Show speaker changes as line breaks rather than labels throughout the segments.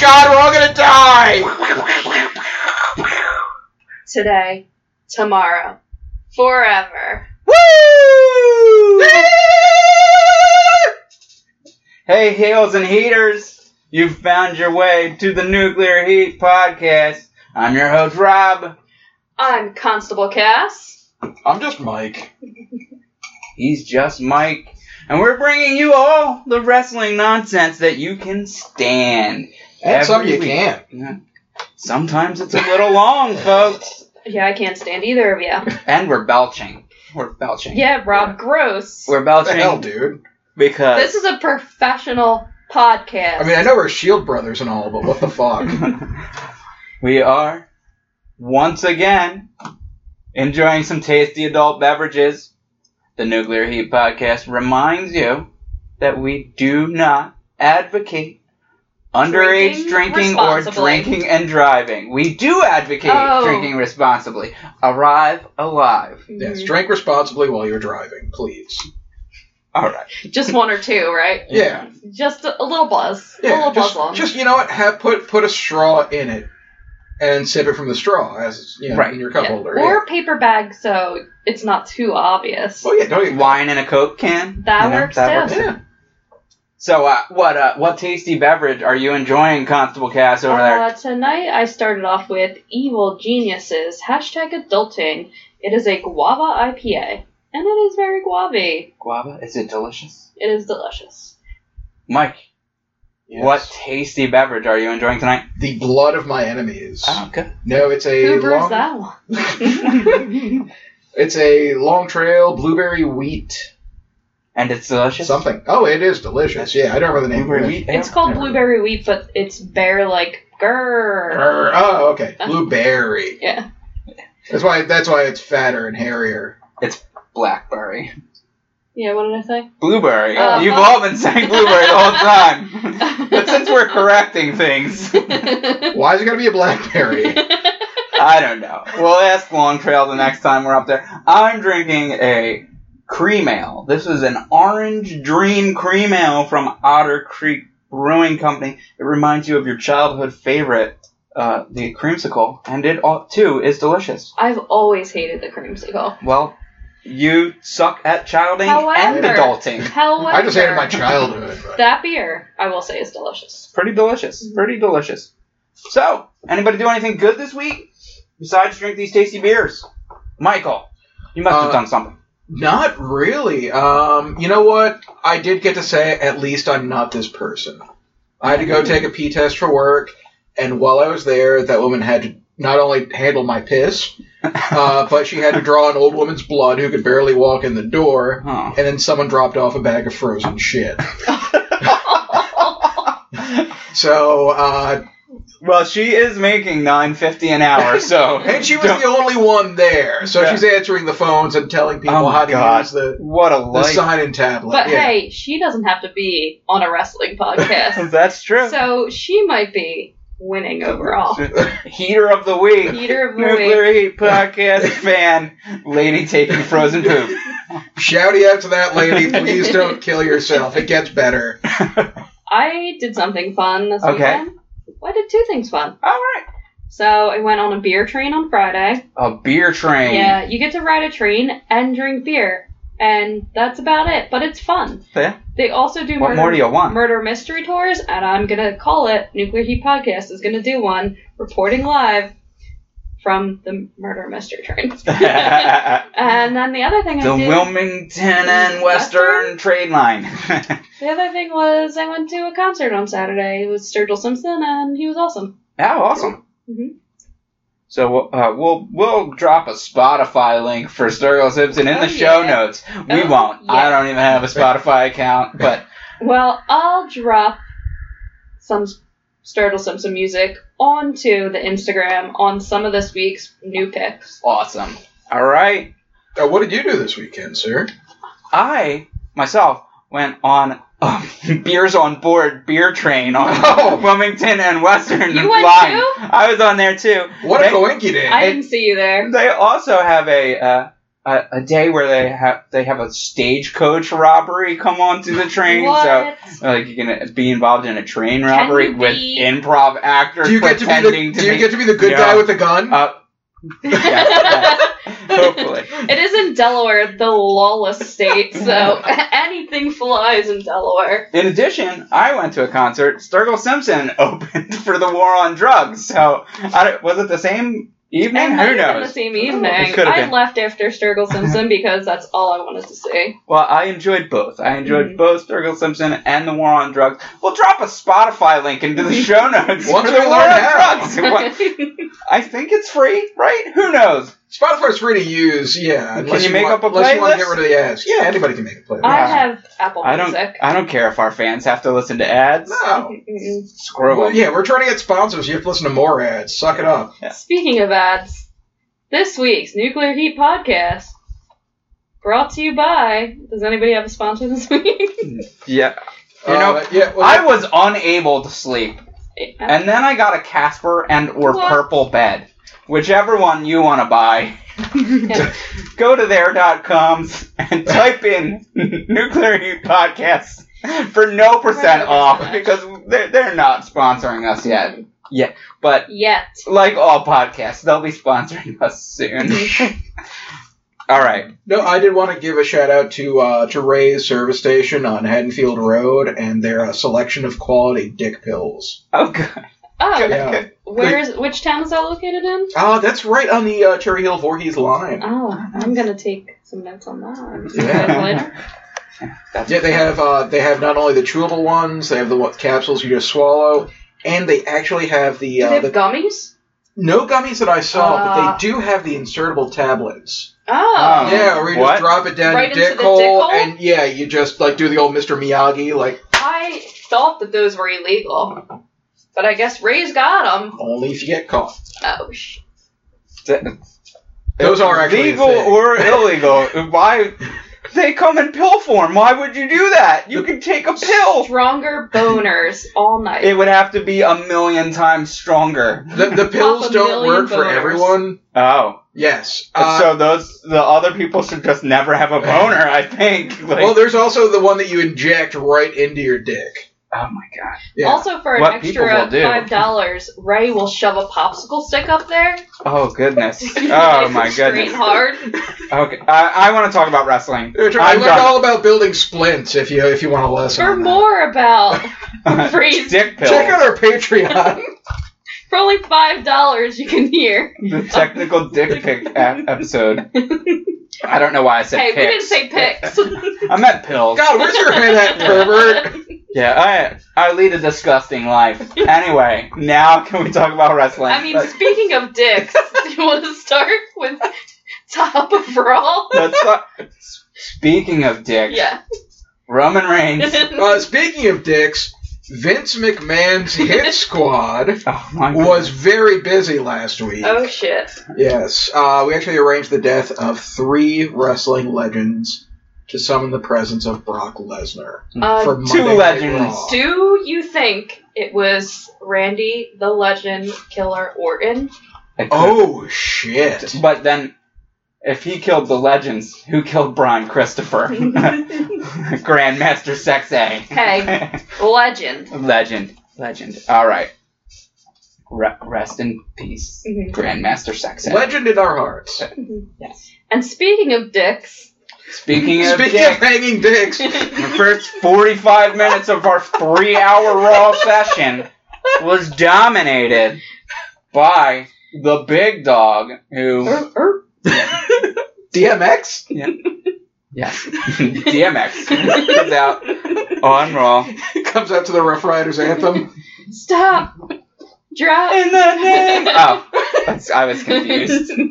god, we're all gonna die!
Today, tomorrow, forever.
Woo! hey, heels and heaters! You've found your way to the Nuclear Heat Podcast. I'm your host, Rob.
I'm Constable Cass.
I'm just Mike.
He's just Mike. And we're bringing you all the wrestling nonsense that you can stand.
And some
Every
you
week.
can't.
Sometimes it's a little long, folks.
Yeah, I can't stand either of you.
And we're belching. We're belching.
Yeah, Rob Gross.
We're
What the hell,
belching
dude?
because
This is a professional podcast.
I mean, I know we're Shield brothers and all, but what the fuck?
we are once again enjoying some tasty adult beverages. The Nuclear Heat Podcast reminds you that we do not advocate underage
Drinking
drinking or
responsibly.
drinking and driving. We do advocate
Oh.
drinking responsibly. Arrive alive.
Mhm.
yes, drink responsibly while you're driving, please.
All right.
Just one or two, right?
Yeah,
Just a, a little buzz. a
yeah.
little
Just,
buzz
just you know what? Have put put a straw in it, and sip it from the straw as you know
Right.
in your cup
Yeah.
holder.
Or a paper bag so it's not too obvious.
yeah. Oh yeah, don't even.
Wine in a Coke can.
That works too.
Yeah.
So, uh, what uh, what tasty beverage are you enjoying, Constable Cass over there?
Uh, tonight I started off with Evil Geniuses, hashtag adulting. It is a guava IPA, and it is very guavy.
Guava, is it delicious?
It is delicious.
Mike,
Yes.
what tasty beverage are you enjoying tonight? Oh,
The blood of my enemies.
okay.
No, it's a
Who brews
long.
that one?
It's a long trail blueberry wheat
And it's delicious?
something. Oh, it is delicious. Yeah, I don't remember the name.
Blueberry wheat ale?
It's called
Yeah.
Blueberry Wheat, but it's bear like grrr.
Grr. Oh, okay. Blueberry.
Yeah.
That's why. That's why it's fatter and hairier.
Blackberry.
Yeah, what did I say?
Blueberry.
Uh,
You've
well-
all been saying blueberry the whole time. but since we're correcting things,
Why is it gonna be a blackberry?
I don't know. We'll ask Long Trail the next time we're up there. I'm drinking a cream ale. This is an orange dream cream ale from Otter Creek Brewing Company. It reminds you of your childhood favorite, uh, the creamsicle, and it all, too is delicious.
I've always hated the creamsicle.
Well, you suck at childing and
However-
adulting.
However,
I just hated my childhood. But
that beer, I will say, is delicious.
Pretty delicious. Pretty delicious. So, anybody do anything good this week besides drink these tasty beers? Michael, you must have
Uh,
done something.
not really. Um, you know what? I did get to say at least I'm not this person. I had to go take a pee test for work, and while I was there, that woman had to not only handle my piss, uh, but she had to draw an old woman's blood who could barely walk in the door,
Huh.
and then someone dropped off a bag of frozen shit. So, uh,
Well, she is making nine fifty an hour, so
and she was
Don't-
the only one there, so
Yeah.
she's answering the phones and telling people
Oh my
how to
God.
use the
what a
the
life.
sign-in tablet.
But
yeah.
hey, she doesn't have to be on a wrestling podcast.
That's true.
so she might be winning overall.
Heater of the week,
Peter of Louis.
nuclear heat podcast fan, lady taking frozen poop.
Shouty out to that lady. Please don't kill yourself. It gets better.
I did something fun this
Okay.
weekend. I did two things fun.
All right,
So I went on a beer train on Friday.
a beer train.
Yeah, you get to ride a train and drink beer, and that's about it. But it's fun.
Yeah.
They also do
What
murder,
more do you want?
murder mystery tours, and I'm gonna call it. Nuclear Heat Podcast is gonna do one reporting live from the murder mystery train.
the
and then the other thing I did,
Wilmington and Western trade line.
the other thing was I went to a concert on Saturday. It was Sturgill Simpson, and he was awesome.
How awesome!
Mhm.
So uh, we'll we'll drop a Spotify link for Sturgill Simpson in
Oh,
the show
yeah.
notes. We
Oh,
won't.
yeah.
I don't even have a Spotify account, but
Well, I'll drop some Sturgill Simpson music onto the Instagram on some of this week's new picks.
awesome. All right,
Uh, what did you do this weekend, sir?
I myself went on um, beers on board beer train on
Oh.
Wilmington and Western
You went
line.
too?
I was on there too.
What a
Hey.
coinky day.
I didn't see you there.
They also have a uh, a, a day where they have they have a stagecoach robbery come onto the train.
What?
So like you can uh, be involved in a train
Can
robbery
you
with
be-
improv actors
Do you get to be the,
pretending
do you
be-
get to be the good
Yeah.
guy with the gun?
Uh, yes, yes, hopefully.
It is in Delaware, the lawless state, so anything flies in Delaware.
In addition, I went to a concert. Sturgill Simpson opened for the war on drugs. So, I don't- was it the same evening?
And
Who
The
knows?
same evening.
It could've
I
been.
left after Sturgill Simpson because that's all I wanted to see.
Well, I enjoyed both. I enjoyed
Mm-hmm.
Mhm.
both Sturgill Simpson and the war on drugs. We'll drop a Spotify link into the show notes
Mm-hmm. Once
for the
we
war
learn
on
how.
drugs. What- I think it's free, right? Who knows?
Spotify's free to use, yeah. unless
you make
want,
up a
Unless you want to get
playlist?
rid of the ads. Yeah, anybody can make a playlist.
I
Yeah.
have Apple
I don't.
Music.
I don't care if our fans have to listen to ads.
no.
Mm-mm.
Screw 'em.
Well, yeah, we're trying to get sponsors. You have to listen to more ads. Suck it up.
Yeah.
Speaking of ads, this week's Nuclear Heat Podcast brought to you by. Does anybody have a sponsor this week?
Yeah. You know,
Uh, yeah, well,
I was unable to sleep. And then I got a Casper and or
What?
purple bed. Whichever one you want to buy.
Yeah.
Go to their.coms and type in Nuclear Heat Podcast for no percent off because they're, they're not sponsoring us yet. But
Yet.
like all podcasts, they'll be sponsoring us soon. all right.
No, I did want to give a shout out to uh, to Ray's service station on Haddonfield Road and their uh, selection of quality dick pills.
Oh, good.
Oh,
Okay.
Yeah.
where is which town is that located in?
Oh, that's right on the uh, Cherry Hill Voorhees line.
Oh, I'm gonna take some notes on that.
Yeah.
Later.
That's
Yeah, they have uh, they have not only the chewable ones, they have the what, capsules you just swallow, and they actually have the
Do
uh,
they have
the
gummies?
no gummies that I saw,
Ah.
but they do have the insertable tablets.
Oh.
Um,
yeah, where you
what?
just drop it down
Right
your
into
dick
the dick
hole,
hole?
and yeah, you just like do the old Mr. Miyagi, like
I thought that those were illegal, but I guess Ray's got them.
only if you get caught.
Oh sh.
Those are actually a
legal
thing.
or illegal. Why they come in pill form? Why would you do that? You can take a pill.
Stronger boners all night.
Oh. It would have to be a million times stronger.
The, the pills
Pop a
don't
million
work for
boners.
everyone.
Oh,
Yes. Uh,
so those the other people should just never have a boner. I think. Like,
well, there's also the one that you inject right into your dick.
oh my god.
Yeah.
Also, for an
What people
extra
will do.
five dollars, Ray will shove a popsicle stick up there.
Oh goodness.
Nice
Oh
and
my
straight
goodness.
and hard.
Okay, I, I want to talk about wrestling.
They're trying-
I'm
I learned
done.
all about building splints. If you if you want to lesson,
For
on that.
more about Freeze.
Dick pills.
check out our Patreon.
for only five dollars, you can hear.
the technical dick pic a- episode. I don't know why I said
hey, we didn't
pics.
say pics.
I meant pills.
God, where's your head at, pervert?
Yeah, I I lead a disgusting life. Anyway, now can we talk about wrestling?
I mean,
let's,
speaking of dicks, do you want to start with top of Raw?
let's talk- Speaking of dicks,
Yeah.
Roman Reigns.
Uh, speaking of dicks, Vince McMahon's hit squad
Oh my god.
was very busy last week.
oh shit.
Yes, uh, we actually arranged the death of three wrestling legends to summon the presence of Brock Lesnar.
Uh,
for
two
Monday Night
legends.
Raw.
do you think it was Randy the Legend Killer Orton?
I couldn't-
Oh shit!
But then, if he killed the legends, who killed Brian Christopher? Grandmaster Sex A.
Hey. Legend.
Legend. Legend. Alright. Re- rest in peace,
Mhm.
Grandmaster Sex A.
Legend in our hearts.
And speaking of dicks,
Speaking of
Speaking
dicks,
of hanging dicks,
The first 45 minutes of our three hour Raw session was dominated by the big dog, who,
er, er,
DMX.
yes, DMX, comes out on Raw.
comes out to the Rough Riders anthem.
stop, drop.
In the name. Oh, that's- I was confused.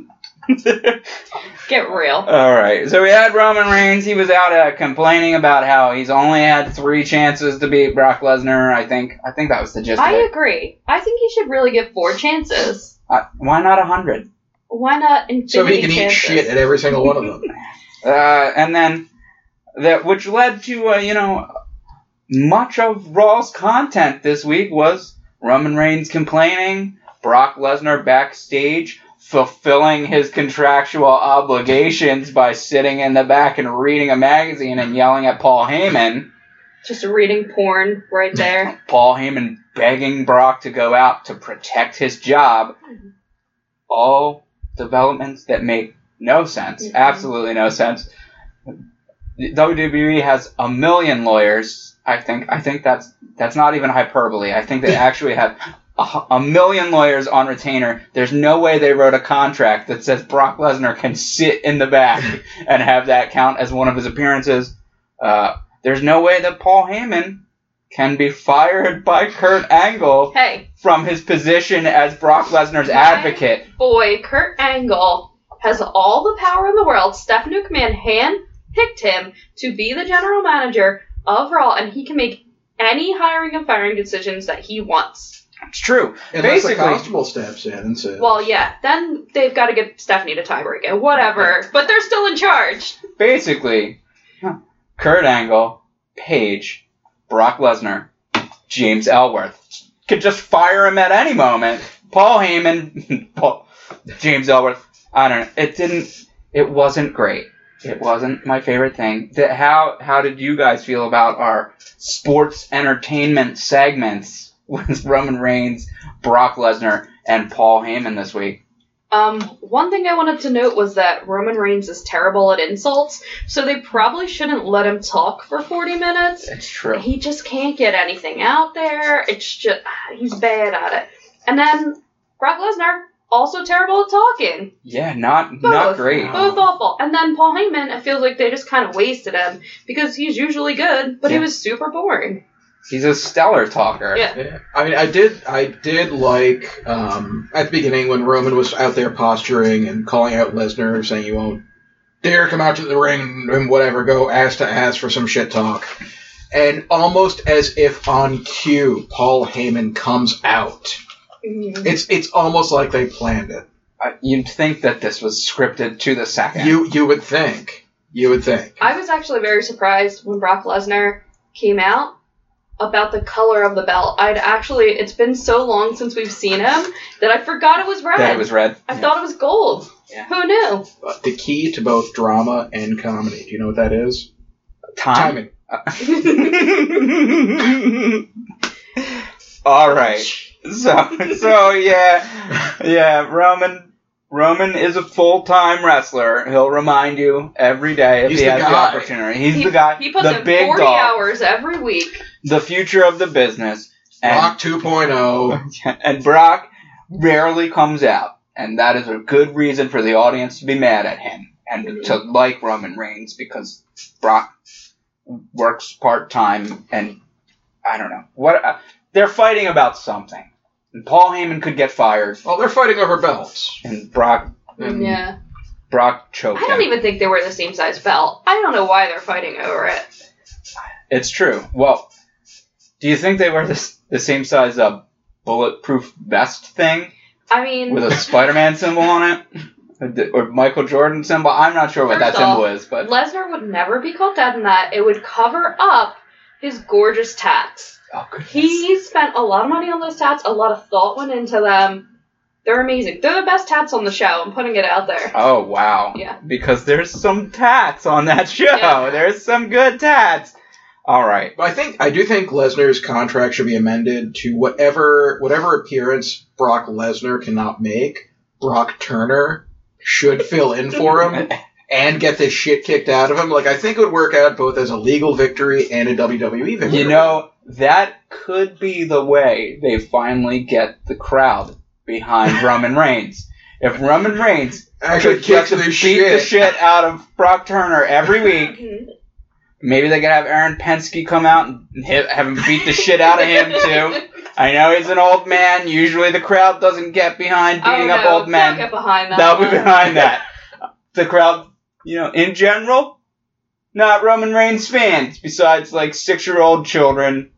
Get real.
All right, so we had Roman Reigns. He was out uh, complaining about how he's only had three chances to beat Brock Lesnar. I think I think that was the gist. Of
I
it.
agree. I think he should really get four chances.
Uh, why not a hundred?
Why not infinity
so he can eat
chances?
shit at every single one of them.
uh, and then that which led to uh, you know much of Raw's content this week was Roman Reigns complaining, Brock Lesnar backstage, fulfilling his contractual obligations by sitting in the back and reading a magazine and yelling at Paul Heyman.
Just reading porn right there.
Paul Heyman begging Brock to go out to protect his job. All developments that make no sense,
Mhm.
absolutely no sense. WWE has a million lawyers. I think I think that's that's not even hyperbole. I think they actually have a, hu- a million lawyers on retainer. There's no way they wrote a contract that says Brock Lesnar can sit in the back and have that count as one of his appearances. Uh, there's no way that Paul Heyman can be fired by Kurt Angle
hey,
from his position as Brock Lesnar's
Right.
advocate.
boy, Kurt Angle has all the power in the world. Stephanie McMahon handpicked him to be the general manager of Raw, and he can make any hiring and firing decisions that he wants.
It's true.
Unless
Basically-
the constable steps in and says,
Well, yeah, then they've got to give Stephanie to tiebreaker, whatever. But they're still in charge.
Basically, Kurt Angle, Paige, Brock Lesnar, James Ellsworth could just fire him at any moment. Paul Heyman, Paul, James Ellsworth. I don't know. It didn't. It wasn't great. It wasn't my favorite thing. That how how did you guys feel about our sports entertainment segments with Roman Reigns, Brock Lesnar, and Paul Heyman this week?
Um, one thing I wanted to note was that Roman Reigns is terrible at insults, so they probably shouldn't let him talk for 40 minutes.
It's true.
He just can't get anything out there. It's just, he's bad at it. And then Brock Lesnar, also terrible at talking.
Yeah, not
Both.
not great.
Both awful. And then Paul Heyman, I feel like they just kind of wasted him because he's usually good, but he
Yeah.
was super boring.
He's a stellar talker.
Yeah.
Yeah. I mean, I did, I did like um, at the beginning when Roman was out there posturing and calling out Lesnar, saying you won't dare come out to the ring and whatever, go ass to ass for some shit talk, and almost as if on cue, Paul Heyman comes out. It's it's almost like they planned it.
I, Uh, you'd think that this was scripted to the second.
You you would think, you would think.
I was actually very surprised when Brock Lesnar came out about the color of the belt. I'd actually, it's been so long since we've seen him that I forgot it was red.
that it was red.
I thought it was gold.
Yeah.
Who knew?
But the key to both drama and comedy. Do you know what that is? Timing.
time. All right. So so yeah, yeah. Roman Roman is a full time wrestler. He'll remind you every day if
He's
he
the
has the
guy.
opportunity. He's the guy.
He puts
the
in
big
40
dog.
hours every week.
The future of the business. And
Rock oh. 2.0.
and Brock rarely comes out, and that is a good reason for the audience to be mad at him and to like Roman Reigns because Brock works part time, and I don't know what uh, they're fighting about something. And Paul Heyman could get fired,
Oh, they're fighting over belts.
and Brock
And
yeah.
Brock choked
I don't
him.
even think they wear the same size belt. I don't know why they're fighting over it.
It's true. Well, do you think they wear this the same size uh, bulletproof vest thing?
I mean,
with a Spider-Man symbol on it, or Michael Jordan symbol. I'm not sure what that
First off,
symbol is, but
Lesnar would never be caught dead in that. It would cover up his gorgeous tats.
oh, goodness.
He spent a lot of money on those tats. A lot of thought went into them. They're amazing. They're the best tats on the show. I'm putting it out there.
Oh wow!
Yeah.
because there's some tats on that show.
Yeah.
There's some good tats. All right.
I think I do think Lesnar's contract should be amended to whatever whatever appearance Brock Lesnar cannot make, Brock Turner should fill in for him and get this shit kicked out of him. Like I think it would work out both as a legal victory and a WWE victory.
You know that could be the way they finally get the crowd behind Roman Reigns. If Roman Reigns
actually
could get
kicks
to
the
beat
shit.
the shit out of Brock Turner every week,
Mhm.
Maybe they could have Aaron Penske come out and hit, have him beat the shit out of him too. I know he's an old man. Usually the crowd doesn't get behind
Oh,
beating
no,
up old men.
Don't get behind that.
They'll be
one.
behind that. The crowd, you know, in general, not Roman Reigns fans. Besides, like six-year-old children,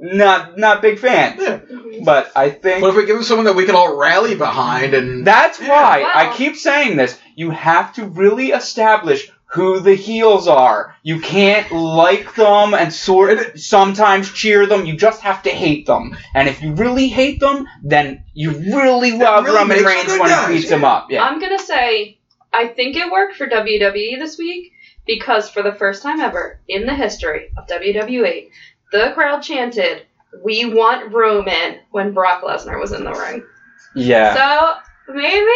not not big fans.
Yeah.
Mhm.
But I
But if
think
we give him someone that we can all rally behind and
that's why
Well-
I keep saying this. You have to really establish who the heels are. You can't like them and sort sometimes cheer them. You just have to hate them. And if you really hate them, then you really love
really
Roman
makes
Reigns
them
when
guys,
he beats
yeah.
them up. Yeah.
I'm gonna say I think it worked for WWE this week because for the first time ever in the history of WWE, the crowd chanted, "We want Roman" when Brock Lesnar was in the ring.
yeah.
So maybe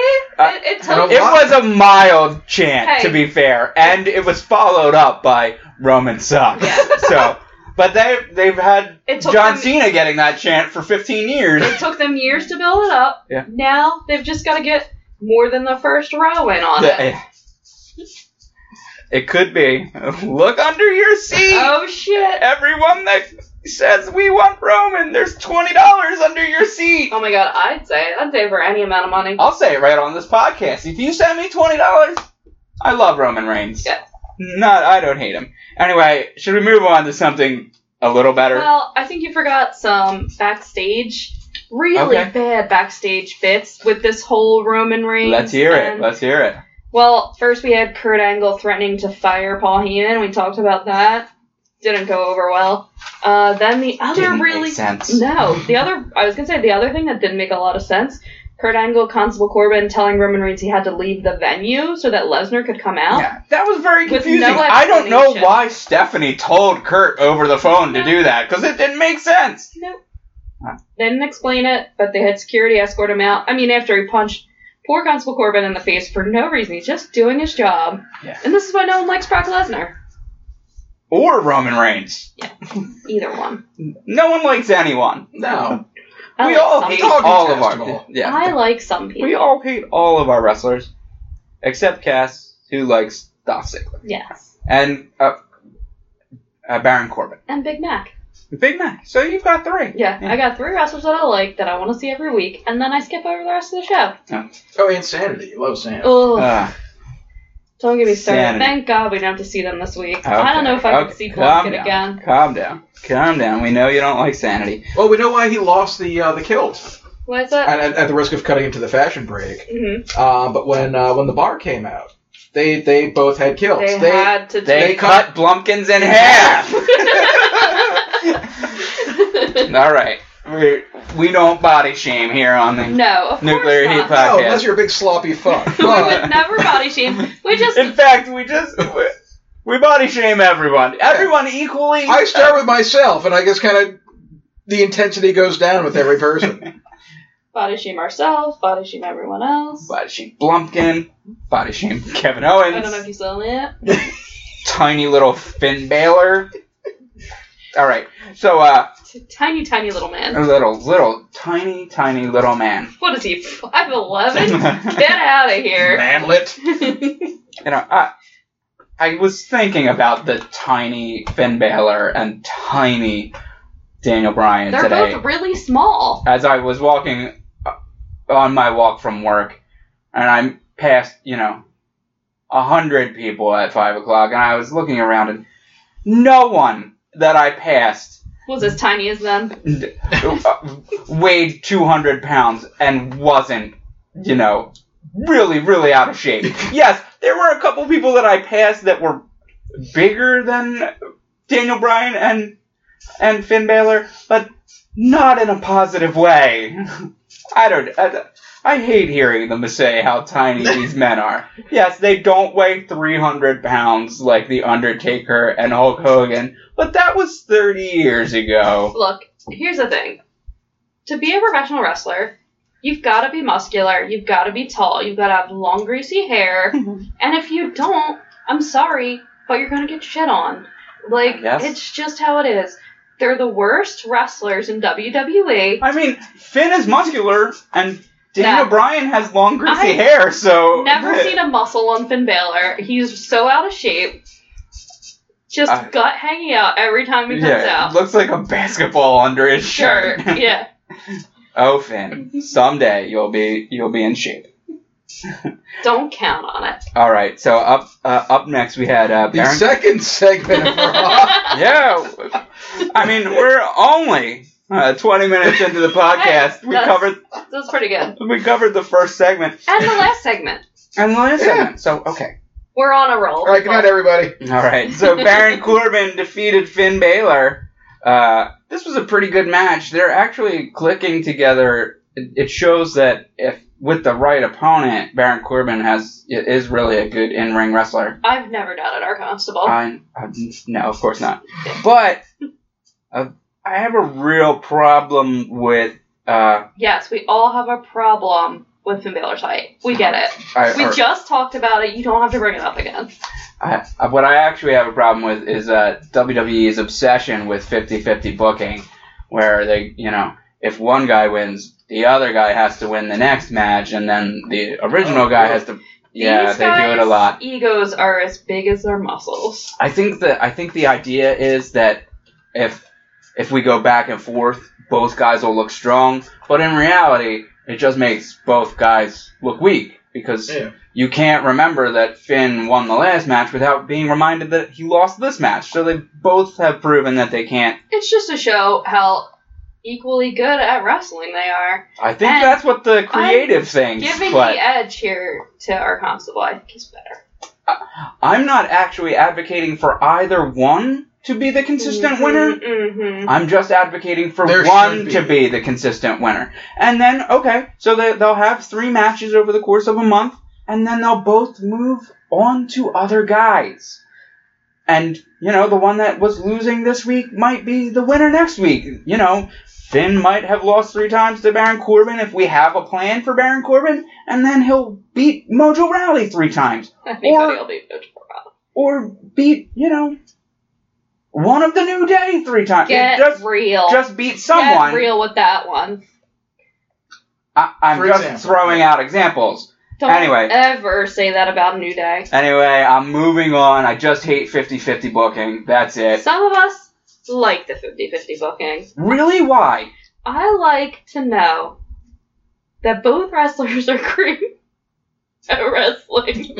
Uh,
it,
I
it took.
don't-
it was a mild chant,
Hey.
to be fair, and it was followed up by Roman sucks.
Yeah.
so, but they they've had
It took
John
them-
Cena getting that chant for 15 years.
It took them years to build it up.
Yeah.
Now they've just got to get more than the first row in on it.
Yeah. It could be. Look under your seat.
Oh shit!
Everyone that says we want Roman, there's twenty dollars under your seat.
Oh my god, I'd say I'd say for any amount of money.
I'll say it right on this podcast. If you send me twenty dollars, I love Roman Reigns.
Yeah.
Not, I don't hate him. Anyway, should we move on to something a little better?
Well, I think you forgot some backstage, really
Okay.
bad backstage bits with this whole Roman Reigns.
Let's hear it.
and-
Let's hear it.
well, first we had Kurt Angle threatening to fire Paul Heyman. We talked about that. Didn't go over well. Uh, then the other
Didn't
really
make sense.
no, the other I was gonna say the other thing that didn't make a lot of sense. Kurt Angle, Constable Corbin telling Roman Reigns he had to leave the venue so that Lesnar could come out.
Yeah, that was very
With
confusing.
no
I don't know
explanation.
why Stephanie told Kurt over the phone to do that because it didn't make sense.
Nope.
Huh.
They didn't explain it, but they had security escort him out. I mean, after he punched poor Constable Corbin in the face for no reason. He's just doing his job.
Yeah.
And this is why no one likes Brock Lesnar.
Or Roman Reigns.
Either one.
No one likes anyone.
No.
I
we
like
all
Oh, some
hate
people.
Dog
all of
detestable.
our. Yeah.
I like some people.
We all hate all of our wrestlers, except Cass, who likes Dolph Ziggler
Yes.
and uh, uh, Baron Corbin,
And Big Mac.
Big Mac. So you've got three.
Yeah,
Yeah.
I got three wrestlers that I like that I want to see every week, and then I skip over the rest of the show.
Oh, insanity. You love Sam.
Ugh.
Uh,
don't get me started.
Sanity.
Thank God we don't have to see them this week.
okay.
I don't know if I
Okay.
could see
Calm
Plunkett
down.
again.
Calm down. Calm down. We know you don't like sanity.
Well, we know why he lost the uh, the kilt,
What's that?
and at, at the risk of cutting into the fashion break.
hmm
Uh, but when uh, when the bar came out, they they both had kilts.
They, had to
Oh, They,
They
cut
cut-
Blumpkins in half. All right. We we don't body shame here on the.
No, of
Nuclear
course
heat
not.
plant.
no,
podcast.
Oh, unless you're a big sloppy fuck.
we
But-
would never body shame. We just
In fact, we just we- we body shame everyone. Everyone equally. Uh,
I start with myself, and I guess kind of the intensity goes down with every person.
body shame ourselves, body shame everyone else.
Body shame Blumpkin. Body shame Kevin
I
Owens.
don't know if you saw that.
Tiny little Finn Balor. All right. So, uh,
T- Tiny, tiny little
a
man.
little, little, tiny, tiny little man.
What is he? Five eleven? Get out of here.
Manlet.
you know, I, I was thinking about the tiny Finn Balor and tiny Daniel Bryan
They're
today.
both really small.
as I was walking uh, on my walk from work, and I passed, you know, a hundred people at five o'clock, and I was looking around, and no one that I passed
Was as tiny as them.
uh, weighed two hundred pounds and wasn't, you know, really, really out of shape. Yes, there were a couple people that I passed that were bigger than Daniel Bryan and and Finn Balor, but not in a positive way. I don't. I, I hate hearing them say how tiny these men are. Yes, they don't weigh 300 pounds like The Undertaker and Hulk Hogan, but that was 30 years ago.
Look, here's the thing. To be a professional wrestler, you've got to be muscular. You've got to be tall. You've got to have long, greasy hair. And if you don't, I'm sorry, but you're gonna get shit on. Like
Yes.
it's just how it is. They're the worst wrestlers in E. WWE.
I mean, Finn is muscular, and Daniel
No.
Bryan has long, greasy
I've
hair, so.
Never seen a muscle on Finn Balor. He's so out of shape. Just
I-
gut hanging out every time he comes
Yeah,
out.
looks like a basketball under his
Sure.
shirt.
yeah.
oh, Finn, someday you'll be you'll be in shape.
Don't count on it.
All right, so up uh, up next we had uh,
The
Baron
second segment of Raw.
yeah. I mean, we're only uh, 20 minutes into the podcast. we
Yes.
covered
That's pretty good.
we covered the first segment
And the last segment
and the last
Yeah.
segment. So okay,
We're on a roll.
All right, good night, everybody.
All right. So Baron Corbin defeated Finn Balor. Uh, this was a pretty good match. They're actually clicking together. It it shows that if with the right opponent, Baron Corbin has is really a good in ring wrestler.
I've never doubted our constable.
I, I- no, of course not. But uh, I have a real problem with. Uh,
yes, we all have a problem with Finn Balor's height. We get it.
I,
We
or-
just talked about it. You don't have to bring it up again.
I, I- what I actually have a problem with is uh, WWE's obsession with 50-50 booking, where they, you know, if one guy wins, the other guy has to win the next match, and then the original
Oh,
guy
really?
has to. Yeah,
These
they do it a
guys'
lot.
Egos are as big as their muscles.
I think the I think the idea is that if if we go back and forth, both guys will look strong, but in reality, it just makes both guys look weak because
Yeah.
you can't remember that Finn won the last match without being reminded that he lost this match. So they both have proven that they can't.
It's just to show how equally good at wrestling they are.
I think
And
that's what the creative thing.
Giving
But
the edge here to our constable, I think is better.
I'm not actually advocating for either one to be the consistent winner.
Mm-hmm.
I'm just advocating for
There
one
should be.
to be the consistent winner. And then, okay, so they, they'll have three matches over the course of a month, and then they'll both move on to other guys. And, you know, the one that was losing this week might be the winner next week. You know, Finn might have lost three times to Baron Corbin if we have a plan for Baron Corbin, and then he'll beat Mojo Rally three times.
Anybody will be good for us.
Or beat, you know, one of the New Day three times.
Get
just,
real.
just beat someone.
Get real with that one.
I, I'm
For
just
example.
throwing out examples.
Don't
Anyway.
ever say that about a new day.
Anyway, I'm moving on. I just hate 50 50 booking. That's it.
Some of us like the 50-50 booking.
Really? Why?
I like to know that both wrestlers are great at wrestling.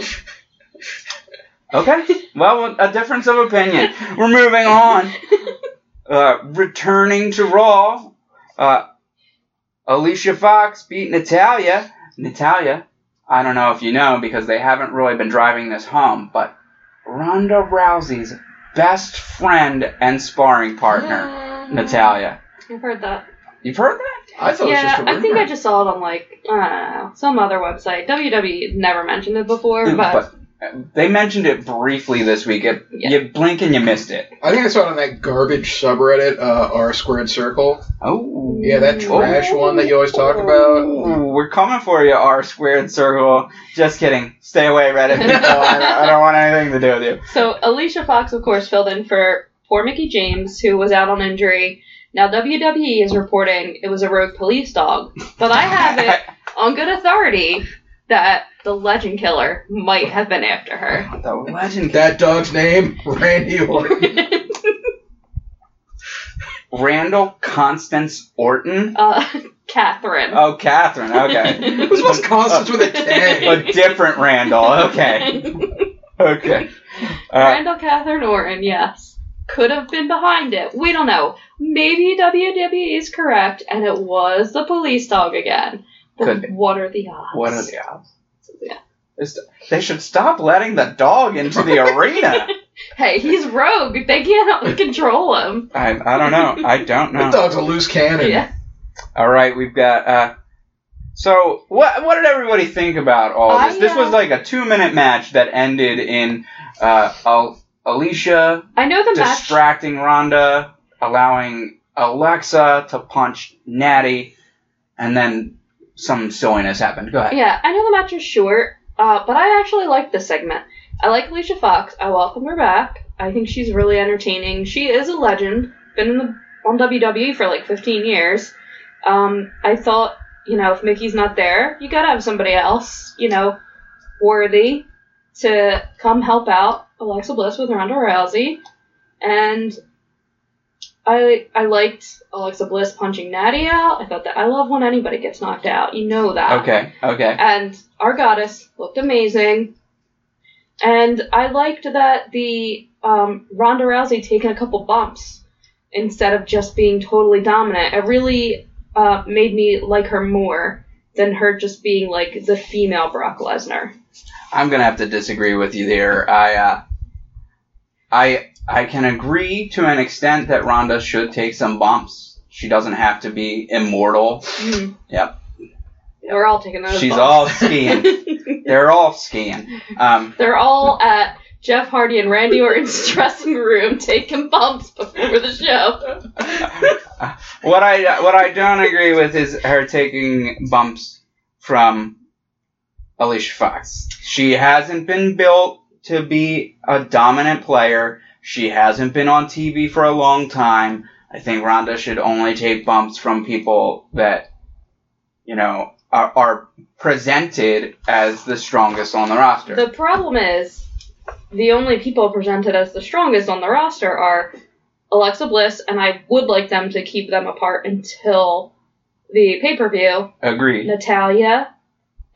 Okay. Well, a difference of opinion. We're moving on. Uh, returning to Raw, uh, Alicia Fox beat Natalia. Natalia, I don't know if you know because they haven't really been driving this home, but Ronda Rousey's best friend and sparring partner, Natalia.
I've heard that.
You've heard that?
I thought it was
yeah,
just a rumor.
I think I just saw it on like I don't know some other website. WWE's never mentioned it before, but,
but they mentioned it briefly this week. It,
Yeah.
You blink and you missed it.
I think I saw it on that garbage subreddit, uh, R squared circle.
Oh.
Yeah,
Mm.
that trash one that you always talk
Oh.
about.
Ooh, we're coming for you, R squared circle. Just kidding. Stay away, Reddit people. I, don't, I don't want anything to do with you.
so Alicia Fox, of course, filled in for poor Mickey James, who was out on injury. Now WWE is reporting it was a rogue police dog, but I have it on good authority that the Legend Killer might have been after her.
The legend
That dog's name, Randy Orton.
Randall Constance Orton.
Uh, Catherine.
Oh, Catherine. Okay.
This was Constance with a
A
K.
different Randall. Okay. Okay. Uh,
Randall Catherine Orton, yes. Could have been behind it. We don't know. Maybe WWE is correct and it was the police dog again. But
Could be.
what are the odds?
what are the odds?
Yeah.
It's- They should stop letting the dog into the arena.
Hey, he's rogue. They can't control him.
I, I don't know. I don't
That
know.
dog's a loose cannon.
Yeah.
All right, we've got. Uh, so what what did everybody think about all this?
I,
this was
uh,
like a two minute match that ended in uh, Al- Alicia
I know the match
distracting Rhonda, allowing Alexa to punch Natty, and then some silliness happened. Go ahead.
Yeah, I know the match is short, uh, but I actually like this segment. I like Alicia Fox. I welcome her back. I think she's really entertaining. She is a legend. Been in the on WWE for like 15 years. Um, I thought, you know, if Mickey's not there, you gotta have somebody else, you know, worthy to come help out Alexa Bliss with Ronda Rousey. And I I liked Alexa Bliss punching Natty out. I thought that I love when anybody gets knocked out. You know that.
Okay. Okay.
And our goddess looked amazing. And I liked that the um, Ronda Rousey taking a couple bumps instead of just being totally dominant. It really uh, made me like her more than her just being like the female Brock Lesnar.
I'm gonna have to disagree with you there. I, uh, I, I can agree to an extent that Rhonda should take some bumps. She doesn't have to be immortal.
Mhm.
Yep.
Yeah, We're all taking those.
She's
bumps.
all skiing. They're all skiing. Um,
They're all at Jeff Hardy and Randy Orton's dressing room taking bumps before the show.
what I what I don't agree with is her taking bumps from Alicia Fox. She hasn't been built to be a dominant player. She hasn't been on TV for a long time. I think Rhonda should only take bumps from people that you know are, are presented as the strongest on the roster.
The problem is the only people presented as the strongest on the roster are Alexa Bliss, and I would like them to keep them apart until the pay per view.
Agreed.
Natalia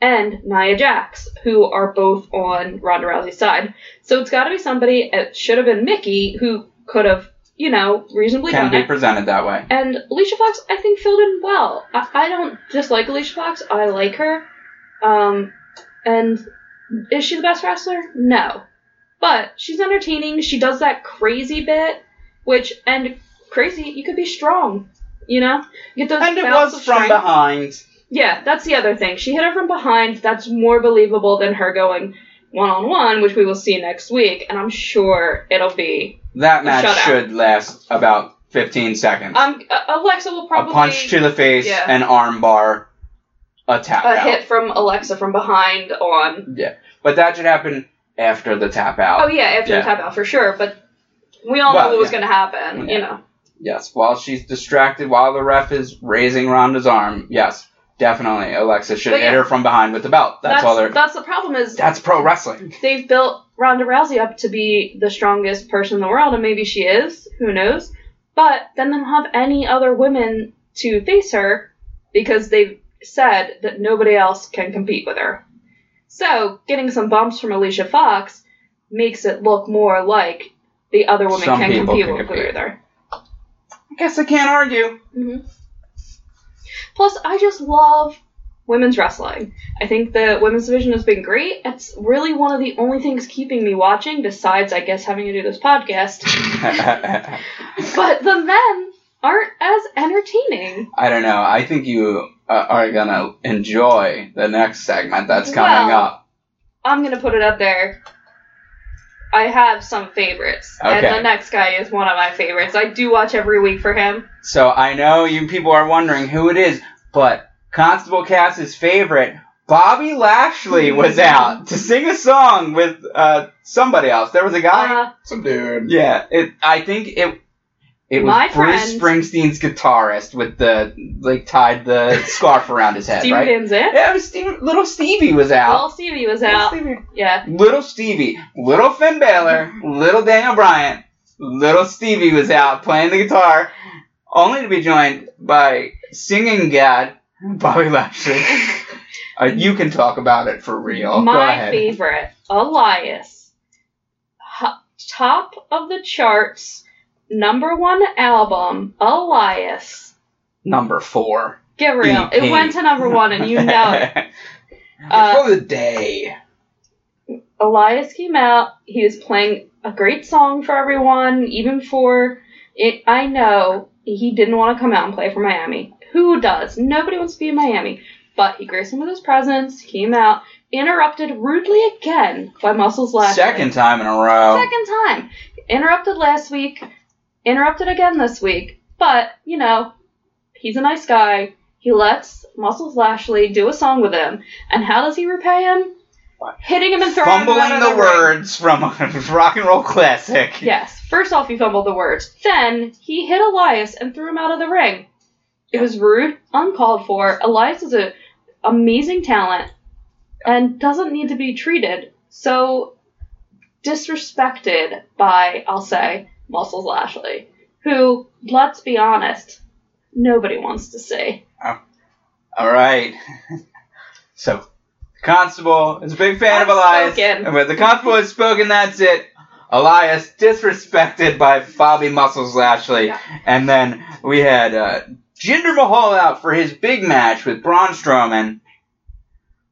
and Nia Jax, who are both on Ronda Rousey's side. So it's got to be somebody. It should have been Mickey, who could have, you know, reasonably
Can
done
be
it.
presented that way.
And Alicia Fox, I think, filled in well. I, I don't dislike Alicia Fox. I like her. Um, and is she the best wrestler? No. But she's entertaining. She does that crazy bit, which, and crazy, you could be strong. You know? Get those
And it
bouts of
was from
strength.
behind.
Yeah, that's the other thing. She hit her from behind. That's more believable than her going one on one, which we will see next week. And I'm sure it'll be.
That
A
match
shutout.
should last about 15 seconds.
Um, A- Alexa will probably.
a punch to the face,
yeah.
an arm bar, a tap
a
out.
hit from Alexa from behind on.
But that should happen after the tap out.
Oh yeah, after
Yeah.
the tap out for sure. But we all
Well,
know what was
yeah.
going to happen.
Yeah.
You know,
Yes, while she's distracted, while the ref is raising Ronda's arm, yes, definitely Alexa should
But
hit
yeah.
her from behind with the belt. That's,
that's
all there.
that's the problem is
That's pro wrestling.
they've built Ronda Rousey up to be the strongest person in the world, and maybe she is. Who knows? But then they'll have any other women to face her because they've said that nobody else can compete with her. So getting some bumps from Alicia Fox makes it look more like the other women
Some
can
people
compete
can
with
compete.
her.
I guess I can't argue.
Mhm. Plus, I just love women's wrestling. I think the women's division has been great. It's really one of the only things keeping me watching, besides, I guess, having to do this podcast.
I
But the men aren't as entertaining.
don't know. I think you uh, are gonna enjoy the next segment that's coming
Well,
up.
I'm going to put it up there. I have some favorites. And
Okay.
the next guy is one of my favorites. I do watch every week for him.
So I know you people are wondering who it is, but Constable Cass's favorite, Bobby Lashley, was out to sing a song with uh, somebody else. There was a guy.
Uh,
Some dude.
yeah, it. I think it. It was
My
Bruce
friend-
Springsteen's guitarist with the like tied the scarf around his head,
Stevie
right?
Dan's in.
Yeah, it was Steve, little Stevie was out.
Little Stevie was out.
Little Stevie.
Yeah.
Little Stevie, little Finn Balor, little Daniel Bryant, little Stevie was out playing the guitar, only to be joined by singing god Bobby Lashley. Uh, you can talk about it for real. Oh, Go
My
ahead.
favorite, Elias. Ho- top of the charts, number one album, Elias.
Number four.
Get real.
EP.
It went to number one, and you know it. Uh,
for the day.
Elias came out. He was playing a great song for everyone, even for it. I know he didn't want to come out and play for Miami. Who does? Nobody wants to be in Miami. But he graced him with his presence, came out, interrupted rudely again by Muscles Lashley.
Second time in a row.
Second time. Interrupted last week, interrupted again this week. But, you know, he's a nice guy. He lets Muscles Lashley do a song with him. And how does he repay him? Hitting him and throwing him out of
Fumbling the
ring.
words from a rock and roll classic.
Yes. First off, he fumbled the words. Then he hit Elias and threw him out of the ring. It was rude, uncalled for. Elias is a amazing talent and doesn't need to be treated so disrespected by, I'll say, Muscles Lashley, who, let's be honest, nobody wants to see.
All right. So, Constable is a big fan of
I've
Elias.
spoken.
And when the Constable has spoken, that's it. Elias disrespected by Bobby Muscles Lashley.
Yeah.
And then we had uh, Jinder Mahal out for his big match with Braun Strowman.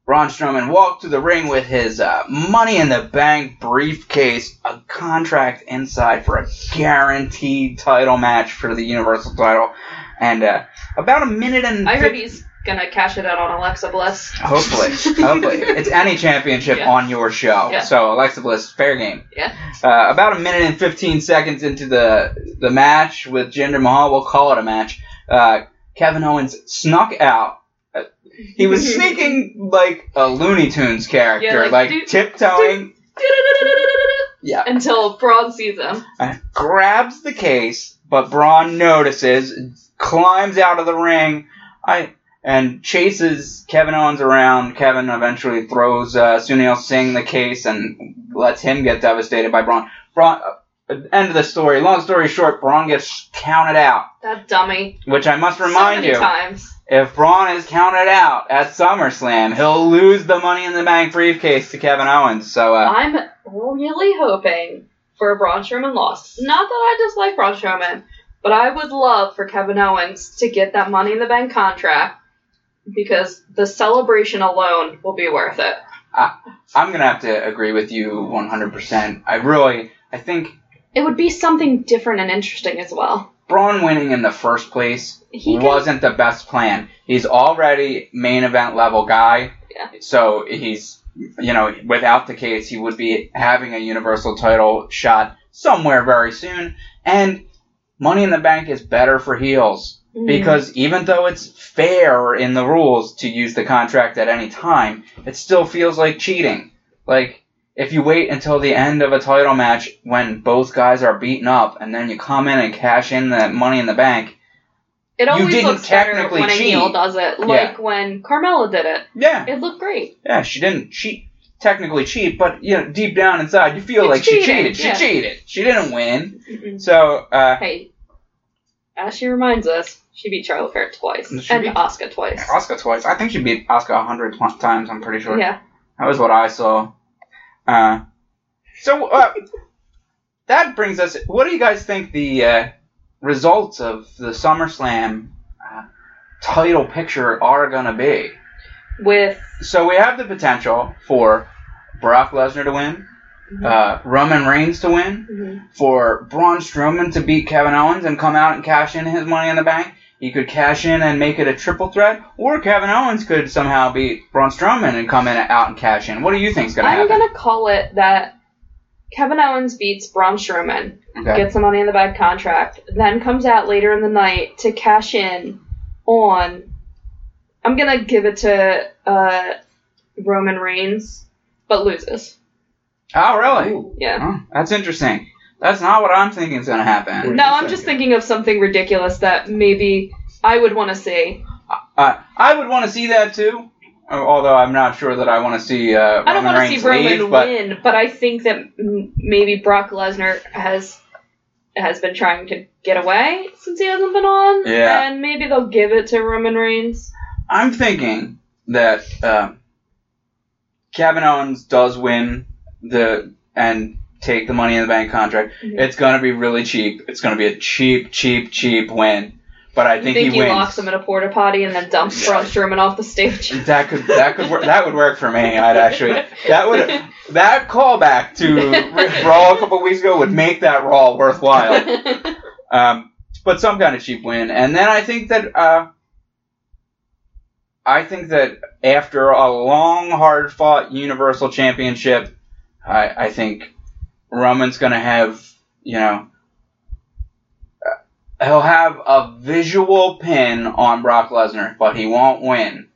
Braun Strowman walked to the ring with his uh, money in the bank briefcase, a contract inside for a guaranteed title match for the Universal title. And uh, about a minute and
I heard
fif-
he's gonna cash it out on Alexa Bliss.
hopefully, hopefully, it's any championship
Yeah.
on your show.
Yeah.
So Alexa Bliss, fair game.
Yeah.
Uh, about a minute and fifteen seconds into the the match with Jinder Mahal, we'll call it a match. Uh, Kevin Owens snuck out. Uh, He was sneaking like a Looney Tunes character,
Yeah, like,
like,
do-
tiptoeing. Yeah.
Until Braun sees him.
uh, grabs the case, but Braun notices, climbs out of the ring, I and chases Kevin Owens around. Kevin eventually throws uh, Sunil Singh the case and lets him get devastated by Braun. Braun. Uh, end of the story. Long story short, Braun gets counted out,
That dummy.
which I must
so
remind
many
you.
times.
If Braun is counted out at SummerSlam, he'll lose the Money in the Bank briefcase to Kevin Owens. So uh,
I'm really hoping for a Braun Strowman loss. Not that I dislike Braun Strowman, but I would love for Kevin Owens to get that Money in the Bank contract because the celebration alone will be worth it.
I'm gonna have to agree with you 100%. I really, I think
It would be something different and interesting as well.
Braun winning in the first place
He can-
wasn't the best plan. He's already main event level guy.
Yeah.
So he's you know, without the case he would be having a universal title shot somewhere very soon. And Money in the Bank is better for heels because even though it's fair in the rules to use the contract at any time, it still feels like cheating. Like if you wait until the end of a title match when both guys are beaten up and then you come in and cash in the money in the bank,
it
you
always
didn't
looks better
technically
when a
cheat.
heel does it, like when Carmella did it.
yeah,
It looked great.
yeah, she didn't cheat technically cheat, but you know, deep down inside you feel
It's
like she
cheating,
cheated. She
yeah.
cheated. She didn't win.
Mm-mm.
So uh
Hey, as she reminds us, she beat Charlotte Fair twice
She
and
beat-
Oscar twice.
Oscar twice. I think she beat Oscar a hundred times, I'm pretty sure.
Yeah,
That was what I saw. Uh, so uh, that brings us. What do you guys think the uh, results of the SummerSlam uh, title picture are gonna be?
with
So we have the potential for Brock Lesnar to win, uh, Roman Reigns to win,
Mhm.
for Braun Strowman to beat Kevin Owens and come out and cash in his money in the bank. He could cash in and make it a triple threat, or Kevin Owens could somehow beat Braun Strowman and come in and out and cash in. What do you think's gonna
I'm
happen?
gonna call it that. Kevin Owens beats Braun Strowman,
Okay.
gets the money in the bag contract, then comes out later in the night to cash in on. I'm gonna give it to uh, Roman Reigns, but loses.
Oh, really?
Yeah.
Oh, that's interesting. That's not what I'm thinking is going to happen.
Wait
No,
a
I'm just
second.
thinking of something ridiculous that maybe I would want to see.
Uh, I would want to see that too. Oh, Although I'm not sure that I want to see uh,
I don't
Roman
want to
Reigns
see Roman
leave, but
win, but I think that m- maybe Brock Lesnar has has been trying to get away since he hasn't been on,
Yeah.
and maybe they'll give it to Roman Reigns.
I'm thinking that uh, Kevin Owens does win the and take the Money in the Bank contract.
Mhm.
It's going to be really cheap. It's going to be a cheap, cheap, cheap win. But I
I
think,
think
he, wins.
locks him in a porta potty and then dumps Braun Strowman off the stage.
That could that could work. That would work for me. I'd actually that would that callback to Rick Raw a couple weeks ago would make that Raw worthwhile. Um, but some kind of cheap win, and then I think that uh, I think that after a long, hard-fought Universal Championship, I, I think Roman's going to have you know uh, he'll have a visual pin on Brock Lesnar, but he won't win.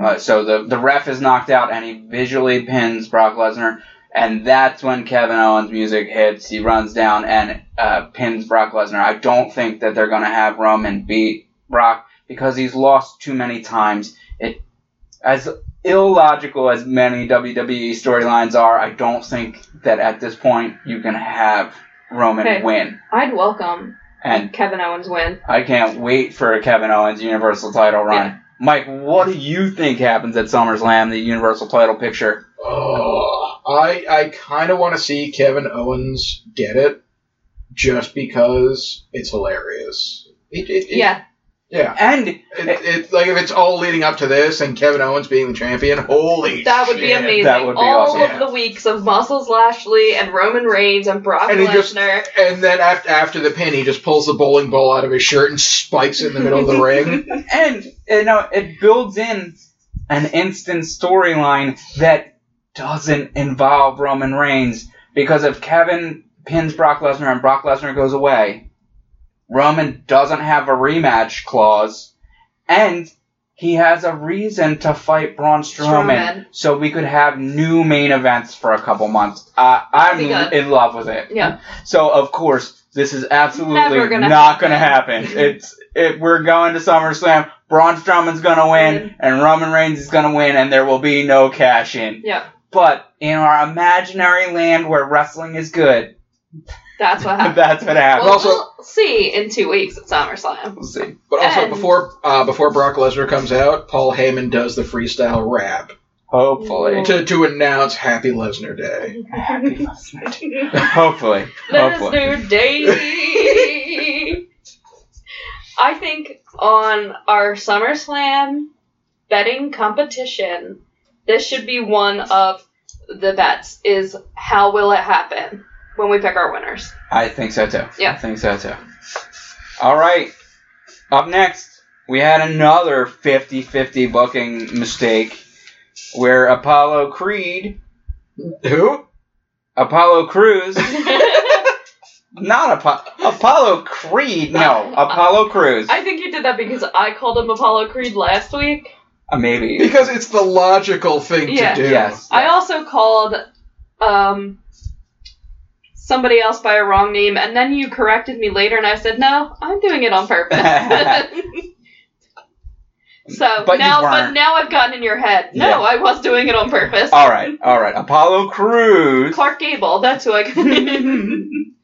Uh, so the the ref is knocked out, and he visually pins Brock Lesnar. And that's when Kevin Owens' music hits. He runs down and uh, pins Brock Lesnar. I don't think that they're going to have Roman beat Brock because he's lost too many times. It as illogical as many WWE storylines are. I don't think that at this point you can have Roman
Okay.
win.
I'd welcome
And
Kevin Owens win.
I can't wait for a Kevin Owens Universal Title run.
Yeah.
Mike, what do you think happens at SummerSlam, the Universal Title picture?
Oh, I I kind of want to see Kevin Owens get it, just because it's hilarious. It, it, it-
Yeah,
Yeah.
And
It, it's like if it's all leading up to this and Kevin Owens being the champion, holy
That would be
shit.
amazing.
That would be
All
awesome.
of
Yeah.
the weeks of Muscles Lashley and Roman Reigns and Brock
And he just-
Lesnar.
And then after, after the pin, he just pulls the bowling ball out of his shirt and spikes it in the middle of the ring.
and you know it builds in an instant storyline that doesn't involve Roman Reigns because if Kevin pins Brock Lesnar and Brock Lesnar goes away, Roman doesn't have a rematch clause, and he has a reason to fight Braun Strowman,
Strowman.
so we could have new main events for a couple months. Uh, I'm
That'd be good.
in love with it.
Yeah.
So of course, this is absolutely
Never gonna
not going to happen. It's it, we're going to SummerSlam. Braun Strowman's going to win, and Roman Reigns is going to win, and there will be no cash in.
Yeah.
But in our imaginary land where wrestling is good,
That's what happened.
that's what happens.
Well,
also-
we'll see in two weeks at SummerSlam.
We'll see.
But also,
And-
before uh, before Brock Lesnar comes out, Paul Heyman does the freestyle rap
Hopefully.
to, to announce Happy Lesnar Day.
Happy Lesnar. Hopefully. Hopefully.
Lesnar Day. I think on our SummerSlam betting competition, this should be one of the bets is how will it happen when we pick our winners.
I think so too.
Yeah.
I think so too. All right. Up next, we had another 50 50 booking mistake where Apollo Creed,
Who?
Apollo Cruz,
I
not Apollo, Apollo Creed, no, Apollo Cruz.
think you did that because I called him Apollo Creed last week.
Uh, maybe.
Because it's the logical thing
Yeah.
to do.
Yes.
I also called um somebody else by a wrong name and then you corrected me later and I said, No, I'm doing it on purpose. So
But you
now, but
weren't.
now I've gotten in your head. No,
Yeah.
I was doing it on purpose.
All right, all right. Apollo Cruz
Clark Gable. That's who I.
in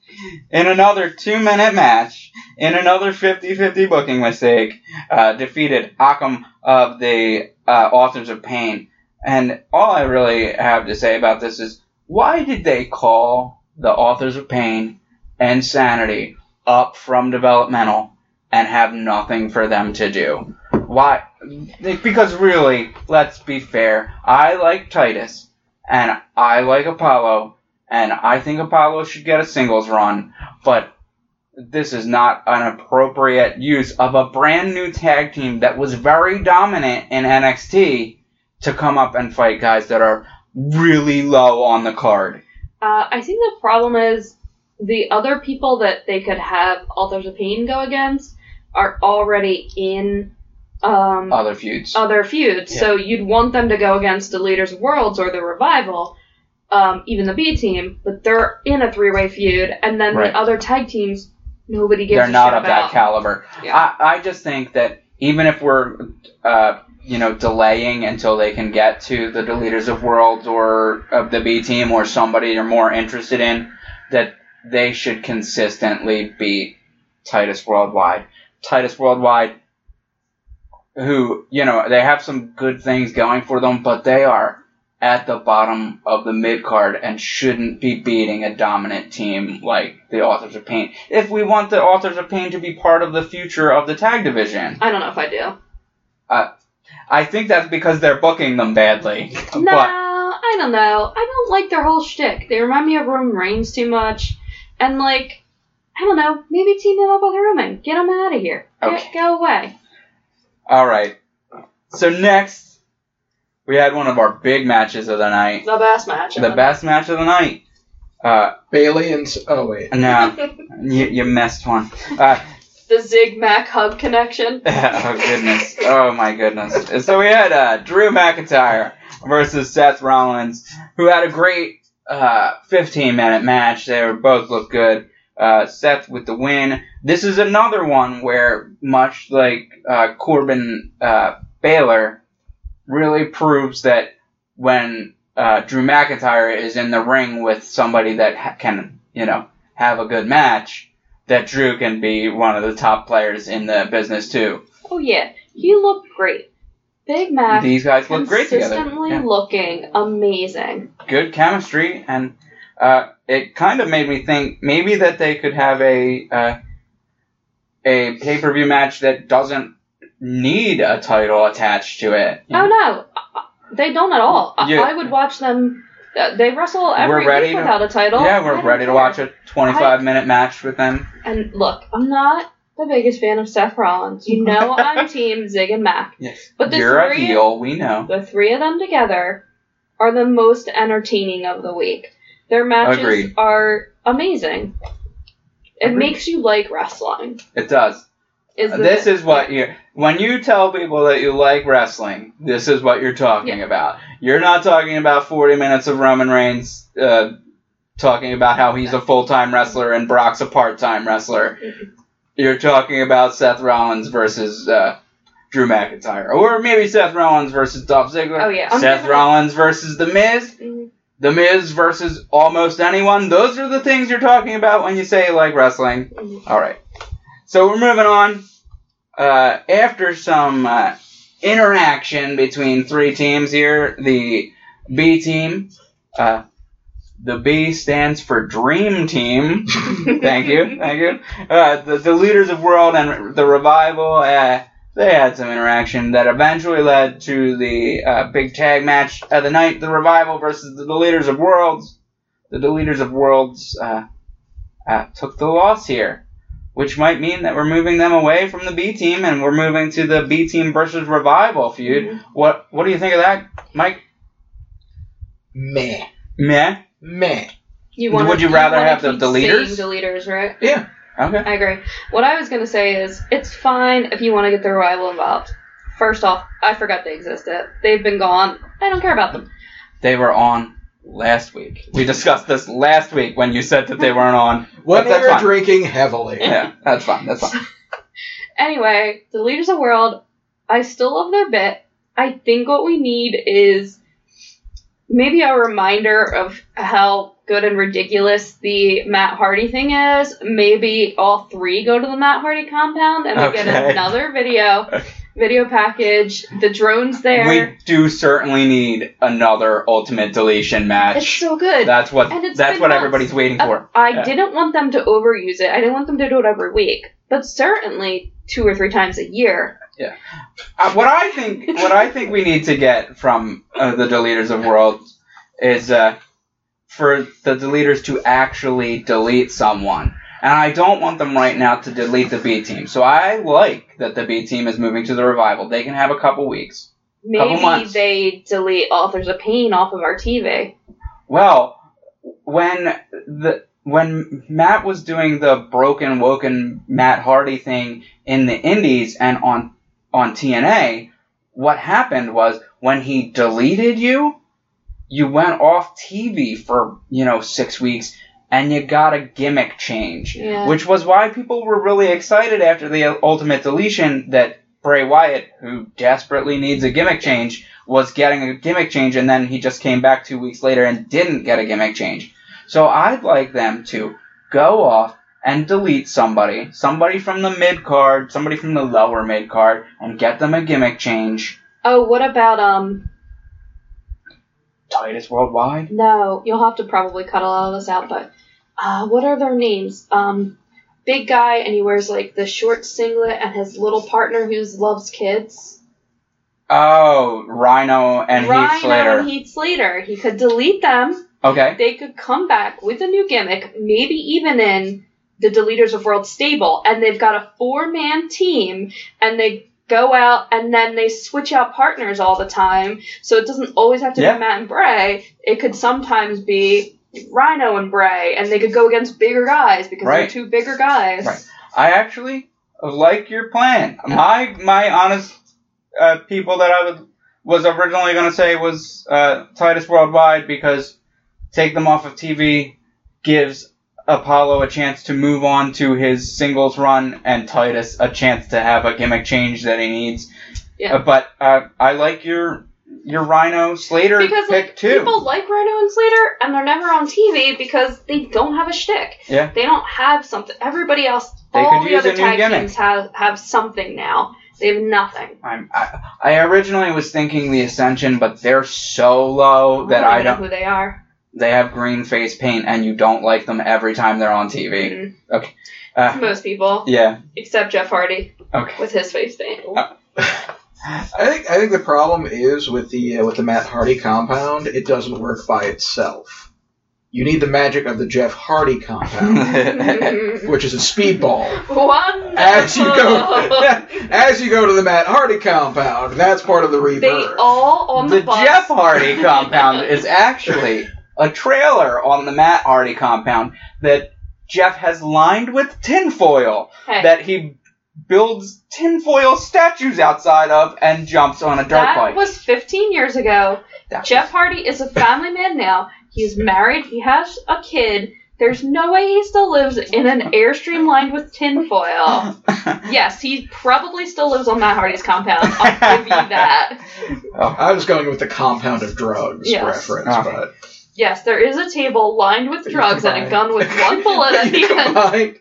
another two minute match, in another 50 50 booking mistake, uh, defeated Occam of the uh, Authors of Pain. And all I really have to say about this is why did they call the Authors of Pain and Sanity up from developmental and have nothing for them to do? Why? Because really, let's be fair, I like Titus and I like Apollo and I think Apollo should get a singles run, but this is not an appropriate use of a brand new tag team that was very dominant in NXT to come up and fight guys that are really low on the card.
uh, I think the problem is the other people that they could have Authors of Pain go against are already in um,
Other feuds.
other feuds. So you'd want them to go against the Leaders of Worlds or the Revival, um, even the B team. But they're in a three way feud, and then
Right.
the other tag teams nobody gives
They're
a
not
shit
of
about.
that caliber.
Yeah.
I, I just think that even if we're, uh, you know, delaying until they can get to the leaders of worlds or of the B team or somebody you're more interested in, that they should consistently beat Titus Worldwide. Titus Worldwide, who, you know, they have some good things going for them, but they are at the bottom of the mid card and shouldn't be beating a dominant team like the Authors of Pain. If we want the Authors of Pain to be part of the future of the tag division,
I don't know if I do.
I think that's because they're booking them badly.
No,
But
I don't know. I don't like their whole shtick. They remind me of Roman Reigns too much, and like, I don't know. Maybe team them up with Roman. Get them out of here. Get-
Okay.
go away.
all right. So next, we had one of our big matches of the night,
The best match.
the best match of the night. Uh,
Bailey and. s- Oh, wait.
no, you, you missed one. Uh,
the Zig Mac Hub connection.
oh goodness! Oh my goodness! And So we had uh, Drew McIntyre versus Seth Rollins, who had a great uh, 15-minute match. They were both looked good. Uh, Seth with the win. This is another one where, much like uh, Corbin uh, Baylor, really proves that when uh, Drew McIntyre is in the ring with somebody that ha- can, you know, have a good match, that Drew can be one of the top players in the business too.
Oh yeah, he looked great. Big Mac.
These guys look great together.
Uh, consistently
Yeah.
looking amazing.
Good chemistry, and uh, it kind of made me think maybe that they could have a uh, a pay per view match that doesn't need a title attached to it.
Oh no, Uh, they don't at all. I,
Yeah.
I would watch them. uh, They wrestle every
We're ready
week
to-
without a title.
Yeah,
I
we're
don't
ready to
care.
watch a 25 minute match with them.
And look, I'm not the biggest fan of Seth Rollins. You know I'm team Zig and Mac.
Yes.
But the
You're a
three-
heel, we know.
The three of them together are the most entertaining of the week. Their matches
Agreed.
are amazing. It
Agreed.
makes you like wrestling.
It does.
Is the-
Uh, This is what you. When you tell people that you like wrestling, this is what you're talking about. You're not talking about 40 minutes of Roman Reigns uh, talking about how he's a full time wrestler and Brock's a part time wrestler. You're talking about Seth Rollins versus uh, Drew McIntyre. Or maybe Seth Rollins versus Dolph Ziggler.
Oh, yeah. I'm
Seth
gonna-
Rollins versus The Miz.
Mm,
The Miz versus almost anyone. Those are the things you're talking about when you say you like wrestling.
mm.
All right. So we're moving on. Uh, after some uh, interaction between three teams here, the B team. Uh, the B stands for Dream Team. thank you, thank you. Uh, the, the leaders of World and the Revival. Uh, they had some interaction that eventually led to the uh, big tag match of the night, the revival versus the, leaders of worlds. The, leaders of worlds uh, uh, took the loss here, which might mean that we're moving them away from the B team and we're moving to the B team versus revival feud. What What do you think of that, Mike?
Meh.
Meh.
Meh.
You wanna-
Would you rather
wanna
have the-
keep
the leaders?
seeing The leaders, right?
Okay.
I agree. What I was gonna say is it's fine if you want to get the revival involved. First off, I forgot they existed. They've been gone. I don't care about them.
They were on last week. We discussed this last week when you said that they weren't on.
When
that's
we were
fine.
drinking heavily.
Yeah, that's fine. That's fine.
Anyway, the leaders of the world. I still love their bit. I think what we need is maybe a reminder of how good and ridiculous the Matt Hardy thing is. Maybe all three go to the Matt Hardy compound and we
Okay.
get another video, video package. The drones there.
We do certainly need another ultimate deletion match.
it's so good.
That's what
And it's
that's
been
what
months.
everybody's waiting
Uh,
for.
I
Yeah.
didn't want them to overuse it. I didn't want them to do it every week, but certainly two or three times a year.
Uh, what I think what I think we need to get from uh, the deleters of worlds is uh, for the deleters to actually delete someone. And I don't want them right now to delete the B team. So I like that the B team is moving to the revival. They can have a couple weeks. Couple
Maybe
months.
they delete authors of pain off of our TV.
Well, when the when Matt was doing the broken woken Matt Hardy thing in the Indies and on on TNA, what happened was when he deleted you, you went off TV for you know six weeks and you got a gimmick change,
Yeah.
which was why people were really excited after the Ultimate Deletion that Bray Wyatt, who desperately needs a gimmick change, was getting a gimmick change and then he just came back two weeks later and didn't get a gimmick change. So I'd like them to go off and delete somebody, somebody from the mid card, somebody from the lower mid card, and get them a gimmick change.
Oh, what about um?
Titus Worldwide?
No, you'll have to probably cut a lot of this out. But uh, what are their names? Um, big guy and he wears like the short singlet and his little partner who loves kids.
Oh, Rhino and
Rhino
Heath Slater.
and Heath Slater. He could delete them.
okay.
they could come back with a new gimmick, maybe even in the Deleters of World stable, and they've got a four man team, and they go out and then they switch out partners all the time. So it doesn't always have to
Yeah.
be Matt and Bray. It could sometimes be Rhino and Bray, and they could go against bigger guys because
Right.
they're two bigger guys.
Right. I actually like your plan. My my honest uh, people that I would, was originally going to say was uh, Titus Worldwide because take them off of TV gives Apollo a chance to move on to his singles run and Titus a chance to have a gimmick change that he needs.
Yeah.
Uh, but uh, I like your your Rhino Slater
Because
pick
like,
too.
people like Rhino and Slater, and they're never on TV because they don't have a shtick.
Yeah.
They don't have something. Everybody else,
They
all
could
the
use
other
a new
tag
gimmick.
teams have have something now. They have nothing.
I'm, I, I originally was thinking the Ascension, but they're so low that I
even
don't.
know who they are.
they have green face paint and you don't like them every time they're on TV.
Mm.
Okay.
to
Uh,
most people,
yeah.
except Jeff Hardy
Okay.
with his face paint.
I think I think the problem is with the uh, with the Matt Hardy compound, it doesn't work by itself. You need the magic of the Jeff Hardy compound,
Mm-hmm.
which is a speedball.
Wonderful.
As you go, as you go to the Matt Hardy compound, that's part of the reverb.
they all on the,
the
bus.
Jeff Hardy compound is actually a trailer on the Matt Hardy compound that Jeff has lined with tinfoil
Hey,
that he builds tinfoil statues outside of and jumps on a dirt
that
bike.
was 15 years ago.
That
Jeff Hardy is a family man now. He's married. He has a kid. There's no way he still lives in an airstream lined with tinfoil. Yes, he probably still lives on Matt Hardy's compound. I'll give you that.
I was going with the compound of drugs
Yes.
reference,
Ah.
but
Yes, there is a table lined with
That you
drugs and a
combine.
gun with one bullet at the
You
end.
combined-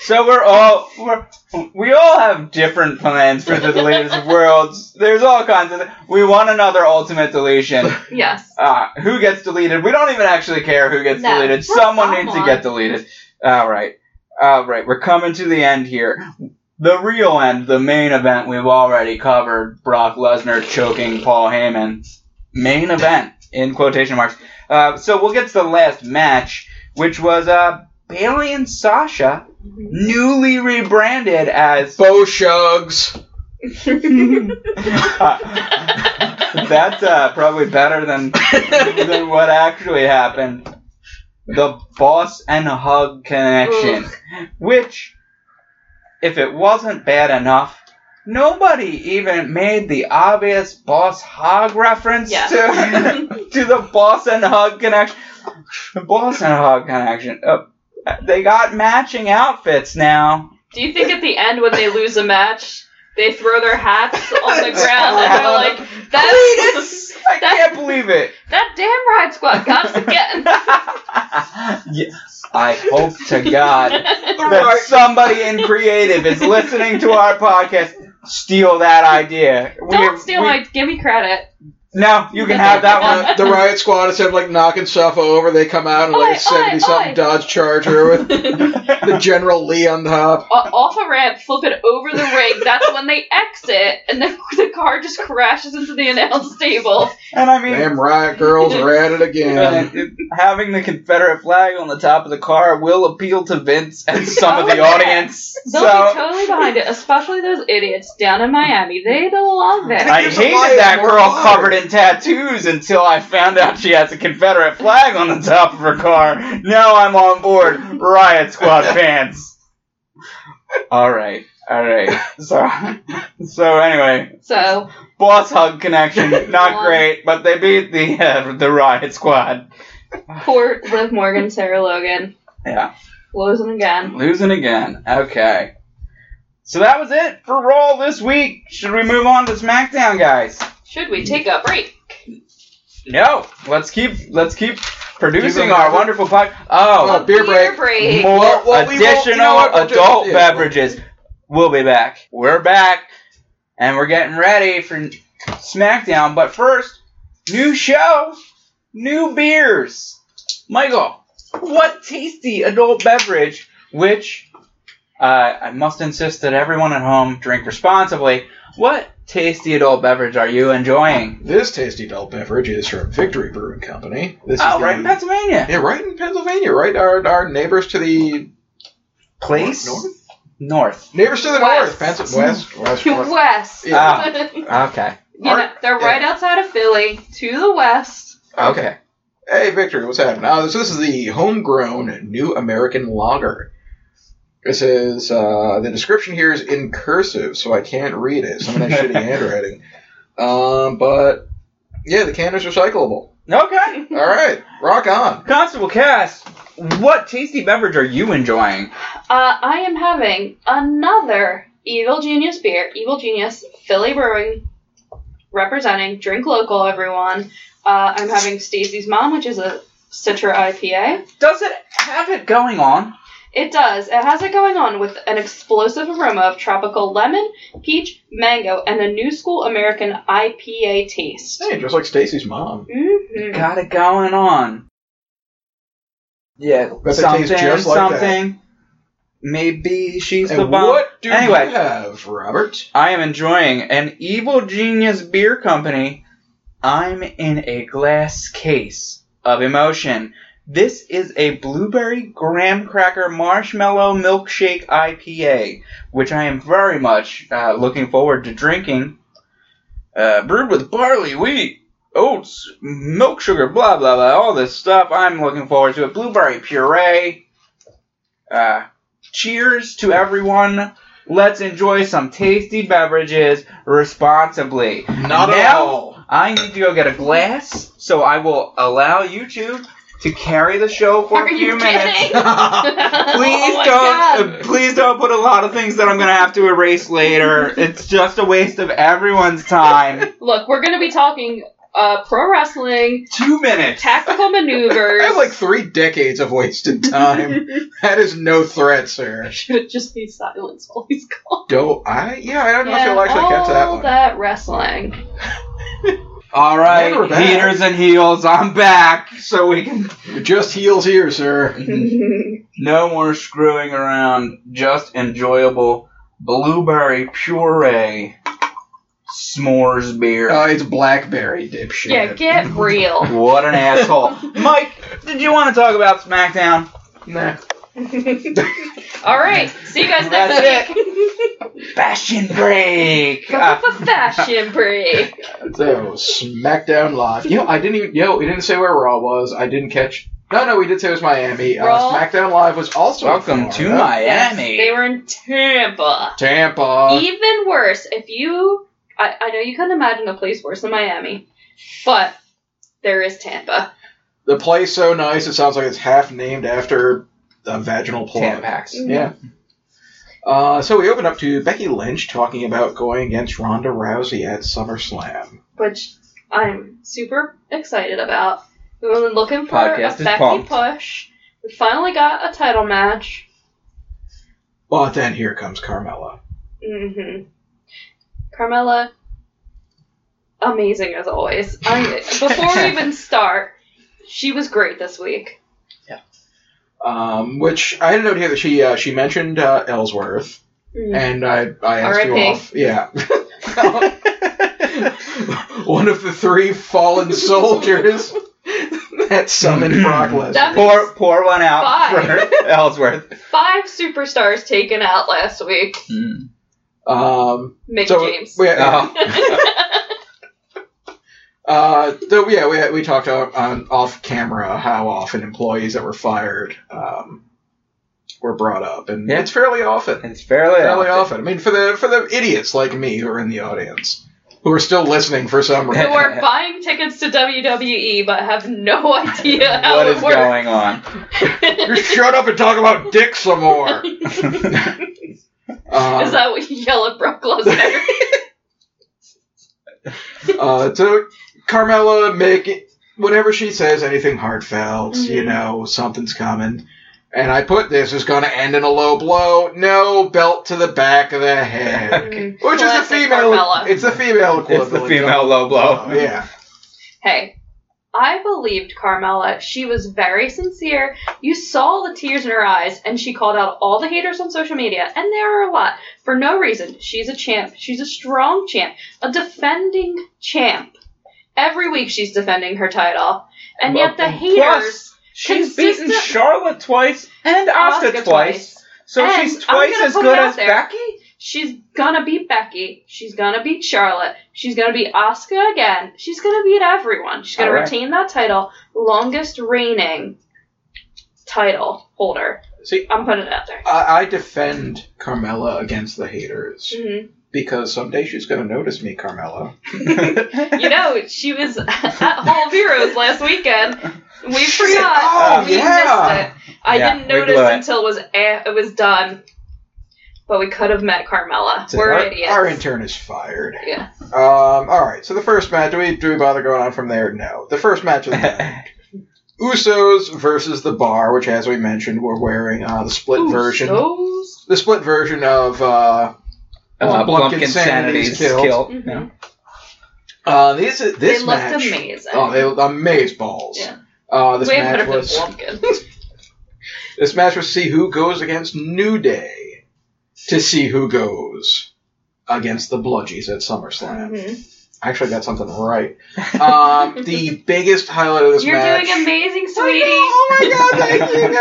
So we're all we're, we all have different plans for the deleted worlds. There's all kinds of. We want another ultimate deletion.
Yes.
Uh, who gets deleted? We don't even actually care who gets
No,
deleted.
just
Someone needs to
someone.
get deleted. All right, all right. We're coming to the end here. The real end, the main event. We've already covered Brock Lesnar choking Paul Heyman. Main event in quotation marks. Uh, so we'll get to the last match, which was uh, Bailey and Sasha newly rebranded as.
Bo Shugs.
that's uh, probably better than than what actually happened. The boss and hug connection, which, if it wasn't bad enough, nobody even made the obvious boss hog reference
Yeah.
to to the boss and hug connection. The boss and hug connection. Uh, they got matching outfits now.
Do you think at the end when they lose a match, they throw their hats on the ground and they're like, that's,
Cletus! I can't believe it.
that damn ride squad got us again.
Yeah, I hope to God that somebody in creative is listening to our podcast. Steal that idea.
Don't
We're-
steal
we-
my. Give me credit.
No, you can have that one.
Uh, the riot squad instead of like knocking stuff over, they come out and
Oi,
like
oi,
a seventy
oi.
something Dodge Charger with the General Lee on top.
O- Off a ramp, flip it over the ring. That's when they exit, and the, the car just crashes into the announce table.
And I mean,
Damn riot girls are at it again.
uh, it- having the Confederate flag on the top of the car will appeal to Vince and some of the
Oh, yeah.
audience.
They'll be
So
totally behind it, especially those idiots down in Miami. They don't love it.
I
There's a lot
hated
of
that
more
girl
water.
covered in tattoos until I found out she has a Confederate flag on the top of her car. Now I'm on board. Riot Squad fans. All right. All right. So, so anyway,
so
boss hug connection, not
One.
great, but they beat the uh, the Riot Squad.
poor Liv Morgan, Sarah Logan,
Yeah,
losing again.
losing again. Okay. So that was it for Raw this week. Should we move on to SmackDown, guys?
Should we take a break?
No, let's keep let's keep producing
Keep 'em
our
going.
wonderful pod. Oh,
A beer break.
more
Well, well, we won't-
additional
you know what we'll do-
adult
yeah.
beverages. We'll be back. We're back, and we're getting ready for SmackDown. But first, new show, new beers. Michael, what tasty adult beverage? Which uh, I must insist that everyone at home drink responsibly. What tasty adult beverage are you enjoying?
This tasty adult beverage is from Victory Brewing Company. This
Oh,
is
right
the-
in Pennsylvania.
Yeah, right in Pennsylvania, right our our neighbors to the
Place?
north,
North.
neighbors to the
West.
north, Pennsylvania, west, west, north.
West.
Yeah.
you
Ah, Okay.
know, they're right outside of Philly, to the west.
Okay.
Hey, Victor, what's happening? Oh, so this is the homegrown New American Lager. This is uh, the description here is in cursive, so I can't read it. Some of that shitty handwriting. Um, but yeah, the can is recyclable.
Okay.
All right, rock on.
Constable Cass, what tasty beverage are you enjoying?
Uh, I am having another Evil Genius beer. Evil Genius, Philly Brewing, representing Drink Local, everyone. Uh, I'm having Stacey's Mom, which is a Citra IPA.
Does it have it going on?
It does. It has it going on with an explosive aroma of tropical lemon, peach, mango, and a new school American IPA taste.
Hey, just like Stacy's mom.
hmm
Got it going on. Yeah.
But it tastes
something.
just like that.
something. Maybe she's the
And
bomb.
what do
Anyway.
you have, Robert?
I am enjoying an evil genius beer company. I'm in a glass case of emotion. This is a blueberry graham cracker marshmallow milkshake IPA, which I am very much uh, looking forward to drinking. Uh, brewed with barley, wheat, oats, milk sugar, blah blah blah, all this stuff. I'm looking forward to it. Blueberry puree. Uh, cheers to everyone. Let's enjoy some tasty beverages responsibly.
Not at
Now-
all.
I need to go get a glass, so I will allow you two to carry the show for
Are
a few
you
minutes.
kidding?
I
Please
Oh my
don't,
God.
uh, please don't put a lot of things that I'm gonna have to erase later. It's just a waste of everyone's time.
Look, we're gonna be talking uh, pro wrestling,
Two minutes.
tactical maneuvers.
have like three decades of wasted time. that is no threat, sir.
should it just be silence while he's gone?
Do I? Yeah, I don't know if
Yeah, oh,
you'll actually get to that
all
one.
that wrestling.
All right,
And we're back.
heaters and heels. I'm back, so we can
You're just heels here, sir.
No more screwing around, just enjoyable blueberry puree s'mores beer.
Uh, it's blackberry, dipshit.
yeah, get real.
what an asshole. Mike, did you want to talk about SmackDown?
Nah.
all right, see you guys next
That's
week.
Fashion break!
Go
Uh,
for fashion break.
So SmackDown Live. You know, I didn't even. You know, we didn't say where Raw was. I didn't catch. No, no, we did say it was Miami. Uh,
Raw.
SmackDown Live was also. in
welcome to
Florida.
Yes, they
Miami. Uh,
were in Tampa.
Tampa.
Even worse, if you, I, I know you couldn't imagine a place worse than Miami, but there is Tampa.
The place so nice. It sounds like it's half named after a vaginal plug.
Tampax.
Yeah. Uh, so we open up to Becky Lynch talking about going against Ronda Rousey at SummerSlam.
which I'm super excited about. We've been looking for
Podcast
a
is
Becky
pumped.
push. We finally got a title match.
But then here comes Carmella.
hmm Carmella, amazing as always. I, before we even start, she was great this week.
Um, which I had a note here that she uh, she mentioned uh, Ellsworth.
Mm.
And I, I asked you
R.I.P..
off. Yeah. One of the three fallen soldiers that summoned Brock Lesnar.
That-
Pour, pour one out
Five.
for Ellsworth.
Five superstars taken out last week.
Mm.
Um,
Mick
so,
James.
We,
Oh.
uh, so yeah, we, we talked on, on off camera how often employees that were fired um, were brought up, and
Yeah.
it's fairly often.
It's fairly,
Fairly
often.
often. I mean, for the for the idiots like me who are in the audience, who are still listening for some reason.
Who are buying tickets to WWE but have no idea how
What
it
is going on?
works.
Just shut up and talk about dick some more.
Is
Um,
that what you yell at Brock Lesnar?
uh, so Carmella, make it, whenever she says anything heartfelt, you
Mhm.
know something's coming. And I put this is going to end in a low blow. No belt to the back of the head,
Mm.
which is the
Classic
female.
Carmella.
It's the female equivalent.
It's the female low blow.
Oh, yeah.
Hey, I believed Carmella. She was very sincere. You saw the tears in her eyes, and she called out all the haters on social media, and there are a lot, for no reason. She's a champ. She's a strong champ, a defending champ. Every week she's defending her title, and yet the
Well,
haters.
plus, She's
consistent-
beaten Charlotte twice and Oscar
Asuka
twice. So
And
she's
I'm
twice
gonna
as
put it
good
out
as
there.
Becky?
She's gonna beat Becky. She's gonna beat Charlotte. She's gonna beat Asuka again. She's gonna beat everyone. She's gonna
All right.
retain that title, longest reigning title holder.
See,
I'm putting it out there.
I, I defend Carmella against the haters
hmm
because someday she's going to notice me, Carmella.
Uh,
You know, she was at Hall of Heroes last weekend. We
She- oh,
forgot. we
yeah.
missed it. I
Yeah,
didn't
we blew
notice
it.
until it was eh, it was done. But we could have met Carmella. We're
our,
idiots.
our intern is fired.
yeah.
Um, all right. So the first match. Do we do we bother going on from there? No. The first match of the night. Usos versus the Bar, which, as we mentioned, we're wearing uh, the split
Ooh,
version.
those-
The split version of uh,
Uh,
Blumpkin
Blumpkin
Sanity's
Sanity's
killed.
killed.
Mhm.
Yeah.
uh, these this
they
match.
looked amazing.
Oh, they amaze balls.
Yeah.
Uh, this
Way better
match
than
was
Blumpkin.
This match will see who goes against New Day to see who goes against the Bludgies at SummerSlam.
Mhm.
Actually, I got something right. Um, the biggest highlight of this
You're
match.
doing amazing, sweetie.
Oh my god! Thank you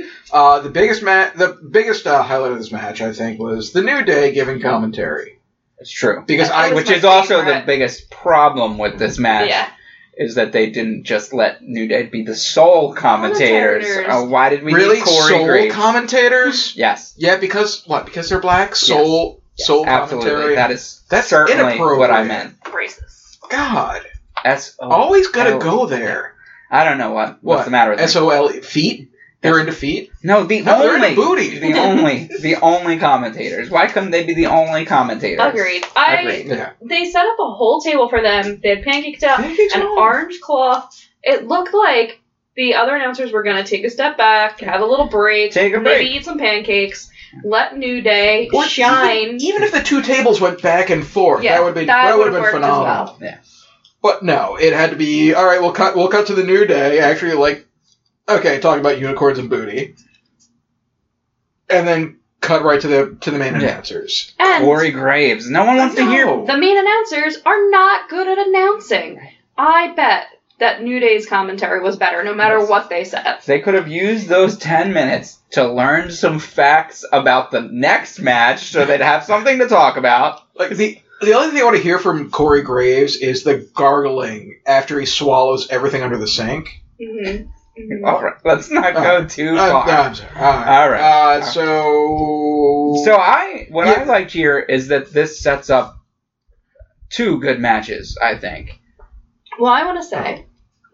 guys. Uh, the biggest ma- the biggest uh, highlight of this match, I think, was the New Day giving commentary
It's true.
because
That
I
was
Which
my
is also the
favorite.
biggest problem with this match
Yeah.
is that they didn't just let New Day be the sole commentators.
Commentators.
Uh, why did we
really
need Corey
soul
Graves?
commentators.
yes,
Yeah, because what? Because they're black. Soul,
Yes.
soul
absolutely.
commentary.
That is
That's
certainly
inappropriate.
what I meant.
Braces.
God,
S O.
always gotta
oh.
go there.
I don't know what what's
What?
the matter with
S
S-O-
O L E, feet. They're into feet.
No, the
No, they're
only
into booty.
the only the only commentators. Why couldn't they be the only commentators?
Agreed. I
Agreed.
yeah.
they set up a whole table for them. They had pancake stuff,
Pancakes
an
are-
orange cloth. It looked like the other announcers were gonna take a step back, have a little break,
Take a
maybe
break.
eat some pancakes, let New Day
Or
shine.
Even, even if the two tables went back and forth,
Yeah,
that would be
that
that, would
would've
have been
worked as
phenomenal.
well.
Yeah.
But no, it had to be all right. We'll cut. We'll cut to the new day. Actually, like okay, talking about unicorns and booty, and then cut right to the to the main
Yeah.
announcers.
and
Corey Graves. No one wants to hear.
No.
the main announcers are not good at announcing. I bet that New Day's commentary was better no matter
Yes.
what they said.
They could have used those 10 minutes to learn some facts about the next match so they'd have something to talk about.
Like the the only thing I want to hear from Corey Graves is the gargling after he swallows everything under the sink.
hmm
Mm-hmm.
All right, let's not go too
Uh,
far.
no, I'm sorry. All right.
All right.
Uh, so
So I what I
Yeah.
liked here is that this sets up two good matches, I think.
Well, I want to say,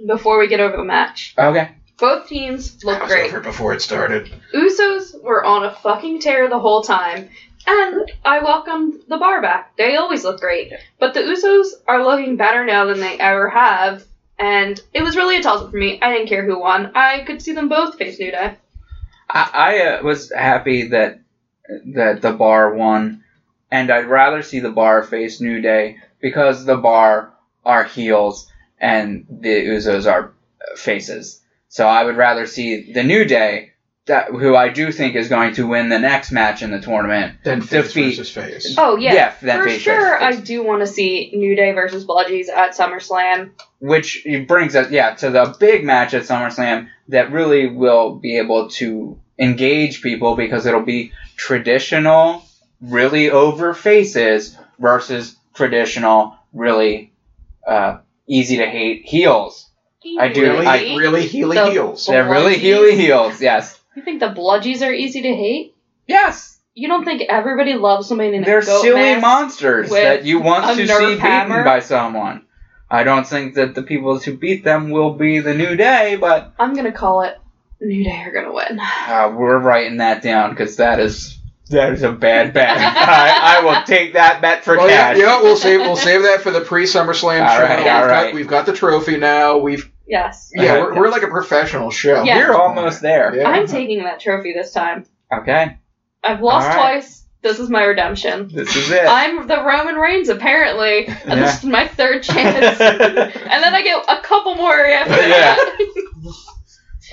before we get over the match,
Okay.
both teams
I
look
was
great.
over it before it started.
Usos were on a fucking tear the whole time. And I welcomed the bar back. They always look great. But the Usos are looking better now than they ever have. And it was really a toss up for me. I didn't care who won. I could see them both face New Day.
I, I uh, was happy that that the bar won and I'd rather see the bar face New Day because the bar are heels and the Uzos are faces. So I would rather see the New Day, that, who I do think is going to win the next match in the tournament.
Then face
Defeat.
versus face.
Oh, yeah.
then
For
face
sure,
versus
I
face.
do want to see New Day versus Bludgies at SummerSlam.
Which brings us, yeah, to the big match at SummerSlam that really will be able to engage people because it'll be traditional, really over faces versus traditional, really uh, easy to hate heels. I do-
Really,
I-
really heely
The-
heels.
They're really
Bludgies.
heely heels, yes.
You think the Bludgies are easy to hate?
Yes!
You don't think everybody loves somebody in a
They're
goat
silly
mask?
monsters
with
that you
a
want to
nerf
see beaten
hammer.
by someone. I don't think that the people who beat them will be the new day, but
I'm gonna call it. New Day are gonna win.
uh, we're writing that down because that is that is a bad bet. I, I will take that bet for
Well, Oh, yeah,
cash.
yeah, we'll save we'll save that for the pre SummerSlam
All
show.
right,
we've,
all
got,
right.
we've got the trophy now. We've
Yes.
yeah, we're, we're like a professional show.
Yeah.
We're almost there.
Yeah.
I'm taking that trophy this time.
Okay,
I've lost
All right.
twice. This is my redemption.
this is it.
I'm the Roman Reigns, apparently. And this is my third chance. and then I get a couple more after that.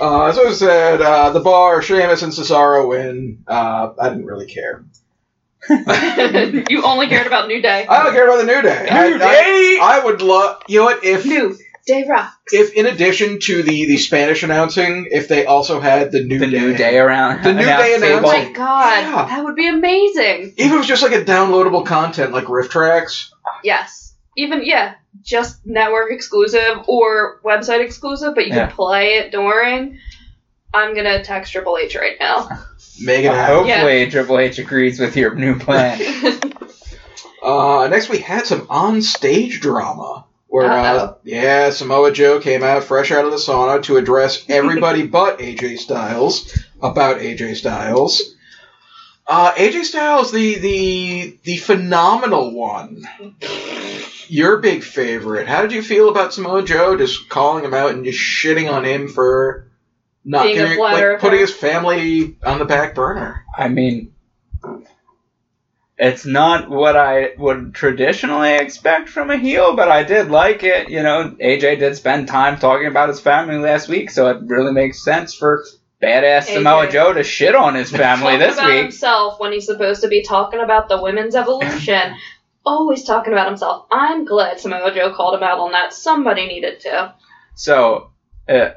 Uh, as I said, uh, the bar, Sheamus and Cesaro win. Uh, I didn't really care.
you only cared about New Day.
I don't care about the New Day. I,
New
I,
Day!
I would love. You know what? If
New Day Rock.
if in addition to the the Spanish announcing, if they also had the New
the
Day,
new day around
The New
announce
Day
Oh
table.
announcement.
my god.
Yeah.
That would be amazing.
even if it was just like a downloadable content like riff tracks.
Yes. Even, yeah, just network exclusive or website exclusive, but you
Yeah.
can play it during. I'm gonna text Triple H right now.
Make it
Uh,
happen.
hopefully, Triple H agrees with your new plan.
Uh, next, we had some on-stage drama where, uh,
Uh-oh.
yeah, Samoa Joe came out fresh out of the sauna to address everybody but AJ Styles about AJ Styles. Uh, AJ Styles, the the the phenomenal one, your big favorite. How did you feel about Samoa Joe just calling him out and just shitting on him for not
Being a
caring,
flat
like,
earther.
putting his family on the back burner?
I mean, it's not what I would traditionally expect from a heel, but I did like it. You know, AJ did spend time talking about his family last week, so it really makes sense for badass
Hey,
Samoa
hey.
Joe to shit on his family
talking
this
about
week.
himself when he's supposed to be talking about the women's evolution. Always talking about himself. I'm glad Samoa Joe called him out on that. Somebody needed to.
So, uh,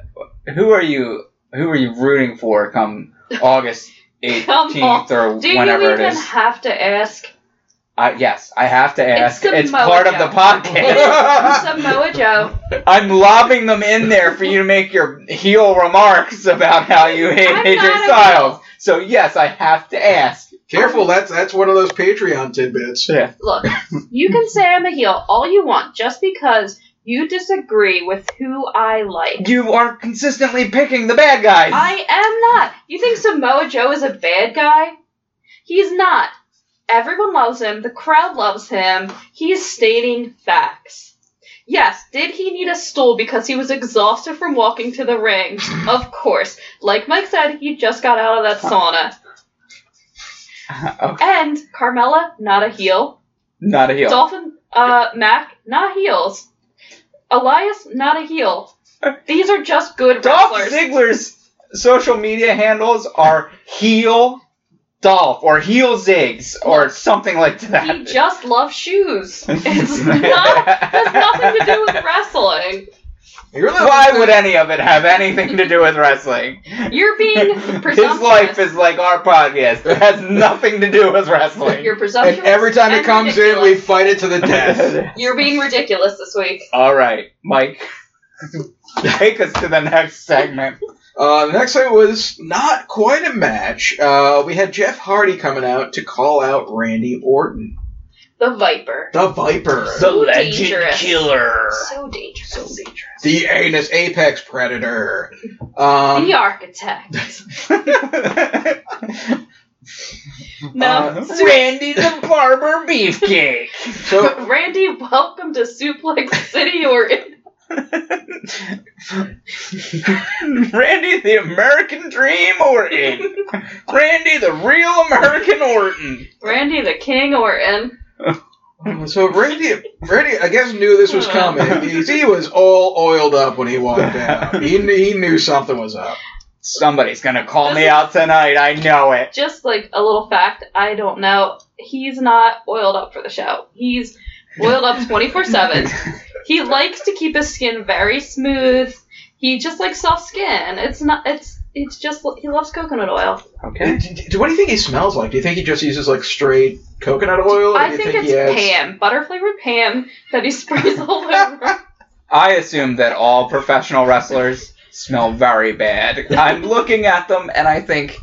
who are you? Who are you rooting for? Come August
Come
eighteenth or
Do
whenever
you
it
even
is.
have to ask?
I, yes, I have to ask.
Samoa
It's, part of
Joe.
the podcast.
Samoa Joe.
I'm lobbing them in there for you to make your heel remarks about how you hate
I'm
AJ
not a
Styles. So yes, I have to ask.
Careful, that's that's one of those Patreon tidbits.
Yeah.
Look, you can say I'm a heel all you want just because you disagree with who I like.
You are consistently picking the bad guys.
I am not. You think Samoa Joe is a bad guy? He's not. Everyone loves him. The crowd loves him. He's stating facts. Yes, did he need a stool because he was exhausted from walking to the ring? Of course. Like Mike said, he just got out of that sauna.
Okay,
And Carmella, not a heel.
Not a heel.
Dolphin, uh, Mac, not heels. Elias, not a heel. These are just good
Dolph
wrestlers.
Ziggler's social media handles are heel Dolph or heel Ziggs or something like
he
that.
just loves shoes. It's not. Has nothing to do with wrestling.
You really
Why
don't
would
think-
any of it have anything to do with wrestling?
You're being presumptuous.
His life is like our podcast. It has nothing to do with wrestling.
You're presumptuous.
And every time it
and
comes in, we
ridiculous.
fight it to the death.
You're being ridiculous this week.
All right, Mike. Take us to the next segment.
Uh, the next fight was not quite a match. Uh, we had Jeff Hardy coming out to call out Randy Orton,
The Viper.
the Viper,
So dangerous.
killer.
So dangerous. So dangerous.
the anus apex predator.
the
Um,
architect. No.
Uh-huh.
Uh,
Randy the Barber Beefcake.
so
Randy, welcome to Suplex City or
Randy the American Dream Orton. Randy the real American Orton.
Randy the King Orton.
so Randy, Randy, I guess knew this was coming. because He was all oiled up when he walked out. He kn- he knew something was up.
Somebody's gonna call me out tonight. I know it.
just like a little fact, I don't know. He's not oiled up for the show. He's oiled up 24 7. He likes to keep his skin very smooth. He just likes soft skin. It's not, it's, it's just, he loves coconut oil.
Okay.
Do- do- what do you think he smells like? Do you think he just uses like straight coconut oil? or
I
do you
think, it's
he adds-
Pam, butter flavored Pam that he sprays all over.
I assume that all professional wrestlers smell very bad. I'm looking at them and I think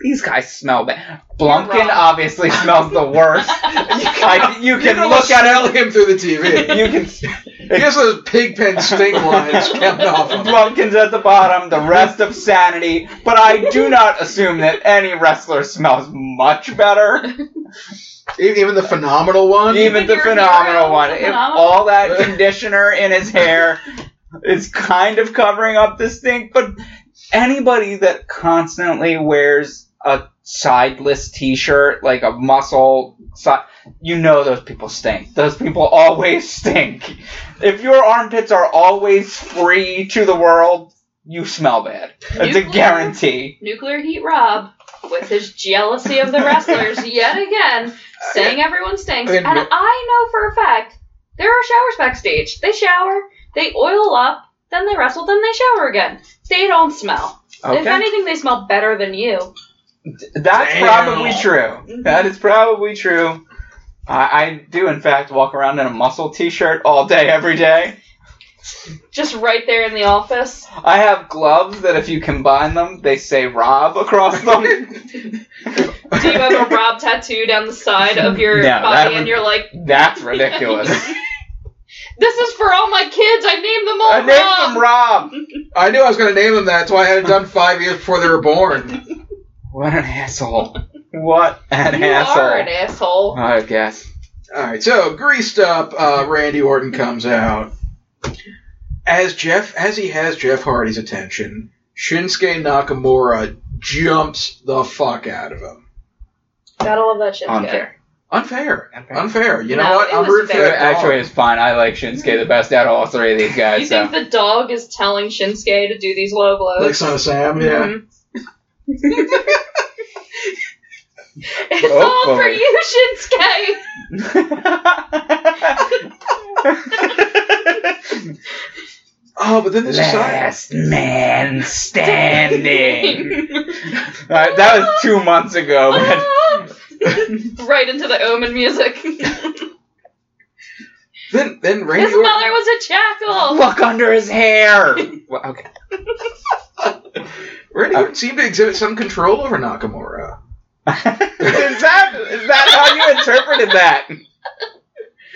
these guys smell bad. Blumpkin
wrong.
obviously smells the worst. I, you
You
can
can
look at
smell him through the TV.
it. You can
I guess those pigpen stink lines coming off of him.
Blumpkin's at the bottom, the rest of sanity, but I do not assume that any wrestler smells much better.
E- Even the phenomenal one.
Even the
Your
phenomenal
hero,
one.
the
If
phenomenal-
all that conditioner in his hair is kind of covering up the stink, but anybody that constantly wears a sideless t shirt, like a muscle side, you know those people stink. Those people always stink. If your armpits are always free to the world, you smell bad. It's a
Nuclear-
guarantee.
Nuclear Heat Rob, with his jealousy of the wrestlers yet again, saying everyone stinks.
And-
And I know for a fact there are showers backstage. They shower, they oil up, then they wrestle, then they shower again. They don't smell. If
Okay.
anything, they smell better than you.
That's
Damn.
probably true. That is probably true. I, I do, in fact, walk around in a muscle t shirt all day, every day.
Just right there in the office.
I have gloves that, if you combine them, they say Rob across them.
Do you have a Rob tattoo down the side of your
No, that
body
would-
and you're like,
That's ridiculous.
this is for all my kids. I named them all
I
Rob.
named them Rob.
I knew I was going to name them that, so I had it done five years before they were born.
What an asshole. What an
you
asshole.
are an asshole.
I guess.
All right, so greased up, uh, Randy Orton comes out. As Jeff, as he has Jeff Hardy's attention, Shinsuke Nakamura jumps the fuck out of him.
Gotta love that shit.
Unfair.
Unfair,
Unfair.
unfair. You know
No,
what?
it
I'm
was
rooting for
fair.
that dog.
Actually, it's fine. I like Shinsuke the best out of all three of these
You
guys. So.
think the dog is telling Shinsuke to do these low blows?
Mm-hmm.
like Son of Sam, yeah.
Mhm. It's
Oh,
all for
boy.
you, Shinsuke.
Oh, but then the society.
Last man standing. Oh, Alright, that was two months ago, man.
Ah! right into the Omen music. His
Then, then Randy
mother
Orton.
was a jackal.
Look under his hair. Well, okay.
Randy Orton seemed to exhibit some control over Nakamura.
is that is that how you interpreted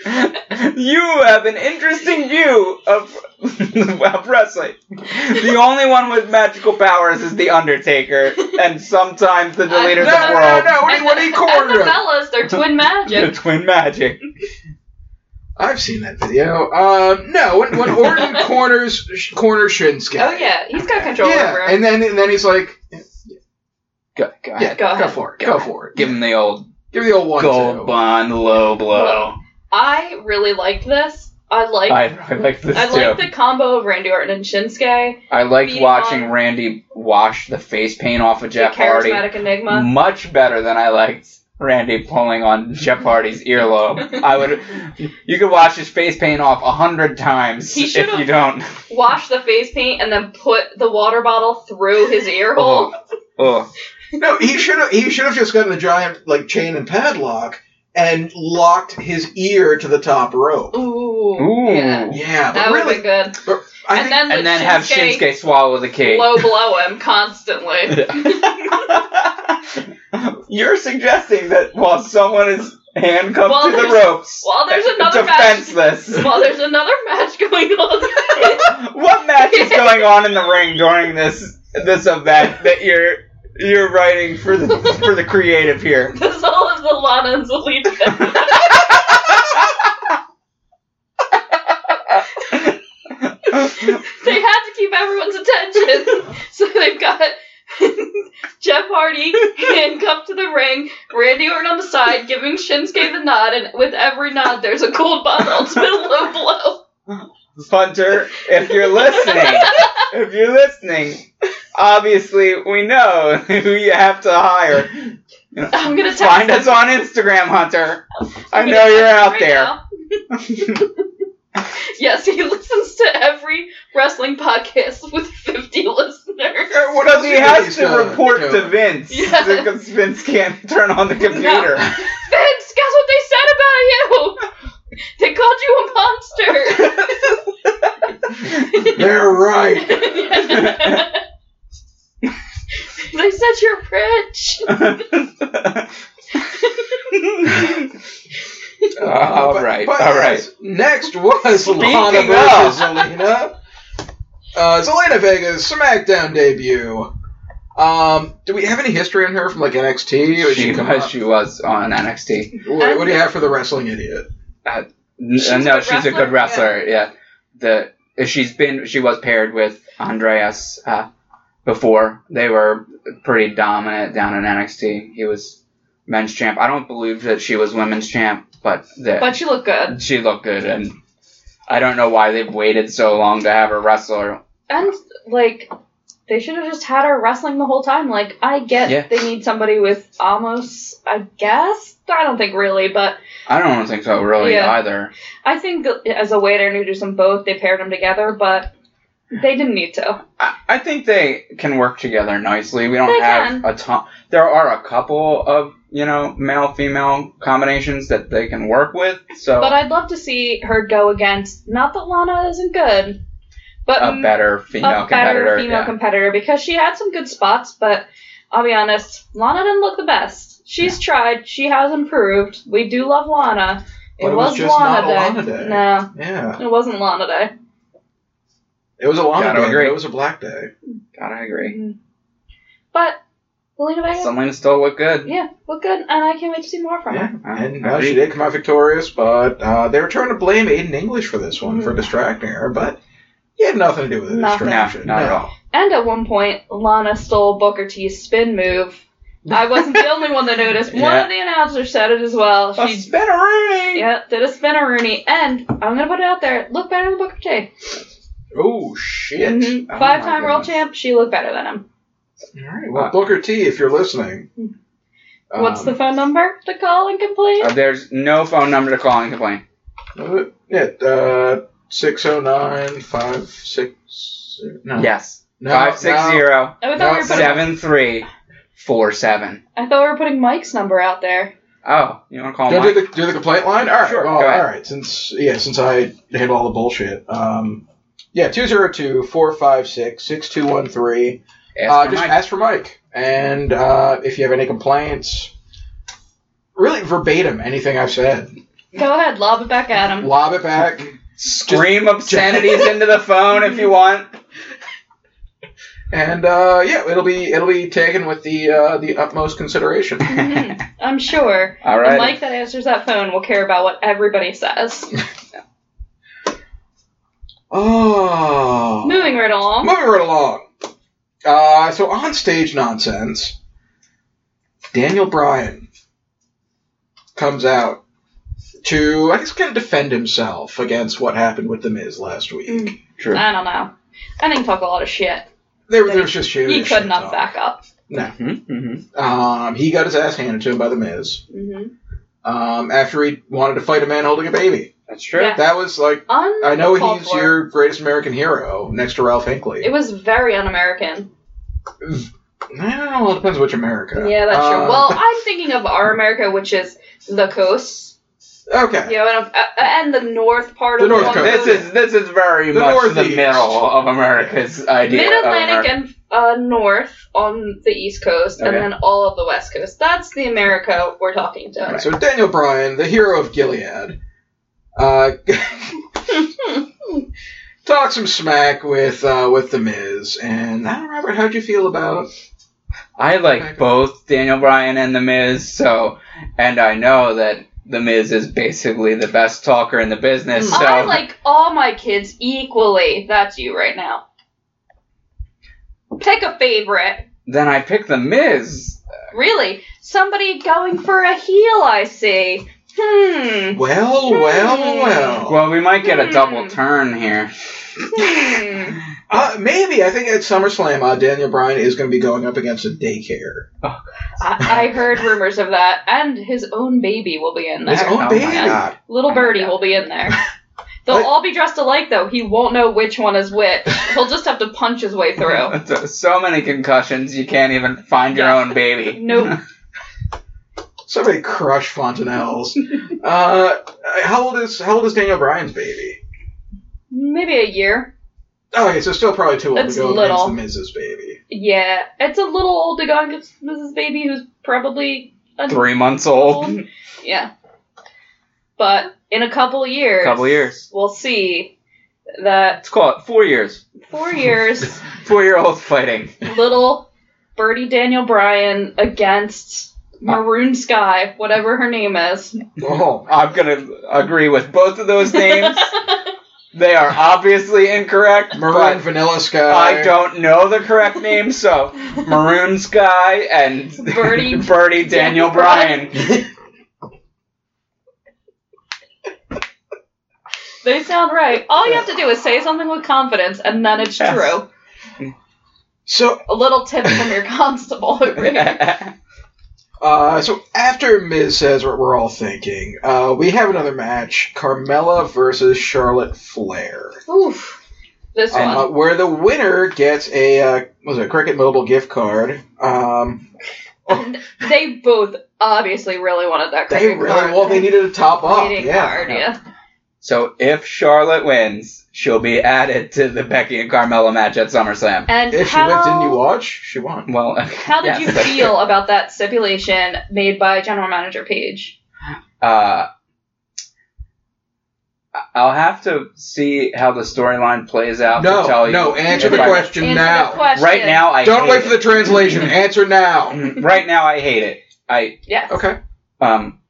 that? You have an interesting view of, of wrestling. The only one with magical powers is the Undertaker, and sometimes the deleter
No,
There's
of
no,
the
a
no,
world.
no! What, do
and
you- what do you
the, and
corner
the
him?
fellas, they're twin
The
magic.
twin magic.
I've seen that video. Um, no, when, when Orton corners corners Shinsuke.
Oh yeah, he's got control
yeah,
over him.
and then and then he's like, yeah,
Go, go
yeah,
ahead.
Go
go,
ahead.
for it,
Go
go,
ahead.
for it.
Give him the old
Give me the old one.
gold
too.
bond low blow.
I really liked this. I liked.
I, I like this
I
too.
liked the combo of Randy Orton and Shinsuke,
I liked
beating
watching
on-
Randy wash the face paint off of Jeff
um, the
Hardy.
charismatic enigma.
Much better than I liked Randy pulling on Jeff Hardy's earlobe. I would, you could wash his face paint off a hundred times
He
if
should've-
you don't.
Wash the face paint and then put the water bottle through his ear hole.
Oh,
No, he should have. He should have just gotten a giant like chain and padlock and locked his ear to the top rope.
Ooh,
ooh.
yeah,
Yeah,
that
but
would
really,
be
I
good. and
think
then
And then have Shinsuke swallow the cake.
low blow him constantly.
You're suggesting that while someone is handcuffed
While
to the
there's-
ropes,
while there's another match-
defenseless.
Well, there's another match going on.
what match is going on in the ring during this this event that you're you're writing for the for the creative here?
this all is the Lana and Zelina. they had to keep everyone's attention, so they've got Jeff Hardy handcuffed to the ring, Randy Orton on the side, giving Shinsuke the nod, and with every nod, there's a gold bottle to the low blow.
Hunter, if you're listening, if you're listening, obviously we know who you have to hire.
I'm gonna text
Find
him.
us on Instagram, Hunter. I
I'm gonna
know you're
text him
out
right
there.
now. yes, he listens to every wrestling podcast with 50 listeners.
what
Because
else
he
do you
has
think
to
he's gonna
report
do?
to Vince
Yeah.
because Vince can't turn on the computer.
Vince, guess what they said about you? They called you a monster.
They're right.
they said you're rich.
all
but-
right,
but
all right.
yes, Next was Lana
of-
versus Zelina. Uh, Zelina Vega's SmackDown debut. Um, do we have any history on her from like NXT? Or did
she
come
was
up?
she was on NXT.
What, what do you have for the wrestling idiot?
N-
She's a
no,
good
she's a good
wrestler,
wrestler. Yeah, the she's been she was paired with Andreas uh, before. They were pretty dominant down in NXT. He was men's champ. I don't believe that she was women's champ, but the,
But you look good.
she looked good, and I don't know why they've waited so long to have her wrestle.
And, like, they should have just had her wrestling the whole time. Like, I get
Yeah.
they need somebody with almost, I guess? I don't think really, but
I don't think so really
Yeah.
either.
I think as a way to introduce them both, they paired them together, but they didn't need to.
I I think they can work together nicely. We don't
They
have a ton. There are a couple of you know male female combinations that they can work with. So
But I'd love to see her go against, not that Lana isn't good, but
a better female
um, a better
competitor.
female
yeah.
competitor because she had some good spots, but I'll be honest, Lana didn't look the best. She's tried, she has improved. We do love Lana. It,
But it was
was,
just not
Lana, day.
Lana Day.
No,
Yeah,
it wasn't Lana Day.
it was a Lana
Gotta
day. but
agree.
It was a black day.
God, I agree.
But Selena Vega,
Selena still look good.
yeah, looked good, and I can't wait to see more from
Yeah,
her.
and uh, she did come out victorious, but uh, they were trying to blame Aiden English for this one for distracting her, but he had nothing to do with the
Mm-hmm. Nothing.
No, not
distraction.
at
No.
all.
And at one point, Lana stole Booker T's spin move. I wasn't the only one that noticed. One
Yeah.
of the announcers said it as well.
A
She
spinneroonie!
yeah, did a spinneroony, and I'm gonna put it out there. Look better than Booker T.
Oh shit!
Mhm.
Oh my
Mm-hmm. Five-time world
goodness.
champ. She looked better than him.
All right. Well, Uh, Booker T, if you're listening. Um,
What's the phone number to call and complain?
Uh, there's no phone number to call and complain.
the? Yeah, uh, 609 56. No.
Yes.
No,
Five six
no.
zero
Oh, I thought
No,
we were putting.
seven three four seven.
I thought we were putting Mike's number out there.
Oh, you want to call
Do I
Mike?
do the do the complaint line? All right.
Sure,
well,
go ahead.
all right. Since yeah, since I hit all the bullshit. Um, yeah, 202-456-6213.
Ask
Uh,
for
just
Mike.
ask for Mike, and uh, if you have any complaints, really verbatim anything I've said,
Go ahead, lob it back at him.
lob it back.
Scream obscenities into the phone if you want.
And uh, yeah, it'll be it'll be taken with the uh, the utmost consideration.
Mhm. I'm sure.
All
The
right.
Mike that answers that phone will care about what everybody says.
Oh,
Moving right along.
moving right along. Uh, so on stage nonsense, Daniel Bryan comes out to I guess kind of defend himself against what happened with the Miz last week.
Mm.
True.
I don't know. I didn't talk a lot of shit.
There, there was just shit.
He could not
back.
back up.
Mm-hmm, mm-hmm.
Um, he got his ass handed to him by the Miz
Mm-hmm.
um, after he wanted to fight a man holding a baby.
That's true.
Yeah.
That was like
Un-
I know
called
he's
for.
your greatest American hero next to Ralph Hinckley.
It was very un-American.
I don't know. Well, it depends which America.
Yeah, that's true.
Um,
Well, I'm thinking of our America, which is the coast,
okay.
you know, and, uh, and the north part
The
of
north
one
coast.
This is this is very
The
much the
Northeast.
middle of America's idea. of
Mid-Atlantic
America.
and uh, north on the east coast, and
Okay.
then all of the west coast. That's the America we're talking to.
So Daniel Bryan, the hero of Gilead, uh, talks some smack with uh, with the Miz, and I don't know, Robert, how'd you feel about?
I
Okay.
like both Daniel Bryan and The Miz, so and I know that The Miz is basically the best talker in the business.
Mm.
So
I like all my kids equally. That's you right now. Pick a favorite.
then I pick The Miz.
Really? Somebody going for a heel, I see. Hmm.
Well, well, well.
Well, we might get a double
Mm.
turn here.
Hmm.
Uh, maybe I think at SummerSlam, uh, Daniel Bryan is going to be going up against a daycare.
I-, I heard rumors of that, and his own baby will be in
His
there.
Oh
own
my
baby.
God.
Little birdie will be in there. They'll
What?
all be dressed alike, though. He won't know which one is which. He'll just have to punch his way through.
So- so many concussions, you can't even find your
Yeah.
own baby.
Nope.
Somebody crush Fontanelles. uh, how old is how old is Daniel Bryan's baby?
Maybe a year.
Okay, so still probably too old
That's
to go
little.
against the Miz's baby.
Yeah. It's a little old to go against Mrs. Baby, who's probably a
Three months old.
Yeah. But in a couple years,
Couple years.
we'll see that
Let's call it four years.
four years,
Four year old fighting.
little Birdie Daniel Bryan against
Uh.
Maroon Sky, whatever her name is.
Oh,
I'm gonna agree with both of those names. they are obviously incorrect. but-
Maroon Vanilla Sky.
I don't know the correct name, so Maroon Sky and
Birdie-
Birdie Daniel Bryan.
they sound right. All you have to do is say something with confidence, and then it's
Yes.
true.
So,
A little tip from your constable. over here.
uh, so after Miz says what we're all thinking, uh, we have another match: Carmella versus Charlotte Flair.
Oof. This one.
Uh, where the winner gets a uh, was it a Cricket Mobile gift card. Um,
they both obviously really wanted that
they
credit
really
card.
well they needed a top up.
Greeting
Yeah,
card,
Yeah.
yeah.
so if Charlotte wins, she'll be added to the Becky and Carmella match at SummerSlam.
And
if she
how,
went, didn't you watch? She won.
Well,
how did
yes,
you
that's
feel about that stipulation made by General Manager Page?
true. Uh, I- I'll have to see how the storyline plays out to
No,
tell you.
no. Answer
if
the
I-
question
Answer
now.
the question.
Right now, I
Don't
hate
wait for the
it. Mm,
translation. Answer now.
Right now, I hate it. I
Yes.
Okay.
um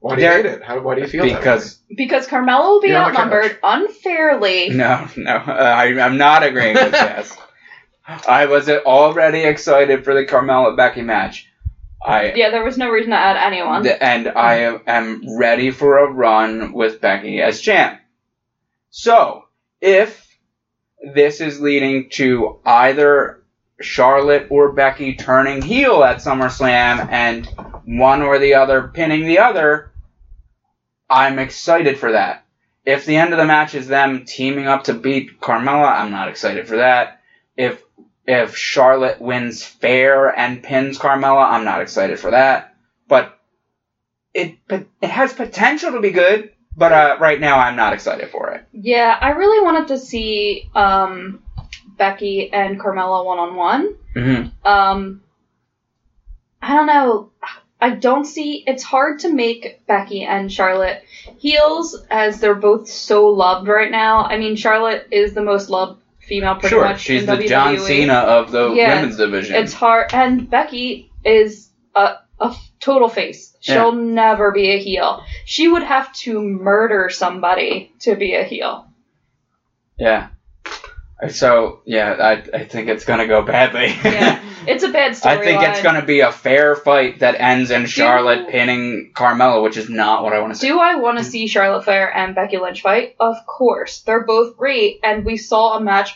Why do you
There-
hate it? How, why do you feel that way?
because
Because Carmelo will be
You're on the
outnumbered unfairly.
No, no, uh, I, I'm not agreeing with this. I was already excited for the Carmella Becky match. I
Yeah, there was no reason to add anyone.
th- and I am- am ready for a run with Becky as champ. So if this is leading to either Charlotte or Becky turning heel at SummerSlam and one or the other pinning the other, I'm excited for that. If the end of the match is them teaming up to beat Carmella, I'm not excited for that. If if Charlotte wins fair and pins Carmella, I'm not excited for that. But it but it has potential to be good, but uh, right now I'm not excited for it.
Yeah, I really wanted to see um, Becky and Carmella one on one.
Mm-hmm.
Um, I don't know. I don't see. It's hard to make Becky and Charlotte heels as they're both so loved right now. I mean, Charlotte is the most loved female pretty
Sure,
much.
she's
in
the
WWE.
John Cena of the
Yeah,
women's division.
It's hard, and Becky is a, a f- total face.
Yeah.
She'll never be a heel. She would have to murder somebody to be a heel.
Yeah. So yeah, I I think it's gonna go badly.
Yeah, it's a bad story.
I think it's gonna be a fair fight that ends in Charlotte
Do-
pinning Carmella, which is not what I want to see.
Do I want to see Charlotte Flair and Becky Lynch fight? Of course. They're both great, and we saw a match,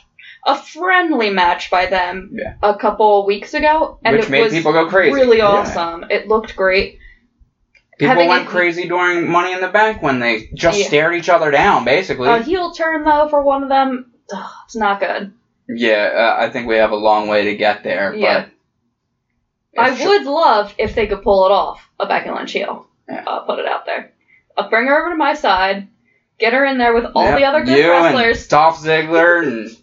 a friendly match by them
Yeah.
a couple weeks ago, and
Which
it
made
was
people go crazy.
really
Yeah.
awesome. It looked great.
People
having
went
it-
crazy during Money in the Bank when they just
Yeah. Uh,
stared each other down, basically.
A heel turn, though, for one of them, ugh, it's not good.
yeah, uh, I think we have a long way to get there.
Yeah.
But
I would love if they could pull it off, a Becky Lynch heel.
Yeah.
I'll put it out there. I'll bring her over to my side, get her in there with all the
Yep,
other good
you and
wrestlers.
Dolph Ziggler and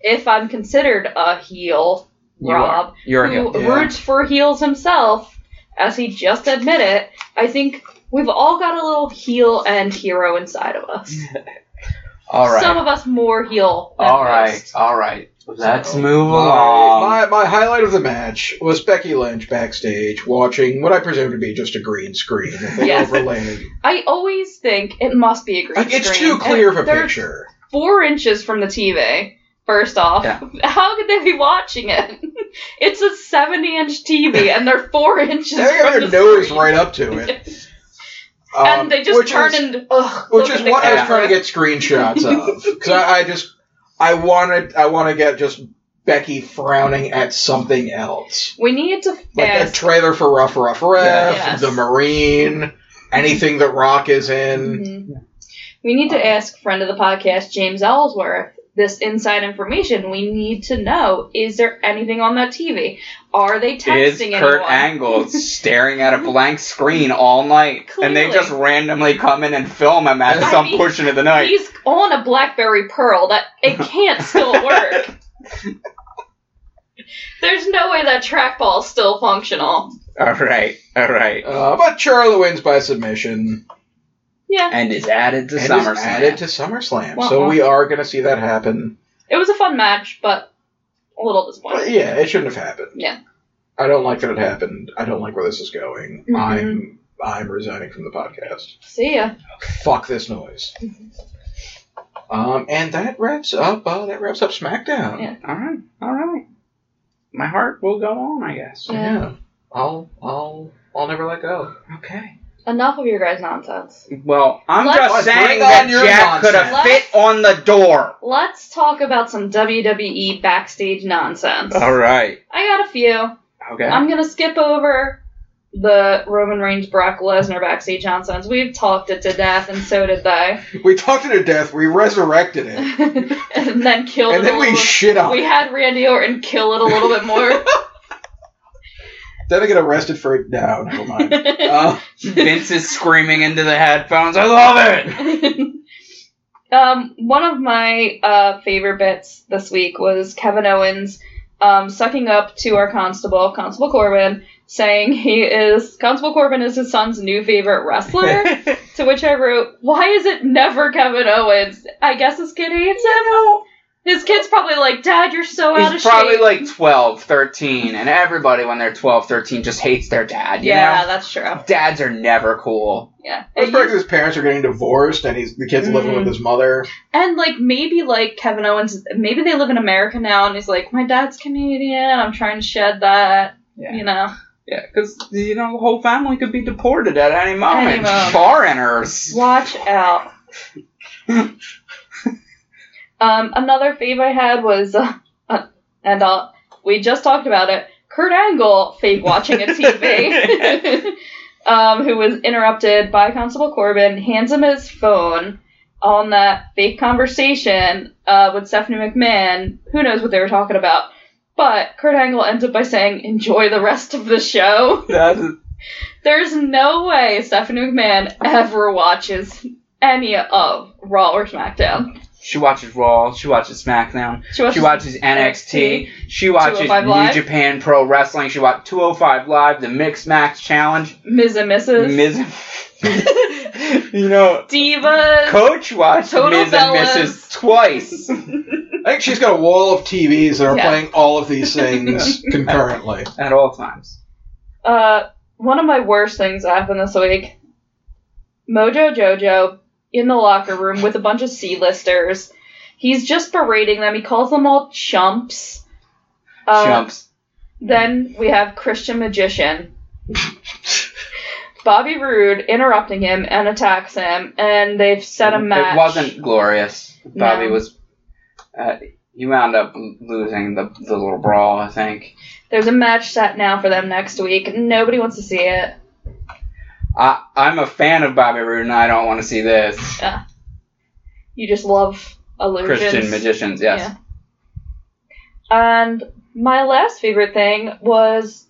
If I'm considered a heel,
you
Rob,
are, you're a heel.
who
Yeah.
roots for heels himself, as he just admitted, I think we've all got a little heel and hero inside of us.
All right.
Some of us more heel. Than
all right.
most.
All right. Let's
So,
move along.
My, my, my highlight of the match was Becky Lynch backstage watching what I presume to be just a green screen that they
Yes.
overlaid.
I always think it must be a green
Like, it's
screen.
too clear of a
And they're
picture.
Four inches from the TV. First off,
Yeah.
how could they be watching it? it's a seventy-inch TV, and they're four inches
They have
from
their
the
nose
screen.
right up to it. Um,
and they just
which
turn
is-
and ugh.
which
look
is
at the
what I was
camera.
trying to get screenshots of because I, I just I wanted I want to get just Becky frowning at something else
We need to
like
ask
a trailer for Rough Rough Ref,
Yes.
the Marine, anything that Rock is in.
Mhm. We need to ask friend of the podcast, James Ellsworth, this inside information. We need to know is there anything on that TV? Are they
is
texting anyone?
Kurt Angle staring at a blank screen all night, and they
Clearly.
just randomly come in and film him at
I
some
mean,
portion of the night.
He's on a Blackberry Pearl that it can't still work. There's no way that trackball's still functional.
All right, all right,
Uh, but Charlotte wins by submission
Yeah,
and is added to
and
SummerSlam.
is added to SummerSlam, so
Wah-wah.
we are going to see that happen.
it was a fun match, but a little disappointing.
But yeah, it shouldn't have happened.
Yeah.
I don't like that it happened. I don't like where this is going.
Mhm.
I'm I'm resigning from the podcast.
See ya.
fuck this noise. Um, and that wraps up. Uh, that wraps up SmackDown.
Yeah.
all right, all right. My heart will go on, I guess.
So, yeah. I'll I'll I'll never let go.
Okay.
Enough of your guys' nonsense.
Well, I'm
Let's-
just
Let's
saying
bring
that
on your
Jack could have
nonsense.
fit on the door.
Let's talk about some WWE backstage nonsense.
All right.
I got a few.
Okay.
I'm gonna skip over the Roman Reigns Brock Lesnar backstage nonsense. We've talked it to death, and so did they.
We talked it to death. We resurrected it,
and then killed
and
it.
then
a
we
little-
shit on.
Oh. we
it.
had Randy Orton kill it a little bit more.
Then I get arrested for it. No, never mind. Uh,
Vince is screaming into the headphones. I love it.
um, one of my uh, favorite bits this week was Kevin Owens um, sucking up to our constable, Constable Corbin, saying he is Constable Corbin is his son's new favorite wrestler. to which I wrote, "Why is it never Kevin Owens? I guess his kid hates him. His kid's probably like, Dad, you're so out of
He's probably
shape."
like 12, 13, and everybody when they're 12, 13 just hates their dad, you
yeah,
know?
that's true.
Dads are never cool.
Yeah,
it's
It
probably
used-
'cause his parents are getting divorced, and he's the kid's living
Mhm.
with his mother.
And like maybe like Kevin Owens, maybe they live in America now, and he's like, my dad's Canadian. I'm trying to shed that,
Yeah.
you know.
Yeah, because, you know, the whole family could be deported at any moment.
Any moment.
Foreigners.
Watch out. um, another fave I had was, uh, uh, and I'll We just talked about it. Kurt Angle fake watching a TV, um, who was interrupted by Constable Corbin, hands him his phone on that fake conversation uh, with Stephanie McMahon. Who knows what they were talking about? But Kurt Angle ends up by saying, "Enjoy the rest of the show."
That's
There's no way Stephanie McMahon ever watches any of Raw or SmackDown.
She watches Raw. She watches SmackDown.
She watches.
She watches NXT. She watches
205
New
Live.
Japan Pro Wrestling. She watched 205 Live, the Mixed Match Challenge.
Ms. and Mrs.
Ms. you know,
Divas.
Coach watched
Total
Ms. and Mrs.
Bellas.
twice.
I think she's got a wall of TVs that are
Yeah.
playing all of these things concurrently.
At all times.
Uh, one of my worst things that happened this week. Mojo Jojo in the locker room with a bunch of C-listers. He's just berating them. He calls them all chumps. Uh,
Jumps.
Then we have Christian Magician. Bobby Roode interrupting him and attacks him, and they've set a match.
It wasn't glorious. Bobby
No.
was. Uh, you wound up losing the, the little brawl, I think.
There's a match set now for them next week. Nobody wants to see it.
I, I'm a fan of Bobby Roode, and I don't want to see this.
You just love illusions.
Christian magicians, yes.
Yeah. And my last favorite thing was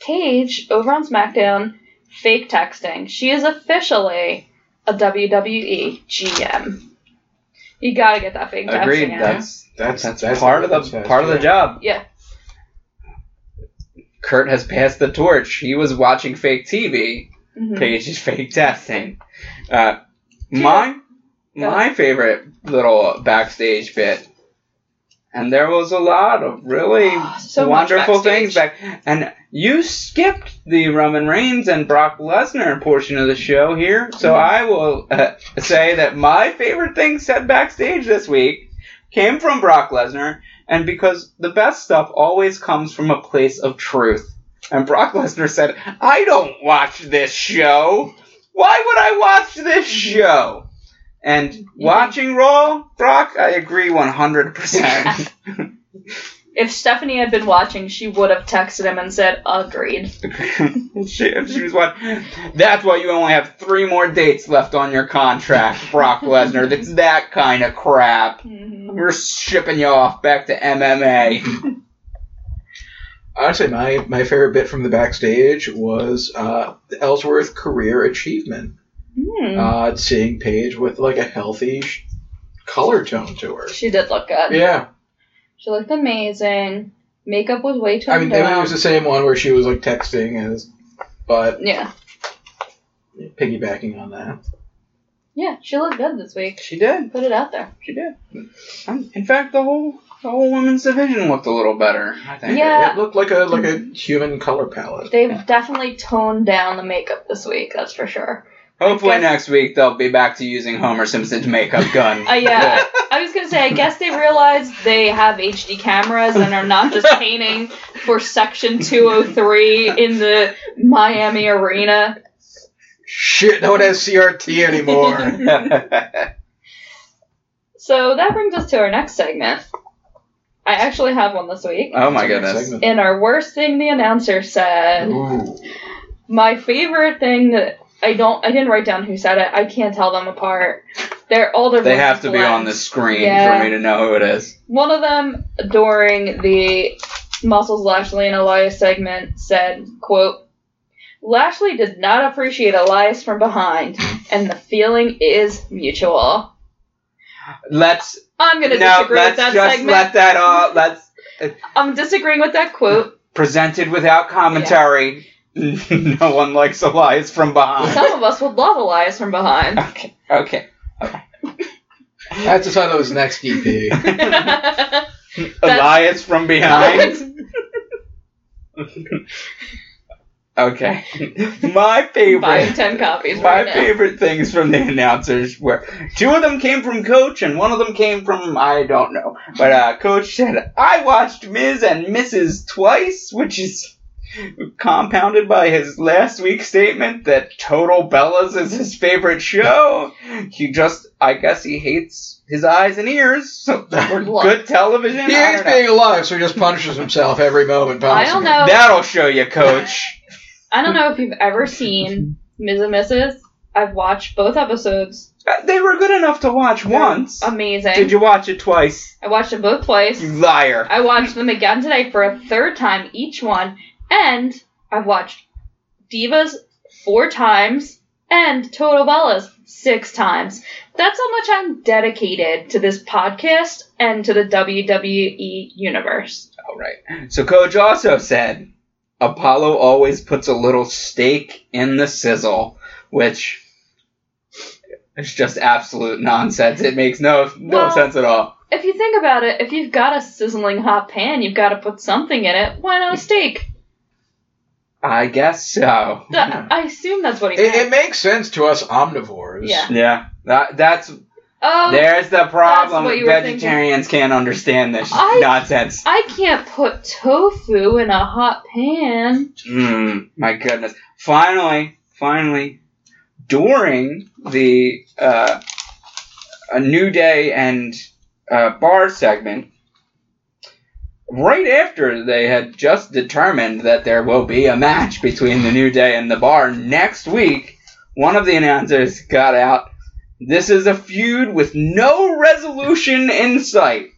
Paige over on SmackDown fake texting. She is officially a WWE GM. You gotta get that fake
Agreed.
texting out.
That's,
That's
that's part of the part of the job.
Yeah.
Kurt has passed the torch. He was watching fake TV.
Mhm.
Paige is fake testing. Uh,
Yeah.
my
Yeah.
my favorite little backstage bit. And there was a lot of really
So much
wonderful things
backstage.
back. And you skipped the Roman Reigns and Brock Lesnar portion of the show here, so
Mhm.
I will uh, say that my favorite thing said backstage this week came from Brock Lesnar, and because the best stuff always comes from a place of truth. And Brock Lesnar said, "I don't watch this show. Why would I watch this show?" And watching Raw, Brock, I agree 100%.
If Stephanie had been watching, she would have texted him and said, agreed.
she, she was what? That's why you only have three more dates left on your contract, Brock Lesnar. That's that kind of crap.
Mm-hmm.
We're shipping you off back to MMA.
Honestly, my, my favorite bit from the backstage was uh, the Ellsworth career achievement.
Hmm.
Uh, seeing Paige with like a healthy sh- color tone to her.
she did look good.
Yeah,
She looked amazing. Makeup was way too
I mean, I mean, it was the same one where she was like texting as, but
Yeah.
piggybacking on that.
Yeah, she looked good this week.
She did.
Put it out there.
She did. Um, In fact, the whole the whole women's division looked a little better. I think.
Yeah.
It looked like a like a human color palette.
They've
Yeah.
definitely toned down the makeup this week, that's for sure.
Hopefully
I guess-
next week they'll be back to using Homer Simpson's makeup gun.
Uh, yeah, I was gonna say, I guess they realized they have HD cameras and are not just painting for section 203 in the Miami arena.
Shit, no one has CRT
Oh
anymore.
So that brings us to our next segment. I actually have one this week.
oh
It's
my
a good
goodness.
segment.
In our worst thing the announcer said,
Ooh.
My favorite thing that I don't I didn't write down who said it. I can't tell them apart. They're all their
They
voices
have to be on
blend.
the screen
Yeah.
for me to know who it is.
One of them during the Muscles Lashley and Elias segment said, quote, Lashley did not appreciate Elias from behind, and the feeling is mutual.
Let's
I'm gonna
no,
disagree
let's
with that
just
segment.
let that all. Let's
I'm disagreeing with that quote.
presented without commentary. no one likes Elias from behind.
Some of us would love Elias from behind.
okay, okay.
That's the title of his next E EP.
Elias from behind. Okay. My
Buying
favorite.
ten copies
My
right now.
favorite things from the announcers were two of them came from Coach and one of them came from I don't know. But uh, Coach said, I watched Ms. and Mrs. twice, which is compounded by his last week's statement that Total Bellas is his favorite show. He just I guess he hates his eyes and ears, so for
Look.
good television.
He
I
hates
don't know.
being alive, so he just punishes himself every moment.
I
possible.
don't know.
That'll show you, coach.
I don't know if you've ever seen Ms. and Mrs. I've watched both episodes.
Uh, they were good enough to watch once.
Amazing.
Did you watch it twice?
I watched them both twice.
You liar.
I watched them again today for a third time each one, and I've watched Divas four times and Total Bellas six times. That's how much I'm dedicated to this podcast and to the WWE universe.
All right. So Coach also said Apollo always puts a little steak in the sizzle, which is just absolute nonsense. It makes no no
Well-
sense at all.
If you think about it, if you've got a sizzling hot pan, you've got to put something in it. Why not a steak?
I guess so.
Th- I assume that's what he
It, it
meant.
makes sense to us omnivores.
Yeah.
Yeah. That that's
Oh,
there's the problem.
what you were thinking.
Vegetarians can't understand this
I-
nonsense.
I can't put tofu in a hot pan.
Mm, my goodness. Finally, finally, during the uh, a New Day and uh, Bar segment, right after they had just determined that there will be a match between the New Day and the Bar next week, one of the announcers got out. This is a feud with no resolution in sight.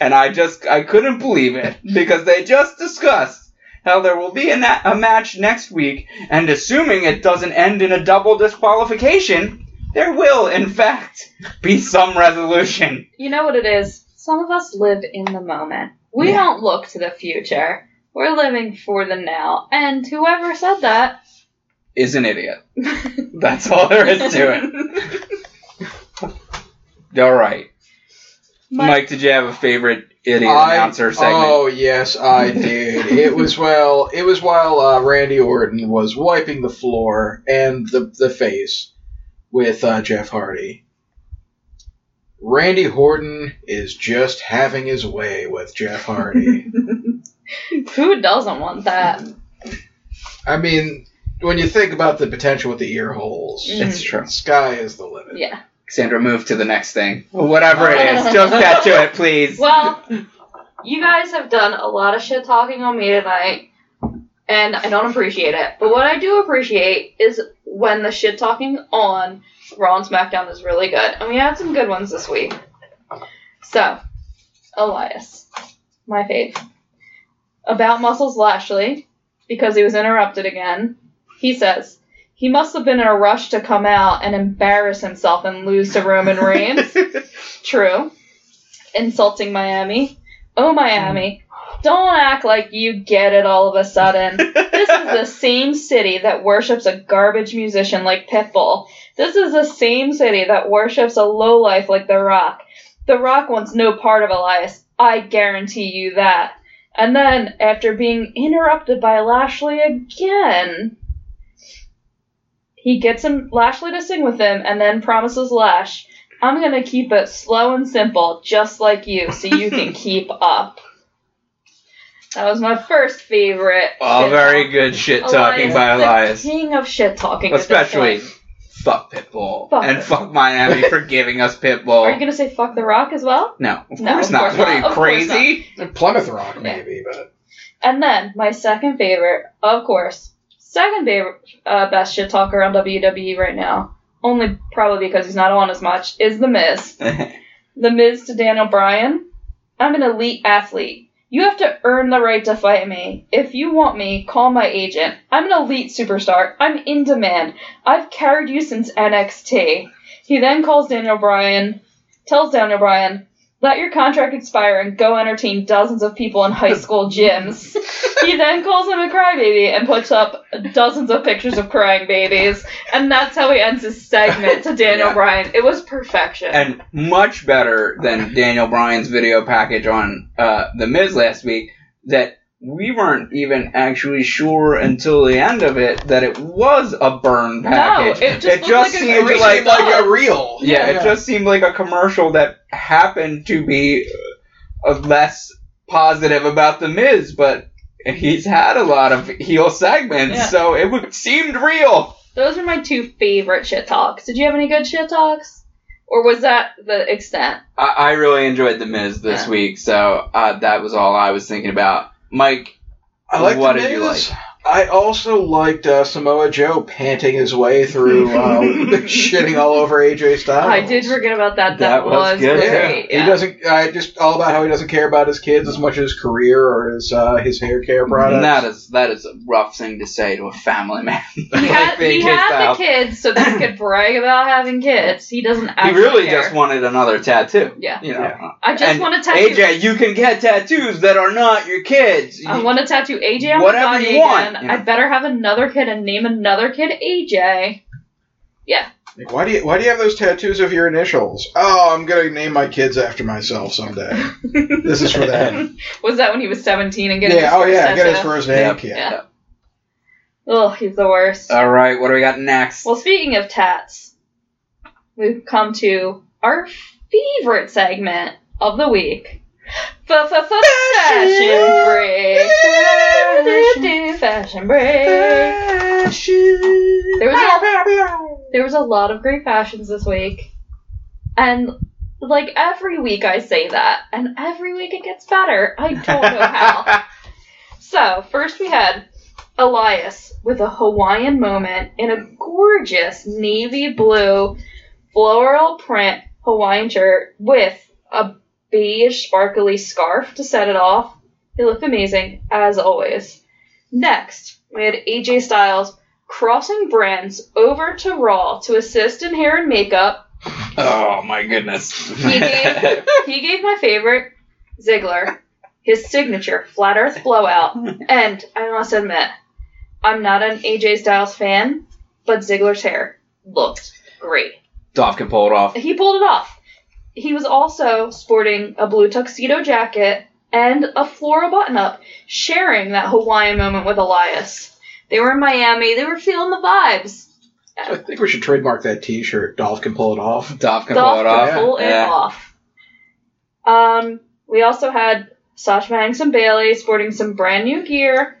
And I just, I couldn't believe it because they just discussed how there will be a, na- a match next week, and assuming it doesn't end in a double disqualification, there will, in fact, be some resolution.
You know what it is? Some of us live in the moment. We
Yeah.
don't look to the future. We're living for the now. And whoever said that,
Is an idiot. That's all there is to it. All right.
Mike,
Mike, did you have a favorite idiot
I-
announcer segment?
Oh yes, I did. it was well. It was while uh, Randy Orton was wiping the floor and the the face with uh, Jeff Hardy. Randy Horton is just having his way with Jeff Hardy.
who doesn't want that?
I mean, when you think about the potential with the ear holes,
Mm.
It's true.
sky is the limit.
Yeah.
Sandra, move to the next thing. Whatever it is, just get to it, please.
Well, you guys have done a lot of shit talking on me tonight, and I don't appreciate it. But what I do appreciate is when the shit talking on Raw and SmackDown is really good. And we had some good ones this week. So, Elias, my fave. About Muscles Lashley, because he was interrupted again, he says, he must have been in a rush to come out and embarrass himself and lose to Roman Reigns. True. Insulting Miami. Oh, Miami. Don't act like you get it all of a sudden. this is the same city that worships a garbage musician like Pitbull. This is the same city that worships a lowlife like The Rock. The Rock wants no part of Elias. I guarantee you that. And then, after being interrupted by Lashley again, he gets him Lashley to sing with him and then promises Lash I'm gonna keep it slow and simple, just like you, so you can keep up. That was my first favorite.
All
shit
very
talk.
good shit talking
Elias,
by
the
Elias.
King of shit talking. at this
Especially
point.
fuck Pitbull
Fuck
and
Pitbull.
fuck Miami for giving us
Are you
Pitbull.
gonna say fuck the rock as well?
No, of
No,
course
of
not.
course
what
not.
are you
Of course
crazy?
Plymouth Rock, maybe, but
And then my second favorite, of course, second favorite uh, best shit talker on WWE right now, only probably because he's not on as much, is the Miz. The Miz to Daniel Bryan. I'm an elite athlete. You have to earn the right to fight me. If you want me, call my agent. I'm an elite superstar. I'm in demand. I've carried you since NXT. He then calls Daniel Bryan, tells Daniel Bryan, let your contract expire and go entertain dozens of people in high school gyms. he then calls him a crybaby and puts up dozens of pictures of crying babies. And that's how he ends his segment to Daniel
Yeah.
Bryan. It was perfection.
and much better than Daniel Bryan's video package on uh, The Miz last week that we weren't even actually sure until the end of it that it was a burn package.
it just looked like a
seemed
great
like,
dog.
like a real.
yeah, it just seemed like a commercial that happened to be uh, less positive about the Miz, but he's had a lot of heel segments,
Yeah.
so it would, seemed real.
Those are my two favorite shit talks. Did you have any good shit talks? Or was that the extent?
I, I really enjoyed The Miz this
Yeah.
week, so uh, that was all I was thinking about. Mike,
I like
What
the
did you
Miz. I also liked uh, Samoa Joe panting his way through, uh, shitting all over AJ Styles.
I did forget about that. That,
Oh. That was
was,
good.
great.
He doesn't. I just all about how he doesn't care about his kids as much as his career or his uh, his hair care products.
that is that is a rough thing to say to a family man.
He had,
Like being
he
kicked
had
out.
the kids so that he could brag about having kids. He doesn't
He
actually
really
care.
just wanted another tattoo.
Yeah.
You know.
Yeah.
I just
And
want to tattoo.
AJ, you can get tattoos that are not your kids.
I want to tattoo AJ on
Whatever
my body
you want,
again.
you know.
I better have another kid and name another kid AJ.
Like, why do you why do you have those tattoos of your initials? Oh, I'm gonna name my kids after myself someday. this is for them.
Was that when he was 17 and getting
yeah. Oh
his first
yeah. Get his
tattoo?
first name.
Yep.
Yeah.
Yeah. Ugh, he's the worst.
All right, what do we got next?
well, speaking of tats, we've come to our favorite segment of the week. Fashion break. Fashion break. There was There was a lot of great fashions this week. And like every week I say that, and every week it gets better. I don't know how. so, first we had Elias with a Hawaiian moment in a gorgeous navy blue floral print Hawaiian shirt with a beige sparkly scarf to set it off. He looked amazing, as always. Next, we had AJ Styles crossing brands over to Raw to assist in hair and makeup.
oh my goodness.
He gave, he gave my favorite, Ziggler, his signature flat earth blowout. And I must admit, I'm not an AJ Styles fan, but Ziggler's hair looked great.
Dolph can pull it off.
He pulled it off. He was also sporting a blue tuxedo jacket and a floral button up, sharing that Hawaiian moment with Elias. They were in Miami, they were feeling the vibes.
I think we should trademark that T-shirt. Dolph can pull it off.
Dolph can
Dolph
pull it off.
can pull it
Yeah.
off. Um, we also had Sasha Banks and Bailey sporting some brand new gear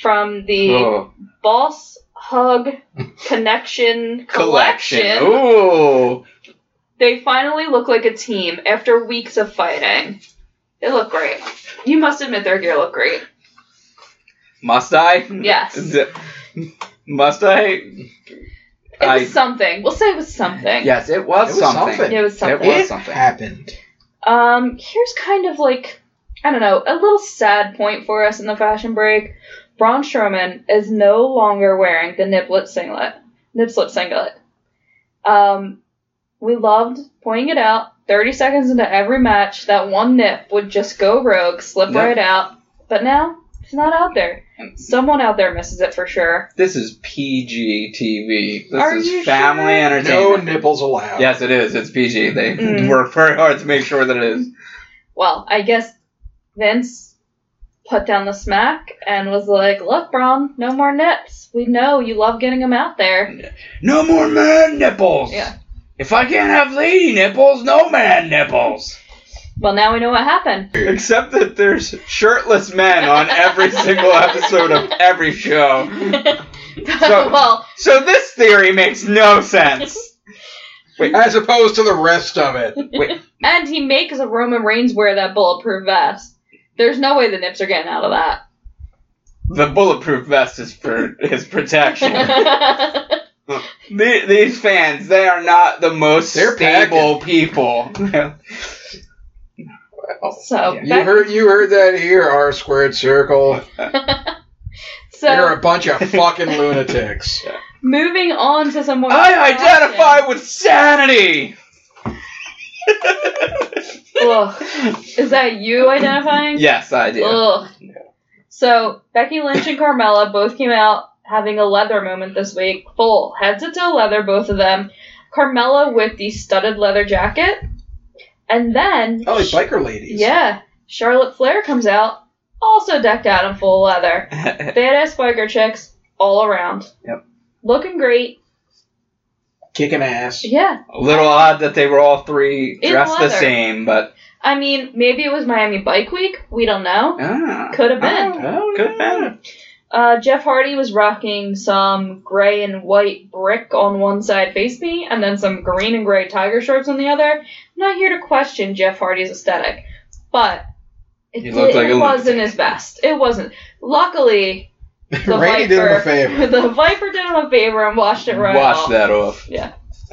from the
Oh.
Boss Hug Connection collection.
Collection. Ooh.
They finally look like a team after weeks of fighting. They look great. You must admit their gear look great.
Must I?
Yes.
Z- Must I?
It
I-
was something. We'll say it was something.
Yes, it was,
It was
something.
something.
It was something.
It was something.
happened.
Um, here's kind of like, I don't know, a little sad point for us in the fashion break. Braun Strowman is no longer wearing the niplet singlet, nip slip singlet. Um, we loved pointing it out. 30 seconds into every match, that one nip would just go rogue, slip
Yep.
right out. But now, it's not out there. Someone out there misses it for sure.
This is PG TV. This
Are
is
you
family
sure?
No
entertainment.
nipples allowed.
Yes, it is. It's PG. They
Mm.
work very hard to make sure that it is.
Well, I guess Vince put down the smack and was like, look, Braun, no more nips. We know you love getting them out there.
No more man nipples.
Yeah.
If I can't have lady nipples, no man nipples.
Well, now we know what happened.
Except that there's shirtless men on every single episode of every show.
well,
So this theory makes no sense.
As opposed to the rest of it.
and he makes a Roman Reigns wear that bulletproof vest. There's no way the nips are getting out of that.
The bulletproof vest is for his protection. The- These fans, they are not the most
They're
stable people.
so,
Yeah.
You
back-
heard you heard that here, R squared circle. You're
so
a bunch of fucking lunatics.
moving on to some more.
I identify with sanity.
Ugh. Is that you identifying?
Yes, I do.
Ugh. So Becky Lynch and Carmella both came out having a leather moment this week. Full heads to toe leather, both of them. Carmella with the studded leather jacket, and then
Oh, these biker ladies.
yeah, Charlotte Flair comes out also decked out in full leather. Badass biker chicks all around.
Yep.
Looking great.
Kicking ass.
Yeah.
A little odd that they were all three
In
dressed the
leather.
same, but
I mean, maybe it was Miami Bike Week. We don't know.
ah,
Uh,
Could have been.
Oh, could have been.
Uh, Jeff Hardy was rocking some gray and white brick on one side face paint, and then some green and gray tiger stripes on the other. I'm not here to question Jeff Hardy's aesthetic, but it,
He looked
did-
like a
it
lunatic.
wasn't his best. It wasn't. Luckily, the
Rainey did him a favor.
Viper, the Viper did him a favor and washed it right
Wash
off.
that off.
Yeah.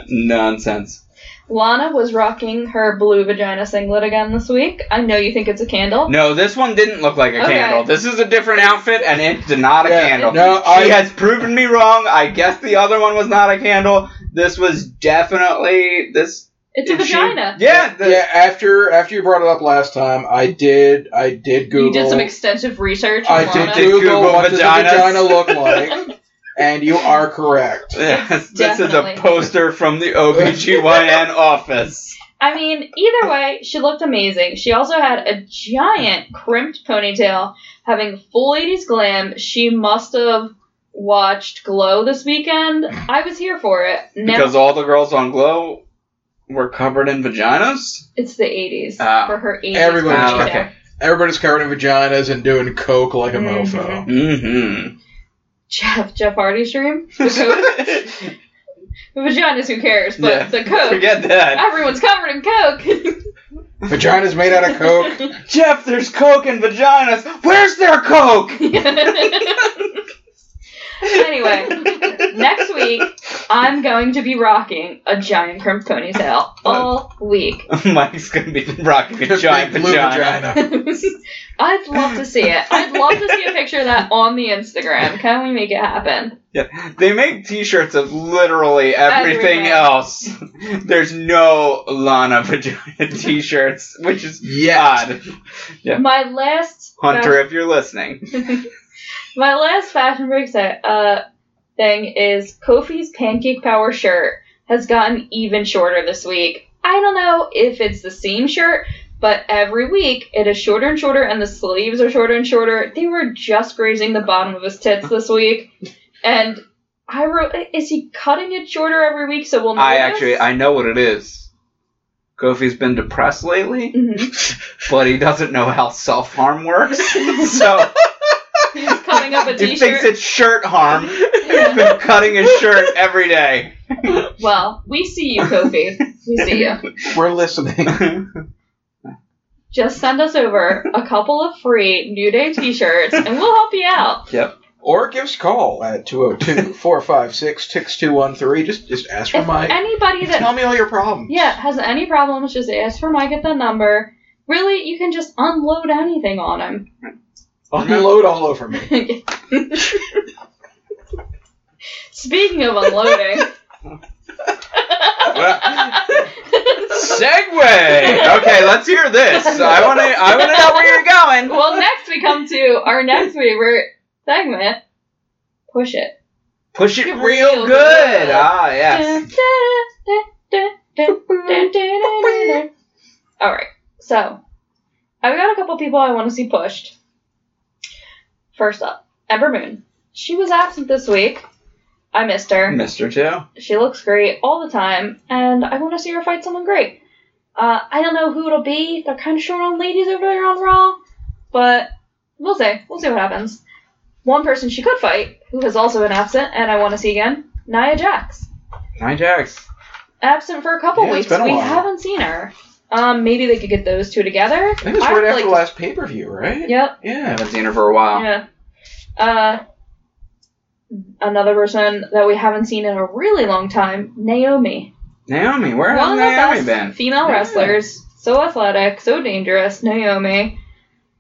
Nonsense.
Lana was rocking her blue vagina singlet again this week. I know you think it's a candle.
No, this one didn't look like a
Okay.
candle. This is a different outfit, and it's not a
Yeah,
candle.
no,
she
I-
has proven me wrong. I guess the other one was not a candle. This was definitely this.
it's a
she-
vagina.
yeah, the-
yeah, after after you brought it up last time, I did I did Google.
You did some extensive research.
I
on
did
Lana.
Did
Google,
Google
what does a
vaginas.
vagina look like, and you are correct.
Yes, this is a
Definitely.
poster from the OBGYN office.
I mean, either way, she looked amazing. She also had a giant crimped ponytail, having full 80s glam. She must have watched Glow this weekend. I was here for it. Now
Because all the girls on Glow were covered in vaginas?
it's the 80s
Ah.
for her 80s.
Everyone-
ponytail.
Ah, okay.
Everybody's covered in vaginas and doing coke like a
Mm-hmm.
mofo.
Mm
Jeff Jeff Hardy's dream. The coke.
hmm.
The vaginas, who cares? But
Yeah.
the coke.
Forget that.
Everyone's covered in coke.
Vaginas made out of coke.
Jeff, there's Coke and vaginas. Where's their Coke?
anyway, next week I'm going to be rocking a giant crimped ponytail all week.
Mike's gonna be rocking a
Just
giant
big blue
vagina.
vagina.
I'd love to see it. I'd love to see a picture of that on the Instagram. Can we make it happen?
Yeah. They make t shirts of literally everything
Everything.
else. There's no Lana vagina t shirts, which is
Yes.
odd. Yeah.
My last
Hunter, if you're listening.
My last fashion break set, uh, thing is Kofi's Pancake Power shirt has gotten even shorter this week. I don't know if it's the same shirt, but every week it is shorter and shorter, and the sleeves are shorter and shorter. They were just grazing the bottom of his tits this week, and I wrote, "Is he cutting it shorter every week?" So we'll. Notice?
I actually I know what it is. Kofi's been depressed lately.
Mhm.
but he doesn't know how self harm works. so
He's cutting up a
he thinks
t-shirt.
it's shirt harm. He's
Yeah.
been cutting his shirt every day.
Well, we see you, Kofi. We see you.
We're listening.
just send us over a couple of free New Day t shirts and we'll help you out.
Or give us a call at 202 456 6213. Just just ask for
If
Mike.
anybody
Tell
that
me all your problems.
yeah, has any problems, just ask for Mike at that number. Really, you can just unload anything on him.
Unload all over me.
Speaking of unloading,
Segway. Okay, let's hear this. I want to. I want to know where you're going.
well, next we come to our next favorite segment Push It.
Push it
Real
real
good.
good. Ah, yes.
All right. So, I've got a couple people I want to see pushed. First up, Ember Moon. She was absent this week. I missed her.
Mister Two.
She looks great all the time, and I want to see her fight someone great. Uh, I don't know who it'll be. They're kind of short on ladies over there on Raw, but we'll see. We'll see what happens. One person she could fight, who has also been absent, and I want to see again, Nia Jax
Nine Jacks.
absent for a couple
Yeah, it's
weeks.
been a
we
while.
haven't seen her. Um, maybe they could get those two together.
I think it was
I
right
would
after
like
the
to-
last pay per view, right?
Yep.
I
Yeah.
haven't seen her for a while.
Yeah. Uh, another person that we haven't seen in a really long time, Naomi.
Naomi, where has
One of
Naomi
the best
been?
female
Yeah.
wrestlers. So athletic, so dangerous, Naomi.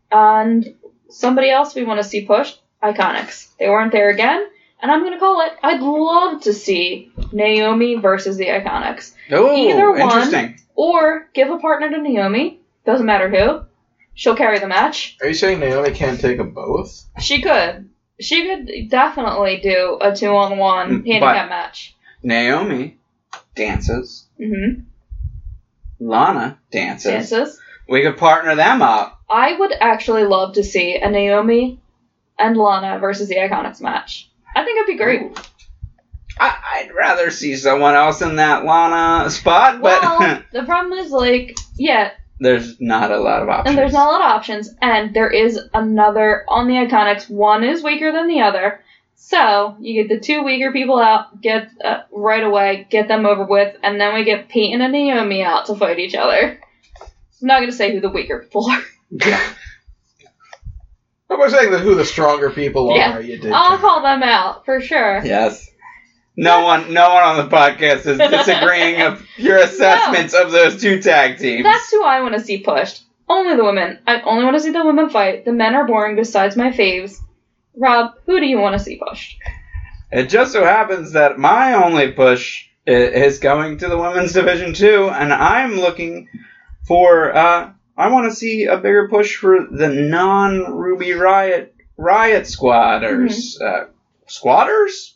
And somebody else we want to see pushed, Iconics. They weren't there again, and I'm gonna call it. I'd love to see Naomi versus the Iconics.
Oh,
Either one.
interesting.
Or give a partner to Naomi. Doesn't matter who. She'll carry the match.
Are you saying Naomi can't take them both?
She could. She could definitely do a two on one
Mm,
handicap match.
Naomi dances.
Mm-hmm.
Lana dances.
Chances.
We could partner them up.
I would actually love to see a Naomi and Lana versus the Iconics match. I think it'd be great.
I, I'd rather see someone else in that Lana spot, but
Well, the problem is, like, yeah,
There's not a lot of options.
And there's not a lot of options, and there is another on the Iconics. One is weaker than the other. So you get the two weaker people out, get uh, right away, get them over with, and then we get Peyton and Naomi out to fight each other. I'm not gonna say who the weaker people are.
I'm not saying that who the stronger people are.
Yeah.
You did.
I'll
Jack.
call them out for sure.
Yes. No one, no one on the podcast is disagreeing of your assessments of those two tag teams.
That's who I want to see pushed. Only the women. I only want to see the women fight. The men are boring besides my faves. Rob, who do you want to see pushed?
It just so happens that my only push i- is going to the women's division too, and I'm looking for. Uh, I want to see a bigger push for the non-Ruby Riot Riot Squatters.
Mm-hmm.
Uh, squatters?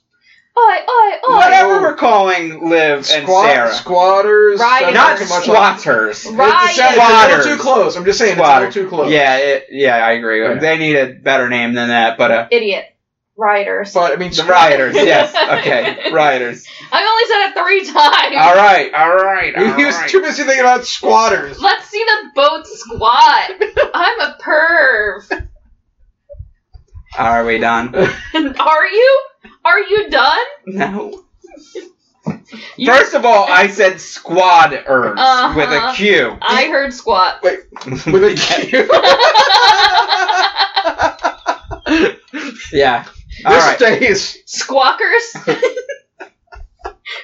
Oi, oi, oi!
Whatever we're calling Liv and
Squat-
Sarah.
Squatters.
Right.
sounds
Not
too much like-
squatters.
It- It, sounds- it's a
Squatters.
little too close. I'm just saying
Squatter.
it's a little too close.
Yeah, it, yeah, I agree.
Yeah.
They need a better name than that, but uh,
Idiot. Rioters.
But I mean,
the rioters. yes, okay, rioters.
I've only said it three times.
All right, all right, all
He was
right.
too busy thinking about squatters.
Let's see the boat squat. I'm a perv.
Are we done?
Are you? Are you done?
No.
You-
First of all, I said squatters
Uh-huh.
with a Q.
I heard squat.
With a Q.
yeah. All
this
right.
stays.
Squawkers.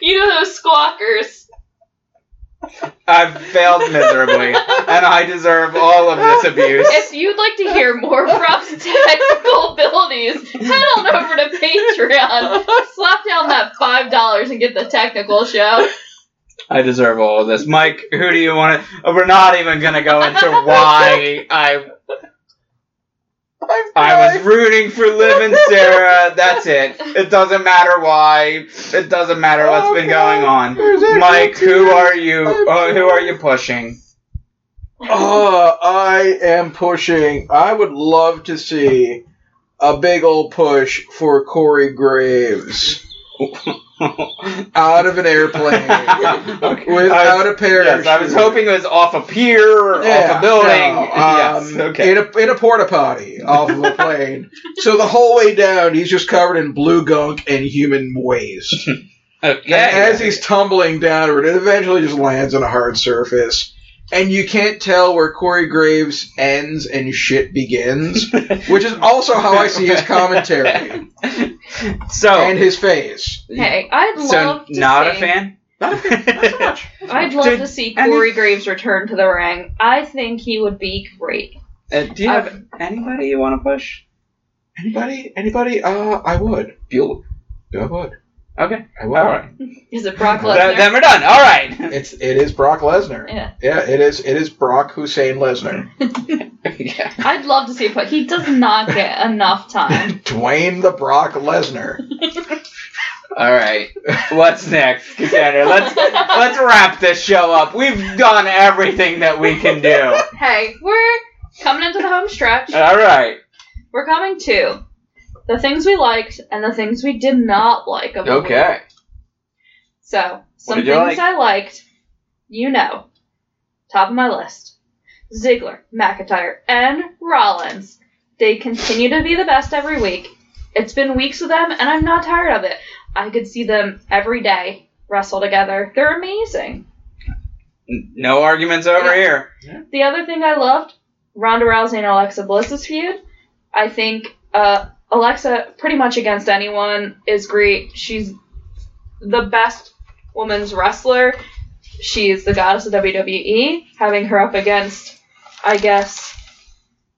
you know those squawkers.
I've failed miserably, and I deserve all of this abuse.
If you'd like to hear more of Rob's technical abilities, head on over to Patreon. Slap down that five dollars and get the technical show.
I deserve all of this. Mike, who do you want to? We're not even going to go into why I I was rooting for Liv and Sarah. That's it. It doesn't matter why. It doesn't matter what's been going on. Mike, who are you? Uh, who are you pushing?
Uh, I am pushing. I would love to see a big old push for Corey Graves out of an airplane
I
without
was-
a parachute.
Yes, I was hoping it was off a pier, or off
Yeah,
a building.
no,
yes,
um,
okay.
In a, in a porta potty off of a plane. so the whole way down, he's just covered in blue gunk and human waste.
okay.
And as he's tumbling downward, it eventually just lands on a hard surface. And you can't tell where Corey Graves ends and shit begins, which is also how I see his commentary
so,
and his face.
Hey, I'd
so
love to
not
see-
a fan.
Not a fan, not so much.
I'd love
Dude,
to see
any-
Corey Graves return to the ring. I think he would be great.
Uh, do you have anybody you want to push?
Anybody? Anybody? Uh, I would.
Bueller.
I would.
Okay.
I
All
would.
right.
Is it Brock Lesnar?
Th- then we're done. All right.
It's it is Brock Lesnar.
Yeah.
Yeah, it is it is Brock Hussein Lesnar.
yeah.
I'd love to see it, but he does not get enough time.
Dwayne the Brock Lesnar.
All right. What's next, Cassandra? Let's let's wrap this show up. We've done everything that we can do.
Hey, we're coming into the home stretch.
All right.
We're coming to the things we liked and the things we did not like. Of the week.
Okay.
So, some
did
things
you like?
I liked, you know, top of my list Ziggler, McIntyre, and Rollins. They continue to be the best every week. It's been weeks with them, and I'm not tired of it. I could see them every day wrestle together. They're amazing.
N- No arguments over
Yeah.
here.
The other thing I loved, Ronda Rousey and Alexa Bliss's feud. I think uh, Alexa, pretty much against anyone, is great. She's the best woman's wrestler. She is the goddess of WWE. Having her up against, I guess,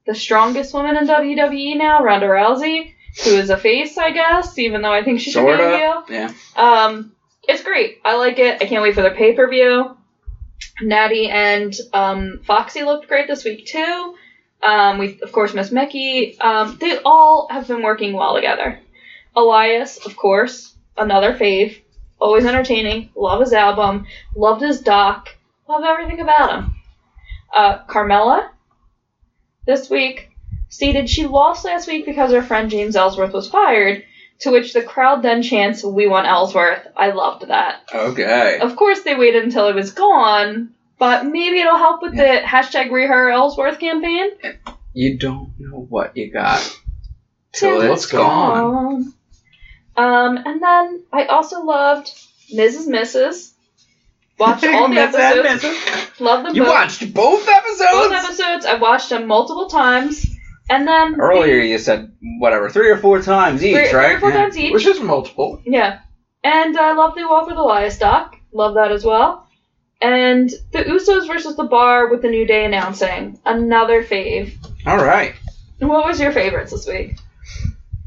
the strongest woman in WWE now, Ronda Rousey, who is a face, I guess, even though I think she should be a heel.
Sorta. Yeah.
Um, it's great. I like it. I can't wait for their pay per view. Natty and um, Foxy looked great this week too. Um, we of course Miss Mickey. Um, they all have been working well together. Elias, of course, another fave. Always entertaining. Love his album. Loved his doc. Love everything about him. Uh, Carmella, this week, stated she lost last week because her friend James Ellsworth was fired. To which the crowd then chants, "We want Ellsworth." I loved that.
Okay.
Of course, they waited until it was gone But maybe it'll help with the hashtag Reher Ellsworth campaign.
You don't know what you got
Till
till
it's
it's gone.
Um, um, and then I also loved Mrs. Mrs. Watched all the
Miss and
episodes.
Mrs.
Love them
You
both.
watched both episodes?
both episodes. I watched them multiple times. And then
Earlier you said whatever, three or four times each,
three,
right?
three or four
Yeah.
times each.
Which is multiple.
Yeah. And I love the Walk with Elias doc. Love that as well. And the Usos versus the Bar with the New Day announcing. Another fave.
All right.
What was your favorites this week?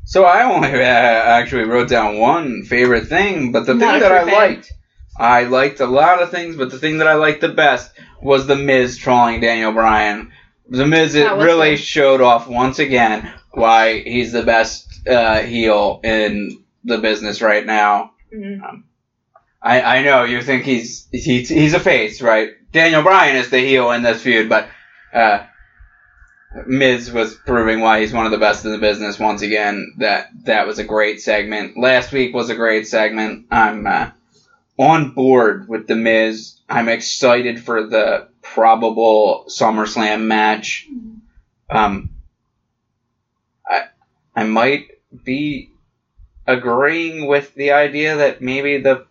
So I only uh, actually wrote down one favorite thing, but the
Not a
thing that
true
I
fan.
liked, I liked a lot of things, but the thing that I liked the best was the Miz trolling Daniel Bryan. The Miz it
That was
really
good.
showed off once again why he's the best uh, heel in the business right now.
Mhm.
I, I know you think he's he's he's a face, right? Daniel Bryan is the heel in this feud, but uh, Miz was proving why he's one of the best in the business once again. That that was a great segment. Last week was a great segment. I'm uh, on board with the Miz. I'm excited for the probable SummerSlam match. Um, I I might be agreeing with the idea that maybe the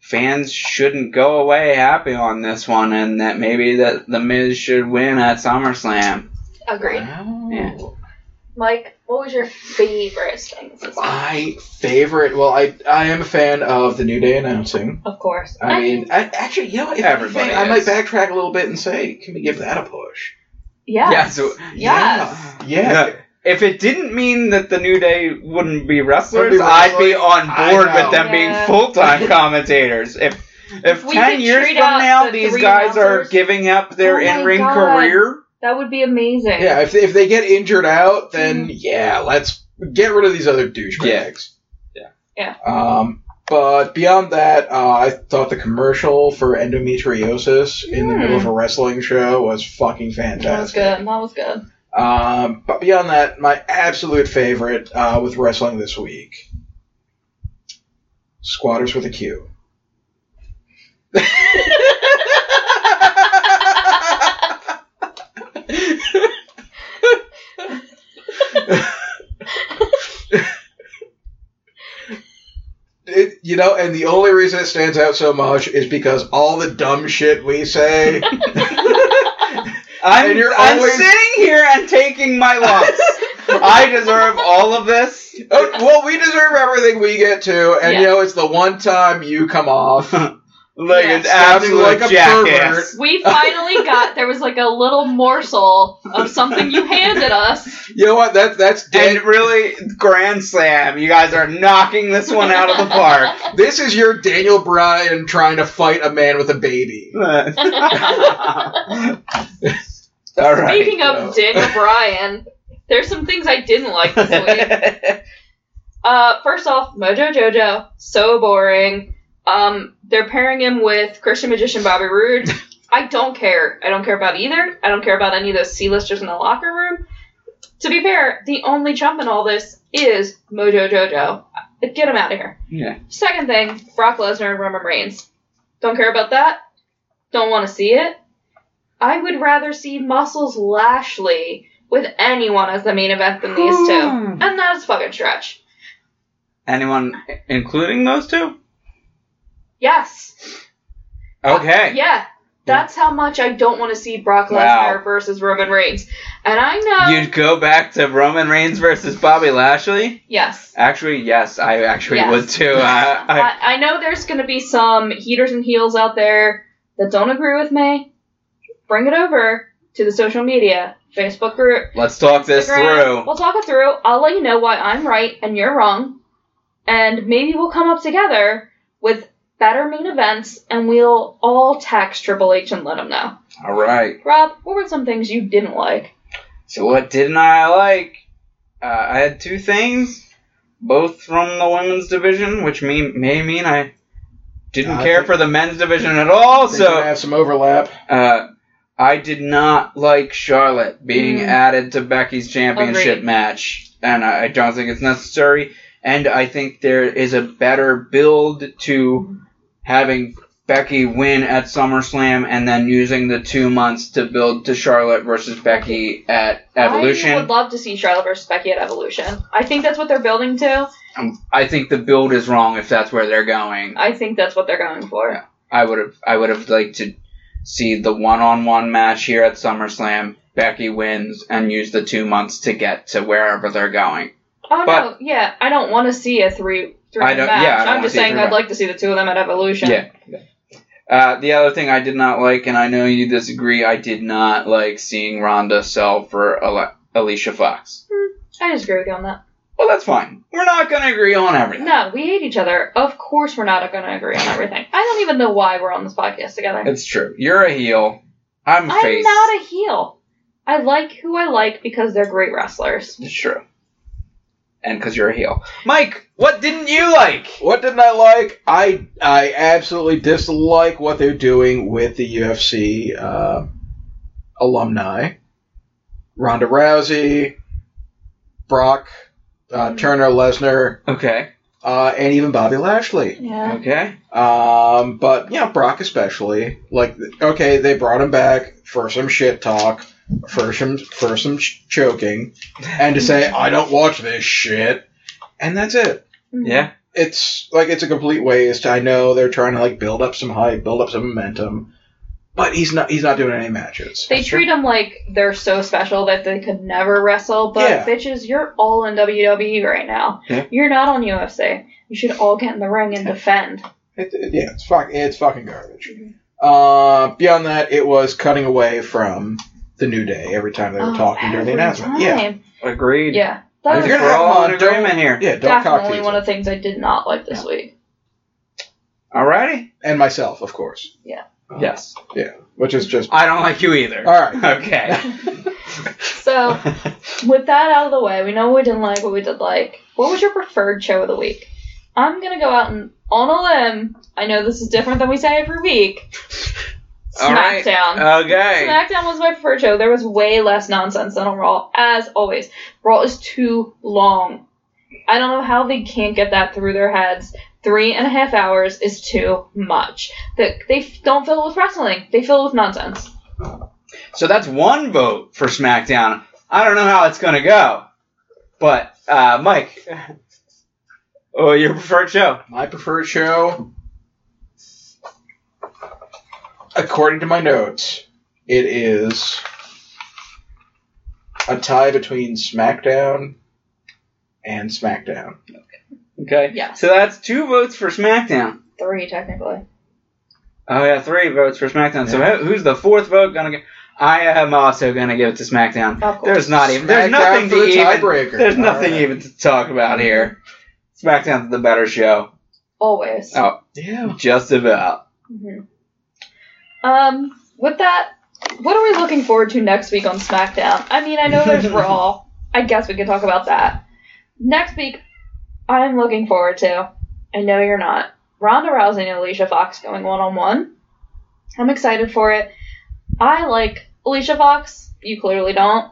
fans shouldn't go away happy on this one, and that maybe that the Miz should win at SummerSlam.
Agreed.
Wow.
Yeah.
Mike, what was your favorite thing? this week?
My favorite. Well, I I am a fan of the New Day announcing.
Of course.
I mean, I, actually, you know, if
Everybody
anything, I might
is.
backtrack a little bit and say, can we give that a push?
yes.
Yeah, so-
Yes.
Yeah.
Yeah. If it didn't mean that the New Day wouldn't be wrestlers,
Wouldn't be
I'd be
wrestlers.
on
I
board
know.
with them being
Yeah.
full time commentators. If if
If we
ten
could
years
trade
from
out
now
the
these
three
guys are
announcers.
giving up their
Oh my
in ring
God.
career,
That would be amazing.
Yeah, if, if they get injured out, then
Mhm.
yeah, let's get rid of these other douchebags.
Yeah.
Yeah.
Um, but beyond that, uh, I thought the commercial for endometriosis in the
Mm.
middle of a wrestling show was fucking
That was
fantastic.
good. That was good.
Um, but beyond that, my absolute favorite uh, with wrestling this week Squatters with a Q. It, you know, and the only reason it stands out so much is because all the dumb shit we say.
I'm,
And you're
I'm
always-
sitting here and taking my loss. I deserve all of this.
Oh, well, we deserve everything we get to, and you
Yeah.
know, it's the one time you come off.
Like
Yeah.
it's
Sounding
absolute
like a
jackass.
We finally got there was like a little morsel of something you handed us.
You know what? That that's
And
Dan-
really, grand slam! You guys are knocking this one out of the park.
this is your Daniel Bryan trying to fight a man with a baby.
All right.
Speaking
well.
of Daniel Bryan, there's some things I didn't like this week. Uh, first off, Mojo Jojo, so boring. Um, they're pairing him with Christian magician Bobby Roode. I don't care. I don't care about either. I don't care about any of those C-listers in the locker room. To be fair, the only chump in all this is Mojo Jojo. Get him out of here.
yeah.
Second thing, Brock Lesnar and Roman Reigns. Don't care about that. Don't want to see it. I would rather see Muscles Lashley with anyone as the main event than these two.
Hmm.
And that is fucking stretch.
Anyone, including those two?
Yes. Uh,
Okay.
Yeah. That's how much I don't want to see Brock
Wow.
Lesnar versus Roman Reigns. And I know.
You'd go back to Roman Reigns versus Bobby Lashley?
yes.
Actually, yes, I actually
Yes.
would too. I, I,
I, I know there's going to be some heaters and heels out there that don't agree with me. Bring it over to the social media, Facebook group,
let's talk this
Instagram.
through.
We'll talk it through. I'll let you know why I'm right and you're wrong. And maybe we'll come up together with better main events and we'll all text Triple H and let him know.
All right.
Rob, what were some things you didn't like?
So what didn't I like? Uh, I had two things, both from the women's division, which mean, may mean I didn't
I
care
think-
for the men's division at all.
They're gonna
So
have some overlap.
uh, I did not like Charlotte being
Mm.
added to Becky's championship
Agreed.
match, and I, I don't think it's necessary. And I think there is a better build to having Becky win at SummerSlam and then using the two months to build to Charlotte versus Becky at
I
Evolution.
would love to see Charlotte versus Becky at Evolution. I think that's what they're building to.
I think the build is wrong if that's where they're going.
I think that's what they're going for.
I would have I would have liked to see the one on one match here at SummerSlam. Becky wins and use the two months to get to wherever they're going.
Oh
But-
no, yeah, I don't want to see a three three
I don't-
match.
yeah, I don't
I'm
wanna
just
see a
saying
three
I'd
match.
like to see the two of them at Evolution.
Yeah. Uh, the other thing I did not like, and I know you disagree, I did not like seeing Ronda sell for Ale- Alicia Fox.
I disagree with you on that.
Well, that's fine. We're not going to agree on everything.
No, we hate each other. Of course, we're not going to agree on everything. I don't even know why we're on this podcast together.
It's true. You're a heel. I'm a
I'm
face.
not a heel. I like who I like because they're great wrestlers.
it's true. And because you're a heel. Mike, what didn't you like?
What didn't I like? I I absolutely dislike what they're doing with the UFC uh, alumni. Ronda Rousey, Brock, uh, Turner, Lesnar,
Okay.
uh, and even Bobby Lashley.
Yeah.
Okay.
Um, but yeah, Brock especially. Like, okay, they brought him back for some shit talk, for some for some ch- choking, and to say I don't watch this shit, and that's it
Yeah.
it's like it's a complete waste. I know they're trying to like build up some hype, build up some momentum, but he's not he's not doing any matches.
They treat them like they're so special that they could never wrestle, but
Yeah.
bitches, you're all in WWE right now.
Yeah.
You're not on UFC. You should all get in the ring and defend.
It, it- yeah, it's fuck it's fucking garbage. Uh, beyond that, it was cutting away from the New Day every time they were
Oh,
talking during the
every
announcement.
time.
Yeah,
Agreed.
Yeah.
I
That
think
was
You're gonna
we're
have
all
them
in
on, don't-
agreement here.
yeah, don't cock
definitely
tease
one
them.
of the things I did not like this week.
Alrighty?
and myself, of course,
Yes.
which is just
I don't like you either.
all right.
Okay.
So, with that out of the way, we know what we didn't like, what we did like. What was your preferred show of the week? I'm gonna go out and on a limb. I know this is different than we say every week.
All right.
SmackDown.
okay.
SmackDown was my preferred show. There was way less nonsense than on Raw, as always. Raw is too long. I don't know how they can't get that through their heads. Three and a half hours is too much. They, they f- don't fill it with wrestling. They fill it with nonsense.
So that's one vote for SmackDown. I don't know how it's going to go. But, uh, Mike, oh, your preferred show.
My preferred show, according to my notes, it is a tie between SmackDown and SmackDown.
Okay.
Yes.
So that's two votes for SmackDown.
Three, technically.
Oh, yeah, three votes for SmackDown. So who- who's the fourth vote going to get? I am also going to give it to SmackDown.
Of course.
There's not even. There's
SmackDown
nothing
for
to
the
even.
tiebreaker.
There's nothing
Alright.
even to talk about here. SmackDown's the better show.
Always.
Oh.
Yeah.
Just about.
Mhm. Um, with that, what are we looking forward to next week on SmackDown? I mean, I know there's Raw. I guess we could talk about that. Next week, I'm looking forward to. I know you're not. Ronda Rousey and Alicia Fox going one on one. I'm excited for it. I like Alicia Fox. You clearly don't.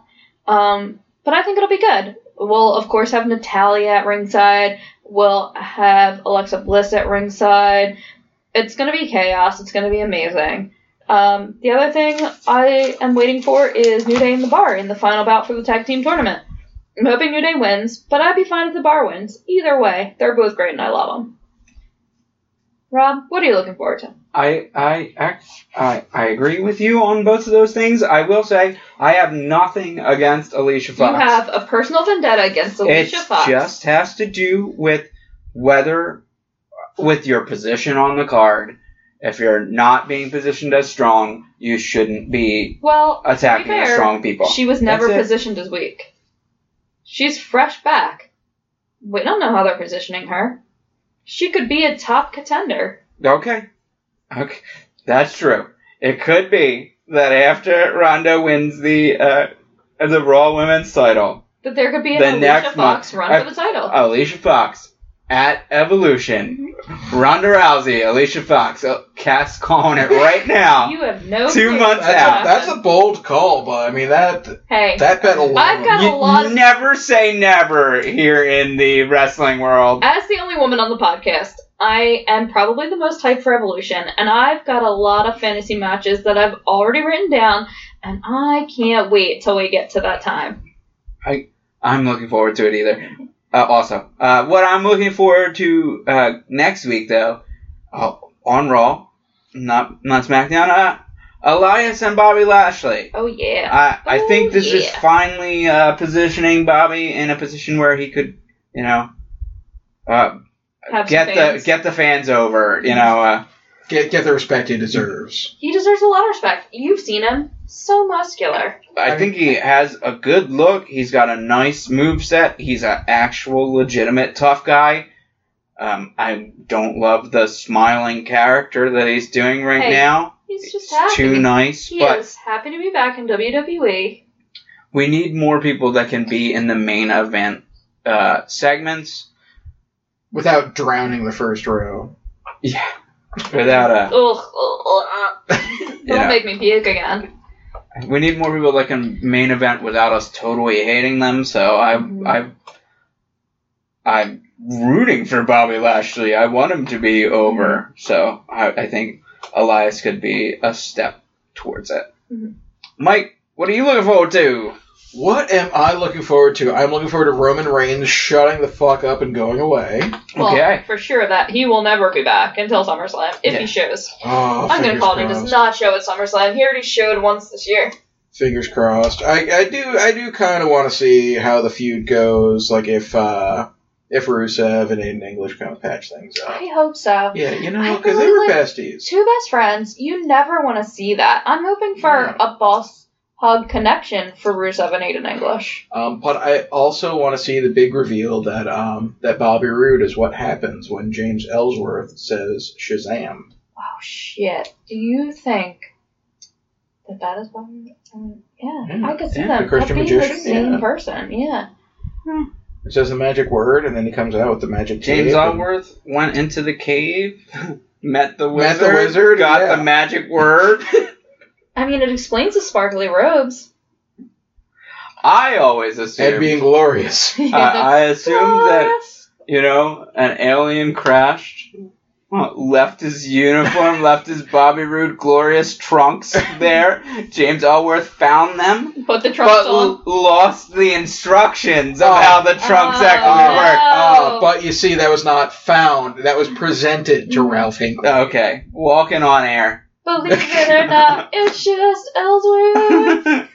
Um, but I think it'll be good. We'll, of course, have Natalia at ringside. We'll have Alexa Bliss at ringside it's gonna be chaos. It's gonna be amazing. Um, the other thing I am waiting for is New Day in the bar in the final bout for the tag team tournament. I'm hoping New Day wins, but I'd be fine if the bar wins. Either way, they're both great and I love them. Rob, what are you looking forward to?
I I act I I agree with you on both of those things. I will say I have nothing against Alicia Fox.
You have a personal vendetta against Alicia
it
Fox.
just has to do with whether with your position on the card. If you're not being positioned as strong, you shouldn't be
well,
attacking
To be
the
fair,
strong people.
she was never
That's it.
positioned as weak. She's fresh back. We don't know how they're positioning her. She could be a top contender.
Okay. Okay. That's true. It could be that after Ronda wins the uh, the Raw Women's title,
that there could be
The
an Alicia
next
Fox run
I-
for the title.
Alicia Fox at Evolution. Ronda Rousey, Alicia Fox. Oh, Cass calling it right now.
you have no
uh, two
clue
months
That's,
what's
out.
a,
gonna
that's a
happen.
bold call, but I mean that
hey.
that bet alone.
I've got- a lot
You
of-
never say never here in the wrestling world.
as the only woman on the podcast, I am probably the most hyped for Evolution, and I've got a lot of fantasy matches that I've already written down, and I can't wait till we get to that time.
I'm looking forward to it either. Uh, also, uh, what I'm looking forward to uh, next week, though, uh, on Raw, not not SmackDown, uh, Elias and Bobby Lashley.
Oh yeah.
I I
Oh,
think this is
yeah.
finally uh, positioning Bobby in a position where he could, you know, uh,
Have some
get the
fans.
get the fans over. You know, uh,
Get get the respect he deserves.
He deserves a lot of respect. You've seen him. So muscular.
I
I
think he has a good look. He's got a nice move set. He's an actual legitimate tough guy. Um, I don't love the smiling character that he's doing right
Hey,
now.
He's just
It's
happy.
too nice,
he
but
is happy to be back in E. WWE.
we need more people that can be in the main event uh, segments.
Without drowning the first row.
Yeah, without a.
Ugh. ugh, ugh. Don't
Yeah.
make me puke again.
We need more people that can main event without us totally hating them. So I,
Mhm.
I, I'm rooting for Bobby Lashley. I want him to be over. So I, I think Elias could be a step towards it.
Mhm.
Mike, what are you looking forward to?
What am I looking forward to? I'm looking forward to Roman Reigns shutting the fuck up and going away.
Well,
Okay.
for sure that he will never be back until SummerSlam if
Yeah.
he shows.
Oh,
I'm gonna
fingers
call it. He
crossed.
does not show at SummerSlam. He already showed once this year.
Fingers crossed. I, I do I do kind of want to see how the feud goes. Like if uh, if Rusev and Aiden English kind of patch things up.
I hope so.
Yeah, you
I
know, because they
really
were
like-
besties.
Two best friends. You never want to see that. I'm hoping for
No.
a boss hug connection for Rusev and Aiden English.
Um, but I also want to see the big reveal that um, that Bobby Roode is what happens when James Ellsworth says Shazam.
Oh shit! Do you think that that is what? um, yeah,
Yeah,
I could see
yeah,
them.
the Christian
being
magician,
the same
yeah.
person. Yeah.
It says the magic word, and then he comes out with the magic.
James
tape, and-
Allworth went into the cave, met the
Met
wizard,
the wizard,
got
yeah.
the magic word.
I mean, it explains the sparkly robes.
I always assume.
and being glorious.
I, I assumed that you know an alien crashed,
Hmm.
huh, left his uniform, left his Bobby Roode glorious trunks there. James Allworth found them,
Put the trunks
but
on.
l- lost the instructions of
Oh.
how the trunks
Oh,
actually
no.
work.
Uh, but you see, that was not found. That was presented to Ralph Hinckley.
Okay, walking on air.
Believe it or not, it's just Ellsworth.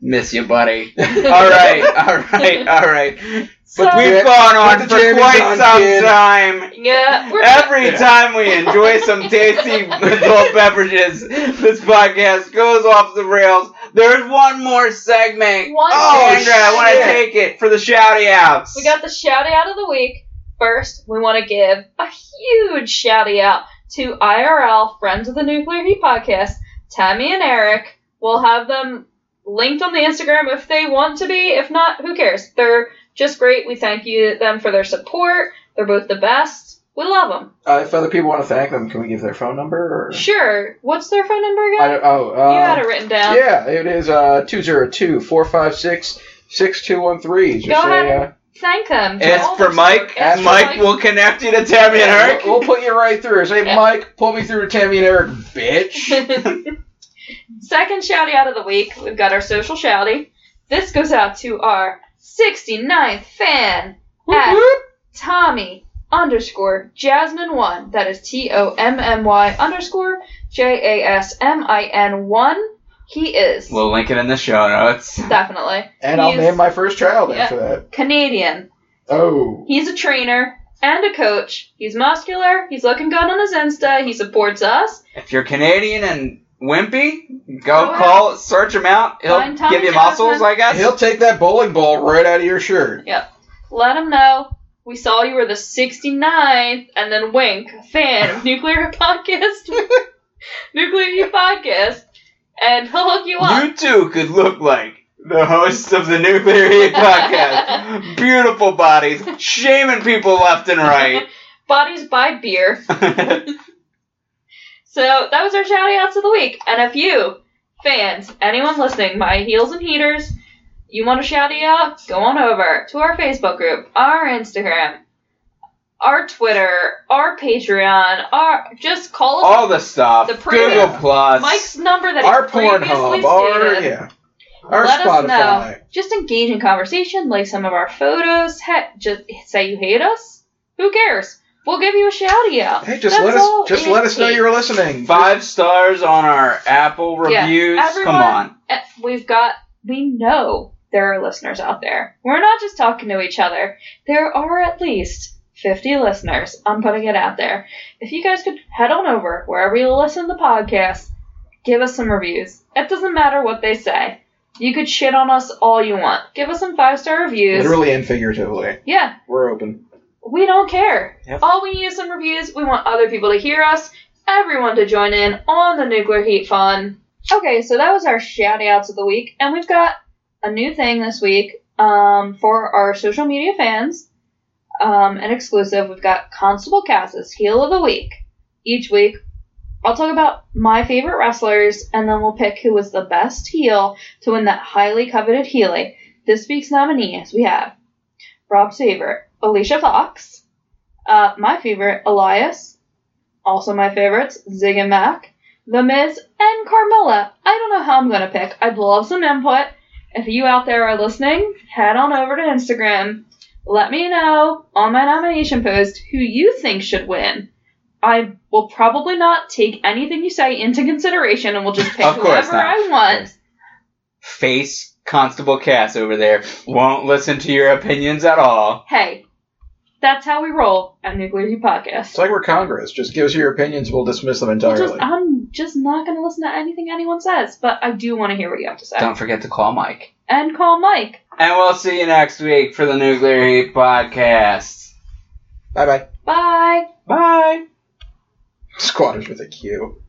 Miss you, buddy. All right, all right, all right. But
So-
we've gone on for
Put the jammies
quite
on,
some
kid.
time.
Yeah, we're
Every
Yeah.
time we enjoy some tasty adult beverages, this podcast goes off the rails. There's one more segment.
One
oh,
segment.
Andrea, I want
Shit.
to take it for the shouty outs.
We got the shout out of the week. First, we want to give a huge shout out to IRL Friends of the Nuclear Heat podcast, Tammy and Eric. We'll have them linked on the Instagram if they want to be. If not, who cares? They're just great. We thank you them for their support. They're both the best. We love them.
Uh, if other people want to thank them, can we give their phone number? Or?
Sure. What's their phone number
I
again?
don't, oh, uh,
you had it written down.
yeah, it is uh, 202-456-6213. Just
Go
say,
ahead.
uh,
Thank them. All
It's for
their
Mike.
support. It's for
Mike, will connect you to Tammy and Eric.
We'll, we'll put you right through. Say,
Yeah.
Mike, pull me through to Tammy and Eric, bitch.
Second shouty out of the week, we've got our social shouty. This goes out to our 69th fan at Tommy underscore Jasmine one. That is T O M M Y underscore J A S M I N one. He is
We'll link it in the show notes.
definitely
and I'll
He's-
name my first child
Yeah.
after that.
Canadian.
Oh.
He's a trainer and a coach. He's muscular. He's looking good on his Insta. He supports us.
If you're Canadian and wimpy, go
Go out.
call, search him out. He'll
Find Tommy
give you
Johnson.
muscles, I guess.
He'll take that bowling ball right out of your shirt.
Let him know we saw you were the 69th, and then wink, fan of Nuclear Podcast, Nuclear Heat Podcast, and he'll hook you up.
You too could look like the hosts of the Nuclear Heat Podcast. Beautiful bodies, shaming people left and right.
Bodies by beer. So that was our shout outs of the week. And if you, fans, anyone listening, my heels and heaters, you want to shout out, go on over to our Facebook group, our Instagram, our Twitter, our Patreon, our just call us
All the stuff.
The premium-
Google Plus.
Mike's number that
Our
he previously
Pornhub, our
stated.
yeah, our
Let us
Spotify.
Just engage in conversation, like some of our photos. Heck, just say you hate us. Who cares? We'll give you a shouty out.
Hey, just
That's
let
all
us just
it
let us know
takes.
you were listening.
Five stars on our Apple
Yeah,
reviews.
everyone-
Come on.
Eh, We've got. We know there are listeners out there. We're not just talking to each other. There are at least 50 listeners. I'm putting it out there. If you guys could head on over wherever you listen to the podcast, give us some reviews. It doesn't matter what they say. You could shit on us all you want. Give us some five star reviews.
Literally and figuratively,
Yeah,
we're open.
We don't care.
Yep.
All we need is some reviews. We want other people to hear us, everyone to join in on the nuclear heat fun. Okay, so that was our shout outs of the week, and we've got a new thing this week um, for our social media fans. Um, an exclusive, we've got Constable Cass's Heel of the Week. Each week, I'll talk about my favorite wrestlers, and then we'll pick who was the best heel to win that highly coveted Healy. This week's nominees we have Rob Saber, Alicia Fox, uh, my favorite, Elias, also my favorites, Zig and Mac, The Miz, and Carmella. I don't know how I'm going to pick. I'd love some input. If you out there are listening, head on over to Instagram. Let me know on my nomination post who you think should win. I will probably not take anything you say into consideration and will just pick
Of course
whoever
not.
I want.
Face Constable Cass over there. Won't listen to your opinions at all.
Hey, that's how we roll at Nuclear Heat
It's
Podcast.
like we're Congress. Just give us your opinions. We'll dismiss them
We'll
entirely.
just- I'm just not going to listen to anything anyone says, but I do want to hear what you have to say.
Don't forget to call Mike.
And call Mike.
And we'll see you next week for the Nuclear Heat Podcast.
Bye bye.
Bye.
Bye.
Squatters with a Q.